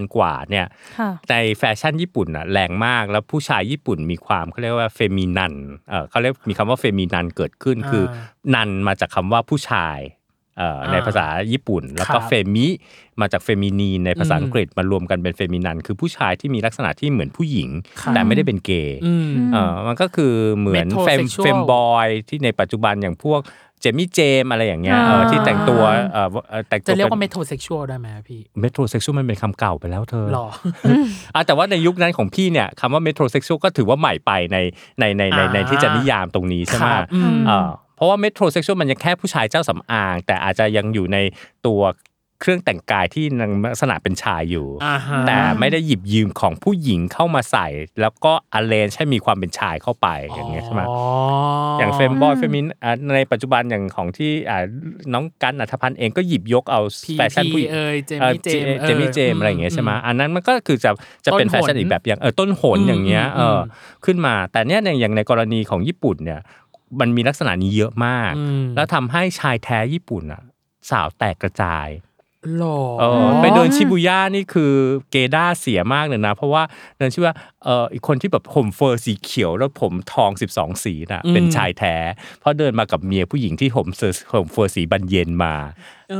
Speaker 5: 2,000 กว่าเนี่ย
Speaker 1: ค่ะ
Speaker 5: ในแฟชั่นญี่ปุ่นน่ะแรงมากแล้วผู้ชายญี่ปุ่นมีความเขาเรียกว่าเฟมินันเออเขาเรียกมีคำว่าเฟมินันเกิดขึ้น
Speaker 2: อ่า
Speaker 5: คือนันมาจากคำว่าผู้ชายเอ่อใน
Speaker 2: อ่า
Speaker 5: ภาษาญี่ปุ่น แล้ว
Speaker 2: ค
Speaker 5: ก็
Speaker 2: รับ
Speaker 5: เฟมิมาจากเฟมินีนในภาษา
Speaker 2: อืม
Speaker 5: อังกฤษมารวมกันเป็นเฟมินันคือผู้ชายที่มีลักษณะที่เหมือนผู้หญิง
Speaker 2: ครับ
Speaker 5: แต่ไม่ได้เป็นเกย์
Speaker 2: อืม
Speaker 5: เออมันก็คือเหมือนเฟม
Speaker 2: Metrosexual
Speaker 5: เฟมบอยที่ในปัจจุบันอย่างพวกเจมี่เจมอะไรอย่างเงี้ยเออ
Speaker 1: อ่า
Speaker 5: ที่แต่งตัวเออเอ่อแต่งตั
Speaker 2: จะเรียกว่าเม
Speaker 5: เป็น
Speaker 2: โทเซ็กชวลได้ไหมพี่
Speaker 5: เมโทรเซ็กชวลมันเป็นคำเก่าไปแล้วเธอ
Speaker 2: หรอ
Speaker 5: อ่ะแต่ว่าในยุคนั้นของพี่เนี่ยคำว่าเมโทรเซ็กชวลก็ถือว่าใหม่ไปในในในในในที่จะนิยามตรงนี้ใช่ไหม
Speaker 2: ครับอืม
Speaker 5: เอ่อเพราะว่าเมโทรเซ็กชวลมันยังแค่ผู้ชายเจ้าสำอาง แต่อาจจะยังอยู่ในตัวเครื่องแต่งกายที่ลักษณะเป็นชายอยู่
Speaker 2: อ่าฮะ
Speaker 5: แต่ไม่ได้หยิบยืมของผู้หญิงเข้ามาใส่ แล้วก็อเลนให้มีความเป็นชายเข้าไปอย่างเงี้ยใช่ไหม อย่างเฟมบอยเฟมินอ่ะในปัจจุบันอย่างของที่อ่ะน้องกันอัธพันธ์เองก็หยิบยกเอา
Speaker 2: พี
Speaker 5: แฟชั่นผู้หญิง
Speaker 2: เอ่ยเจมี่เจมส์
Speaker 5: เจมี่เจมส์
Speaker 2: เอ่ย
Speaker 5: อะไรอย่างเงี้ยใช่ไหม
Speaker 2: อืม
Speaker 5: อันนั้นมันก็คือจะจะเป็นแฟชั่นอีกแบบอย่างเออต้นหน
Speaker 2: อืม
Speaker 5: อย่างเงี้ยเอออ
Speaker 2: ม
Speaker 5: ขึ้นมา แต่เนี้ยในอย่างในกรณีของญี่ปุ่นเนี่ยมันมีลักษณะนี้เยอะมาก
Speaker 2: อืม
Speaker 5: แล้วทำให้ชายแท้ญี่ปุ่นอ่ะสาวแตกกระจาย
Speaker 2: หรอ
Speaker 5: เอออไปเดินชิบูย่านี่คือเกด้าเสียมากเลยนะ เพราะว่าเดินชิบูย่าเอ่ออีกคนที่แบบผมเฟอร์สีเขียวแล้วผมทอง 12 สีน่ะ
Speaker 2: อืม
Speaker 5: เป็นชายแท้ เพราะเดินมากับเมียผู้หญิงที่ผมเซอร์ผมเฟอร์สีบันเย็นมา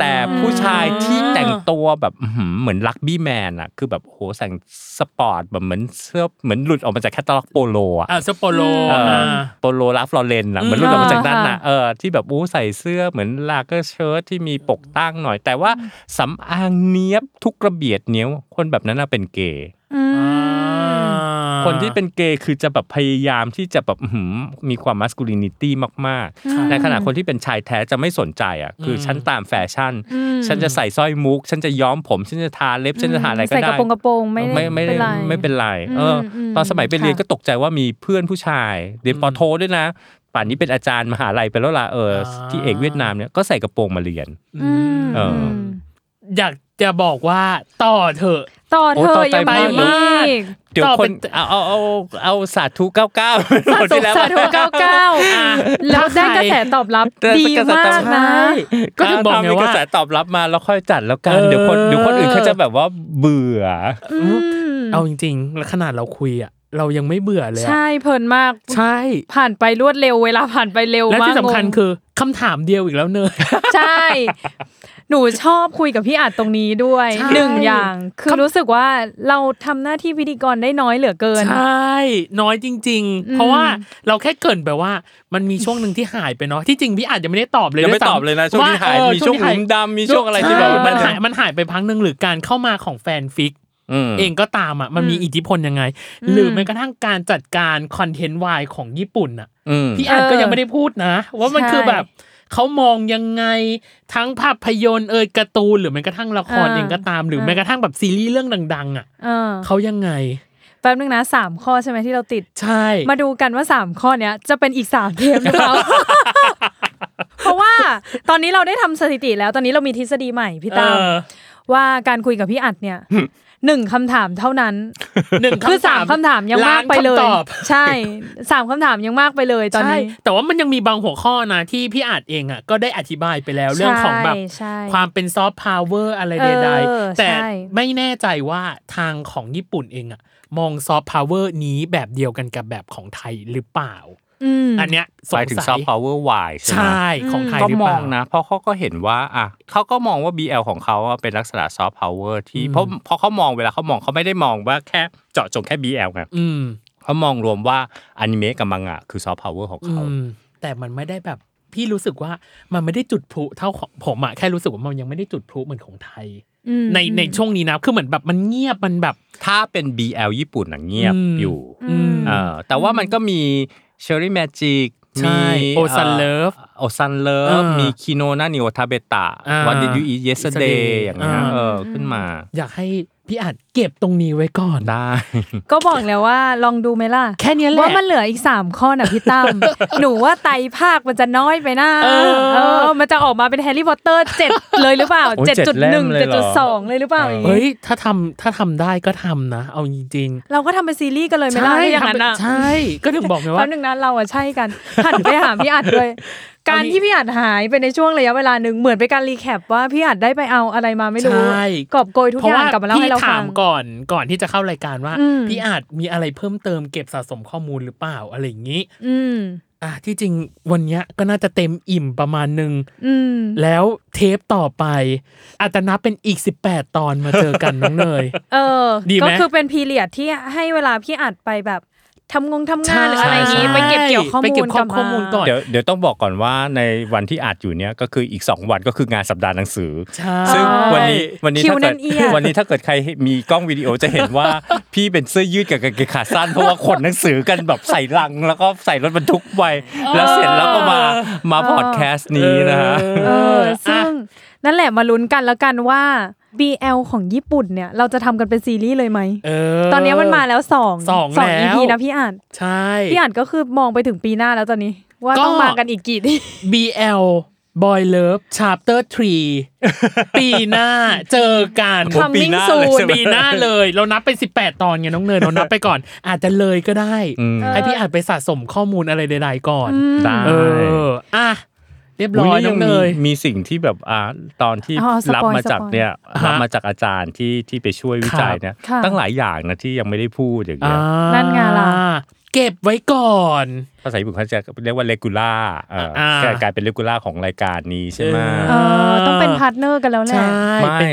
Speaker 5: แต่ผู้ชายที่แต่งตัวแบบอื้อหือเหมือนลักบี้แมนอ่ะคือแบบโอ้โหแต่งสปอร์ตแบบเหมือนเสื้อเหมือนหลุดออกมาจากแคตตาล็อกโปโลอ่ะ
Speaker 2: ่าสโปโล
Speaker 5: เออ
Speaker 2: อ่า
Speaker 5: โปโลลาฟลอเรนนะ
Speaker 2: อืม
Speaker 5: เหมือนรุ่นออกมาจากนั้น
Speaker 1: อ่า
Speaker 5: นะเออที่แบบอู้ใส่เสื้อเหมือนลาเกอร์เชิ้ตที่มีปกตั้งหน่อย แต่ว่าสำอางเนี้ยบทุกระเบียดเนี้ยวคนแบบนั้นน่ะเป็นเกย์
Speaker 1: อืม
Speaker 5: คนที่เป็นเกย์คือจะแบบพยายามที่จะแบบอื้อหือมีความมัสคูลินิตี้มากๆ ในขณะคนที่เป็นชายแท้จะไม่สนใจอ่ะคือฉันตามแฟชั่น
Speaker 1: อืม
Speaker 5: ฉันจะใส่สร้อยมุก ฉันจะย้อมผม ฉันจะทาเล็บฉันจะทาอะไรก็
Speaker 1: ใส่กระ
Speaker 5: ได้
Speaker 1: โปรงกระโปรงไม่
Speaker 5: ไม่ไม่
Speaker 1: เป็นไร
Speaker 5: ได้ไม่เป็นไรเอออ
Speaker 1: ม
Speaker 5: ตอนสมัยไป
Speaker 1: ค่ะ
Speaker 5: เรียนก็ตกใจว่ามีเพื่อนผู้ชายเรียนปอโทด้วยนะ ป่านนี้เป็นอาจารย์มหาลัยไปแล้วล่ะเอออ
Speaker 2: อ
Speaker 5: ที่เอกเวียดนามเนี่ยก็ใส่กระโปรงมาเรียน
Speaker 1: อืม
Speaker 5: เอออื
Speaker 1: ม
Speaker 2: อยากจะบอกว่าต่อเถอะ
Speaker 1: ต่อเธ
Speaker 5: โอ้ต่อ
Speaker 1: อ
Speaker 5: ไป
Speaker 1: ยังมี
Speaker 2: มาก
Speaker 1: อีก
Speaker 5: เดี๋ยว
Speaker 2: ต่อ
Speaker 5: ค
Speaker 2: เป็น น
Speaker 5: เอาเอาเอาเอาสาธุเก้าเก้า
Speaker 1: สะสมสาธุเก้าเก้าแล้วได้กระแสตอบรับดีมากนะ
Speaker 2: ก็ถึงบอกไง
Speaker 5: มีกระ
Speaker 2: ว่า
Speaker 5: แสตอบรับมาแล้วค่อยจัดแล้วกัน
Speaker 2: เออ
Speaker 5: เดี๋ยวคนเดี๋ยวคนอื่นเขาจะแบบว่าเบื่อ
Speaker 2: เอาจริงๆแล้วขนาดเราคุยอ่ะ เรายังไม่เบื่อเลยอะ
Speaker 1: ใช่เพลินมาก
Speaker 2: ใช่
Speaker 1: ผ่านไปรวดเร็วเวลาผ่านไปเร็วมาก
Speaker 2: และที่สำคัญ
Speaker 1: งง
Speaker 2: คือคำถามเดียวอีกแล้วเนย
Speaker 1: ใช่ หนูชอบคุยกับพี่อาจตรงนี้ด้วย
Speaker 2: ใช่
Speaker 1: หนึ่งอย่าง คือรู้สึกว่าเราทำหน้าที่พิธีกรได้น้อยเหลือเกิน
Speaker 2: ใช่ น้อยจริงๆ
Speaker 1: อืม
Speaker 2: เพราะว่าเราแค่เกรินไปว่ามันมีช่วงหนึ่งที่หายไปเนาะที่จริงพี่อาจจะไม่ได้ตอบเลย
Speaker 5: ยังไม่
Speaker 2: ด้ซ้ำ
Speaker 5: ตอบเลยนะช่วงที่หาย
Speaker 2: เออ
Speaker 5: มีช่วงหลุมดำมีช่วงอะไรที่แบบว่า
Speaker 2: ใช่มันหายมันหายไปพักหนึ่งหรือการเข้ามาของแฟนฟิก
Speaker 5: อืม
Speaker 2: เองก็ตามอ่ะมันมีอิทธิพลยังไง หรือแม้กระทั่งการจัดการคอนเทนต์วายของญี่ปุ่นอ่ะ
Speaker 5: อืม
Speaker 2: พี่อันก็ยังไม่ได้พูดนะ ว่ามัน
Speaker 1: ใช่
Speaker 2: คือแบบเขามองยังไงทั้งภาพยนตร์เอยการ์ตูนหรือแม้กระทั่งละคร
Speaker 1: อ่า
Speaker 2: เองก็ตาม หรือแม้กระทั่งแบบซีรีส์เรื่องดัง ๆ อ่ะ
Speaker 1: เออ
Speaker 2: เขายังไง
Speaker 1: แป๊บนึงนะสามข้อใช่ไหมที่เราติด
Speaker 2: ใช่
Speaker 1: มาดูกันว่าสามข้อเนี้ยจะเป็นอีกสามเทปหรือเป ล่า เพราะว่าตอนนี้เราได้ทำสถิติแล้ว ตอนนี้เรามีทฤษฎีใหม่พี่
Speaker 2: เอ
Speaker 1: ตาม
Speaker 2: อ
Speaker 1: ว่าการคุยกับพี่อัดเนี่ยหนึ่งคำถามเท่านั้น
Speaker 2: หนึ่ง
Speaker 1: คือสามคำถามยังมากไปเลย
Speaker 2: นคำตอบ
Speaker 1: ใช่สามคำถามยังมากไปเลยตอน
Speaker 2: ใช่
Speaker 1: นี้
Speaker 2: แต่ว่ามันยังมีบางหัวข้อนะที่พี่อาจเองอ่ะก็ได้อธิบายไปแล้วเรื่องของแบบ
Speaker 1: ใช่ใช่
Speaker 2: ความเป็นซอฟต์พาวเวอร์อะไรใด
Speaker 1: เออ
Speaker 2: ๆแต่
Speaker 1: ใช่
Speaker 2: ไม่แน่ใจว่าทางของญี่ปุ่นเองอ่ะมองซอฟต์พาวเวอร์นี้แบบเดียวกันกับแบบของไทยหรือเปล่า
Speaker 1: อืม
Speaker 2: อันเนี้ยส
Speaker 5: ไป
Speaker 2: ง
Speaker 5: ถึง
Speaker 2: สัย
Speaker 5: ซอฟต์พาวเวอร์วายใช่ไหม
Speaker 2: ใช่ ของไทย
Speaker 5: ก็
Speaker 2: หรือ
Speaker 5: ม
Speaker 2: เป
Speaker 5: อ
Speaker 2: ล่าง
Speaker 5: นะ เพราะเขาก็เห็นว่าอ่ะเขาก็มองว่า BL ของเขาอะเป็นลักษณะซอฟต์พาวเวอร์ที่เพราะเพราะเขามองเวลาเขามองเขาไม่ได้มองว่าแค่เจาะจงแค่ BL ไง
Speaker 2: อืม
Speaker 5: เขามองรวมว่าอนิเมะกับมังงะคือซอฟต์พาวเวอร์ของ
Speaker 2: อื
Speaker 5: เขา
Speaker 2: มแต่มันไม่ได้แบบพี่รู้สึกว่ามันไม่ได้จุดพลุเท่าของผมอะแค่รู้สึกว่ามันยังไม่ได้จุดพลุเหมือนของไทย
Speaker 1: อืม
Speaker 2: ในในช่วงนี้นะคือเหมือนแบบมันเงียบมันแบบ
Speaker 5: ถ้าเป็น BL ญี่ปุ่นน่ะเงียบ
Speaker 2: อืม
Speaker 5: อยู่
Speaker 2: อืม
Speaker 5: เออแต่ว่ามันก็มีเชอรี่แมจิก
Speaker 2: ใช่
Speaker 5: มี
Speaker 2: Osan Love
Speaker 5: โอซันเลิ
Speaker 2: เอ
Speaker 5: ฟ
Speaker 2: อ
Speaker 5: มีคิโนนานิโอทาเบตะ
Speaker 2: อ่า
Speaker 5: วันดิยูอีเยสเด
Speaker 2: Yesterday
Speaker 5: ย์อย่างเงี้ย
Speaker 2: อ่า
Speaker 5: เออขึ้นมา
Speaker 2: อยากให้พี่อาจเก็บตรงนี้ไว้ก่อน
Speaker 5: ได้
Speaker 1: ก็บอกแล้วว่าลองดูไหมล่ะ
Speaker 2: แค่เนี้ยแหละ
Speaker 1: ว่ามันเหลืออีกสามข้อน่ะพี่ตั้ม หนูว่าไตรภาคมันจะน้อยไปนะ
Speaker 2: เออ
Speaker 1: เออ มันจะออกมาเป็นแฮร์รี่พอตเตอร์เจ็ดเลยหรือเปล่า
Speaker 5: โอ้ย
Speaker 1: เจ็ดจุดหนึ่งเจ็ด
Speaker 5: เจ็ดเล่มเลยเหรอ
Speaker 1: จุดสองเลยหรือเปล่าอย่าง
Speaker 2: เฮ้
Speaker 1: งี้
Speaker 2: ยถ้าทำถ้าทำได้ก็ทำนะ เอาจริง
Speaker 1: เราก็ทำเป็นซีรีส์กันเล
Speaker 2: ๆ
Speaker 1: ยไหมล่ะถ้าอย่างนั้นอ่ะ
Speaker 2: ทำเป็ใช่ ก็ถึงบอกไง
Speaker 1: แป๊
Speaker 2: ว่า
Speaker 1: บหนึ่งนะเราอ่ะใช่กันหันไปหาพี่อัด ด้วย การที่พี่อัดหายไปในช่วงระยะเวลาหนึ่งเหมือนเป็นการรีแคปว่าพี่อัดได้ไปเอาอะไรมาไม่รู้
Speaker 2: ใช่
Speaker 1: กอบโกยทุก
Speaker 2: เพราะ
Speaker 1: อย่า
Speaker 2: ว่าง
Speaker 1: กลับมาเล่าให้
Speaker 2: พี่
Speaker 1: เราฟั
Speaker 2: ถาง มก่อนก่อนที่จะเข้ารายการว่า
Speaker 1: อืม
Speaker 2: พี่อาจมีอะไรเพิ่มเติมเก็บสะสมข้อมูลหรือเปล่าอะไรอย่างนี้
Speaker 1: อืม
Speaker 2: อ่ะที่จริงวันเนี้ยก็น่าจะเต็มอิ่มประมาณหนึ่ง
Speaker 1: อืม
Speaker 2: แล้วเทปต่อไป อาจจะนับเป็นอีก 18 ตอนมาเจอกัน น้องเนย
Speaker 1: เออ
Speaker 2: ดีไหม
Speaker 1: ก็คือเป็นพีเรียดที่ให้เวลาพี่อัดไปแบบทำงงทำงานหรืออะไรอย่างงี้
Speaker 2: ใช่
Speaker 1: ไปเก็บเกี่ยวข้อมูล
Speaker 2: ไปเก็บข้อ
Speaker 1: ลัมา
Speaker 2: ข้อมูลก่อน
Speaker 5: เดี๋ยวเดี๋ยวต้องบอกก่อนว่าในวันที่อัดอยู่เนี่ยก็คืออีก 2 วันก็คืองานสัปดาห์หนังสือ
Speaker 2: ใช่
Speaker 5: ซึ่งวันนี้วันนี้
Speaker 1: คิว
Speaker 5: ถ้า
Speaker 1: แน่
Speaker 5: เกิด
Speaker 1: นเอียด
Speaker 5: วันนี้ถ้าเกิดใครมีกล้องวิดีโอจะเห็นว่า พี่เป็นเสื้อยืดกับกางเกงขาสั้นเพราะว่าขนหนังสือกันแบบใส่ลัง แล้วก็ใส่รถบรรทุกไปแล้วเสร็จแล้วก็มามาพอดแคสต์นี้นะฮะ
Speaker 1: เออ ซึ่ง
Speaker 2: อ่ะ
Speaker 1: นั่นแหละมาลุ้นกันแล้วกันว่า BL ของญี่ปุ่นเนี่ย เราจะทำกันเป็นซีรีส์เลยไหม
Speaker 2: เออ
Speaker 1: ตอนนี้มันมาแล้วสอง
Speaker 2: สอง
Speaker 1: สอง
Speaker 2: แล้ว
Speaker 1: EP นะพี่อัด
Speaker 2: ใช่
Speaker 1: พี่อัดก็คือมองไปถึงปีหน้าแล้วตอนนี้ ว่า
Speaker 2: ก็
Speaker 1: ต้องมากันอีกกี่ที่
Speaker 2: BL Boy Love Chapter 3 ปีหน้าเจอกัน
Speaker 5: โอ้ปีหน้าเลยใช่ไหม
Speaker 2: ปีหน้าเลย เรานับเป็น 18 ตอนไงน้องเนยเรานับไปก่อน อาจจะเลยก็ได้ ให้พี่อาจไปสะสมข้อมูลอะไรใดๆก่อน
Speaker 5: ได้
Speaker 2: เออ อ่ะ เรียบร้อยน้
Speaker 5: ยั
Speaker 2: อง งเน
Speaker 5: มี
Speaker 2: ย
Speaker 5: มีสิ่งที่แบบอ่าตอนที่
Speaker 1: อ๋อสปอย
Speaker 5: รับมาจาก
Speaker 1: สปอย
Speaker 5: เนี่ย
Speaker 2: ฮะ
Speaker 5: รับมาจากอาจารย์ที่ที่ไปช่วยวิจั
Speaker 2: ค
Speaker 5: ย
Speaker 2: รับ
Speaker 5: เนี่ย
Speaker 1: ค่ะ
Speaker 5: ตั้งหลายอย่างนะที่ยังไม่ได้พูดอย่าง
Speaker 2: อ่า
Speaker 5: เงี้ย
Speaker 1: นั่นไงล่ะ
Speaker 2: เก็บไว้ก่อน
Speaker 5: ภาษาญี่ปุ่นเขาจะเรียกว่าเลกูล่าเอออา กลายกลายเป็นเลกูล่าของรายการนี้ใช่ไหม
Speaker 1: เออต้องเป็นพาร์ทเนอร์กันแล้วแหละ
Speaker 2: ใช่
Speaker 5: ไม่
Speaker 2: เป็น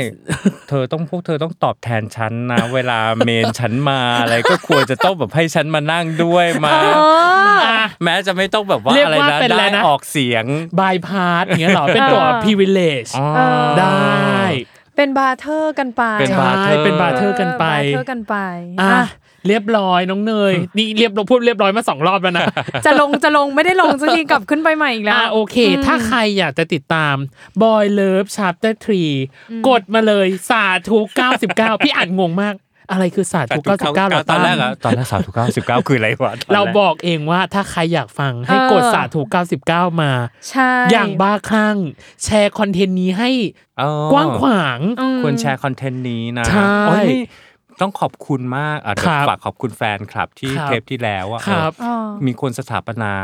Speaker 5: เธอต้องพวกเธอต้องตอบแทนฉันนะ เวลาเมนฉันมาอะไรก็ควรจะต้องแบบให้ฉันมานั่งด้วยมา
Speaker 1: เออ
Speaker 5: แม้จะไม่ต้องแบบว่า
Speaker 2: เรียก
Speaker 5: อะไร
Speaker 2: ว่า
Speaker 5: นะ
Speaker 2: เป็นอะไร
Speaker 5: ได้
Speaker 2: นะ
Speaker 5: ออกเสียง
Speaker 2: บายพาสเงี้ยเหรอ เป็นตัว
Speaker 1: อ่า
Speaker 2: privilege
Speaker 1: เออ
Speaker 2: ได้
Speaker 1: เป็นบาร์เทอร์กันไป
Speaker 5: เป็น
Speaker 2: ใช่
Speaker 5: บาร์เทอร์
Speaker 2: เป็นบาร์เทอร์ กันไป
Speaker 1: บาร์เทอร์กันไป
Speaker 2: อ่ะ
Speaker 1: อ่ะ
Speaker 2: เรียบร้อยน้องเน ย นี่เรียบร้อยพูดเรียบร้อยมาสองรอบ แล้วนะ
Speaker 1: จะลงจะลงไม่ได้ลงสักทีกลับขึ้นไปใหม่อีกแล้ว
Speaker 2: อ่ะโอเค ถ้าใครอยากจะติดตาม Boy Love Chapter 3 กดมาเลยสาธุ99 พี่อ่านงงมาก อะไรคือสาธุ99เหรอ
Speaker 5: ตอนแรก
Speaker 2: ตั้
Speaker 5: อะ
Speaker 2: ม
Speaker 5: ตอนแรกสามถูกเก้าสิบเก้าคืออะไรวะตนแก
Speaker 2: เราบอกเองว่าถ้าใครอยากฟังให้กด
Speaker 1: เออ
Speaker 2: สาธุ99 มา
Speaker 1: ใช่
Speaker 2: อย่างบ้าคลั่งแชร์คอนเทนต์นี้ให้
Speaker 5: เออก
Speaker 2: ว้างขวาง
Speaker 1: อืม
Speaker 5: ควรแชร์คอนเทนต์นี้นะ
Speaker 2: ใช่
Speaker 5: โอ้ยนี่ต้องขอบคุณมากอ่ะเดี๋ย
Speaker 2: คว รับ
Speaker 5: ฝากขอบคุณแฟนคลับที่
Speaker 2: ครับ
Speaker 5: เทปที่แล้วอ่ะ
Speaker 2: ครับ
Speaker 5: เออมีคนสถาปนา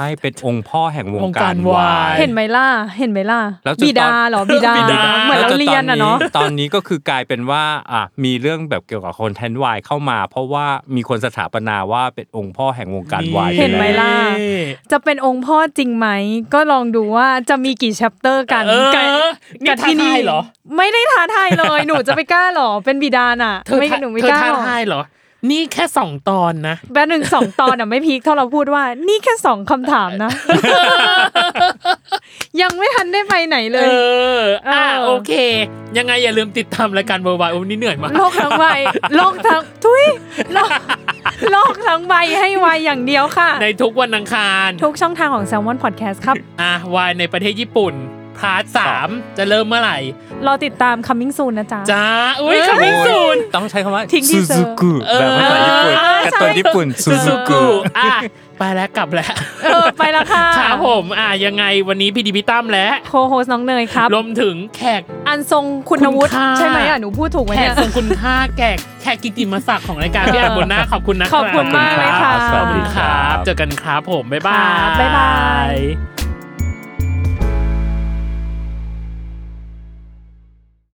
Speaker 5: ให้เป็นองค์พ่อแห่งวง
Speaker 2: วงกา
Speaker 5: การ ร
Speaker 2: วาว
Speaker 5: าย ย
Speaker 1: เห็นไหมล่ะ เห็นไหมล่ะ
Speaker 5: แล้วจนตอน
Speaker 1: บิดาเหรอ บิดา เหมือนเราเรียนอะเนาะ
Speaker 5: แล้วจตอตอนนี้ก็คือกลายเป็นว่าอ่ะมีเรื่องแบบเกี่ยวกับคอนเทนต์วายเข้ามา เพราะว่ามีคนสถาปนาว่าเป็นองค์พ่อแห่งวงการวาย
Speaker 1: เห็นไหม
Speaker 5: ปแล้ว
Speaker 1: ล่ะ จะเป็นองค์พ่อจริงไหม ก็ลองดูว่าจะมีกี่ชัปเตอร์กัน
Speaker 2: เออ
Speaker 1: กัน
Speaker 2: นี่ท้าทายเหรอ
Speaker 1: ไม่ได้ท้าทายเลย หนูจะไปกล้าหรอ เป็นบิดาน่ะ
Speaker 2: เธอ
Speaker 1: ไม่
Speaker 2: ท้า
Speaker 1: หนูไม่
Speaker 2: เธอก
Speaker 1: ล้า
Speaker 2: ท้า
Speaker 1: หรอก
Speaker 2: ทายเหรอ นี่แค่สองตอนนะ
Speaker 1: แป๊บหนึ่งสองตอนอ่ะไม่พีคเท่าเราพูดว่า นี่แค่สองคำถามนะ ยังไม่ทันได้ไปไหนเล
Speaker 2: เอย อ อ่ะ
Speaker 1: เออ
Speaker 2: โอเค ยังไงอย่าลืมติดตามรายการเบอร์ไวโอ้นี่เหนื่อยมาก
Speaker 1: โลกทั้งใบโลกทั้งทุยโลกโลกทั้งใบให้ไวอย่างเดียวค่ะ
Speaker 2: ในทุกวันอังคาร
Speaker 1: ทุกช่องทางของ s ซ l m o n Podcast ครับ
Speaker 2: อ่ะวายในประเทศญี่ปุ่น พาร์ทสามจะเริ่มเมื่อไหร่
Speaker 1: รอติดตาม Coming Soon นะจ๊ะ
Speaker 2: จ้า อุ้ยคำ
Speaker 5: โอ้
Speaker 2: พิ
Speaker 5: ย
Speaker 2: สูจน์
Speaker 5: ต้องใช้คำว่า
Speaker 1: ทิ้งที่
Speaker 5: ซู
Speaker 1: เจอ
Speaker 5: ซูกุแบบภาษาญี่ปุ่นการ์ตูนญี่ปุ่นซูซูกุ
Speaker 2: อ่ะ ไปแล้วกลับแล้ว
Speaker 1: เออ ไปละค่ะ
Speaker 2: ครับผม อ่ะ ยังไงวันนี้พี่ดีพี่ตั้มและ
Speaker 1: โคโฮสน้องเนยครับ
Speaker 2: รวมถึงแขก
Speaker 1: อันทรงคุณวุฒิ
Speaker 2: คุณค่า
Speaker 1: ใช่ไหมอ่ะ หนูพูดถูกไหม
Speaker 2: แขก
Speaker 1: เนี่ย
Speaker 2: ทรงคุณค่าแขกแขกกิตติมศักดิ์ของรายการพี่อาบนหน้าขอบคุณนะ
Speaker 1: ขอบคุณมากเลยค่ะ
Speaker 2: ขอบคุณครับ เจอกันครับผม บ๊ายบา
Speaker 1: ค่ะ
Speaker 2: ย
Speaker 1: บ๊ายบาย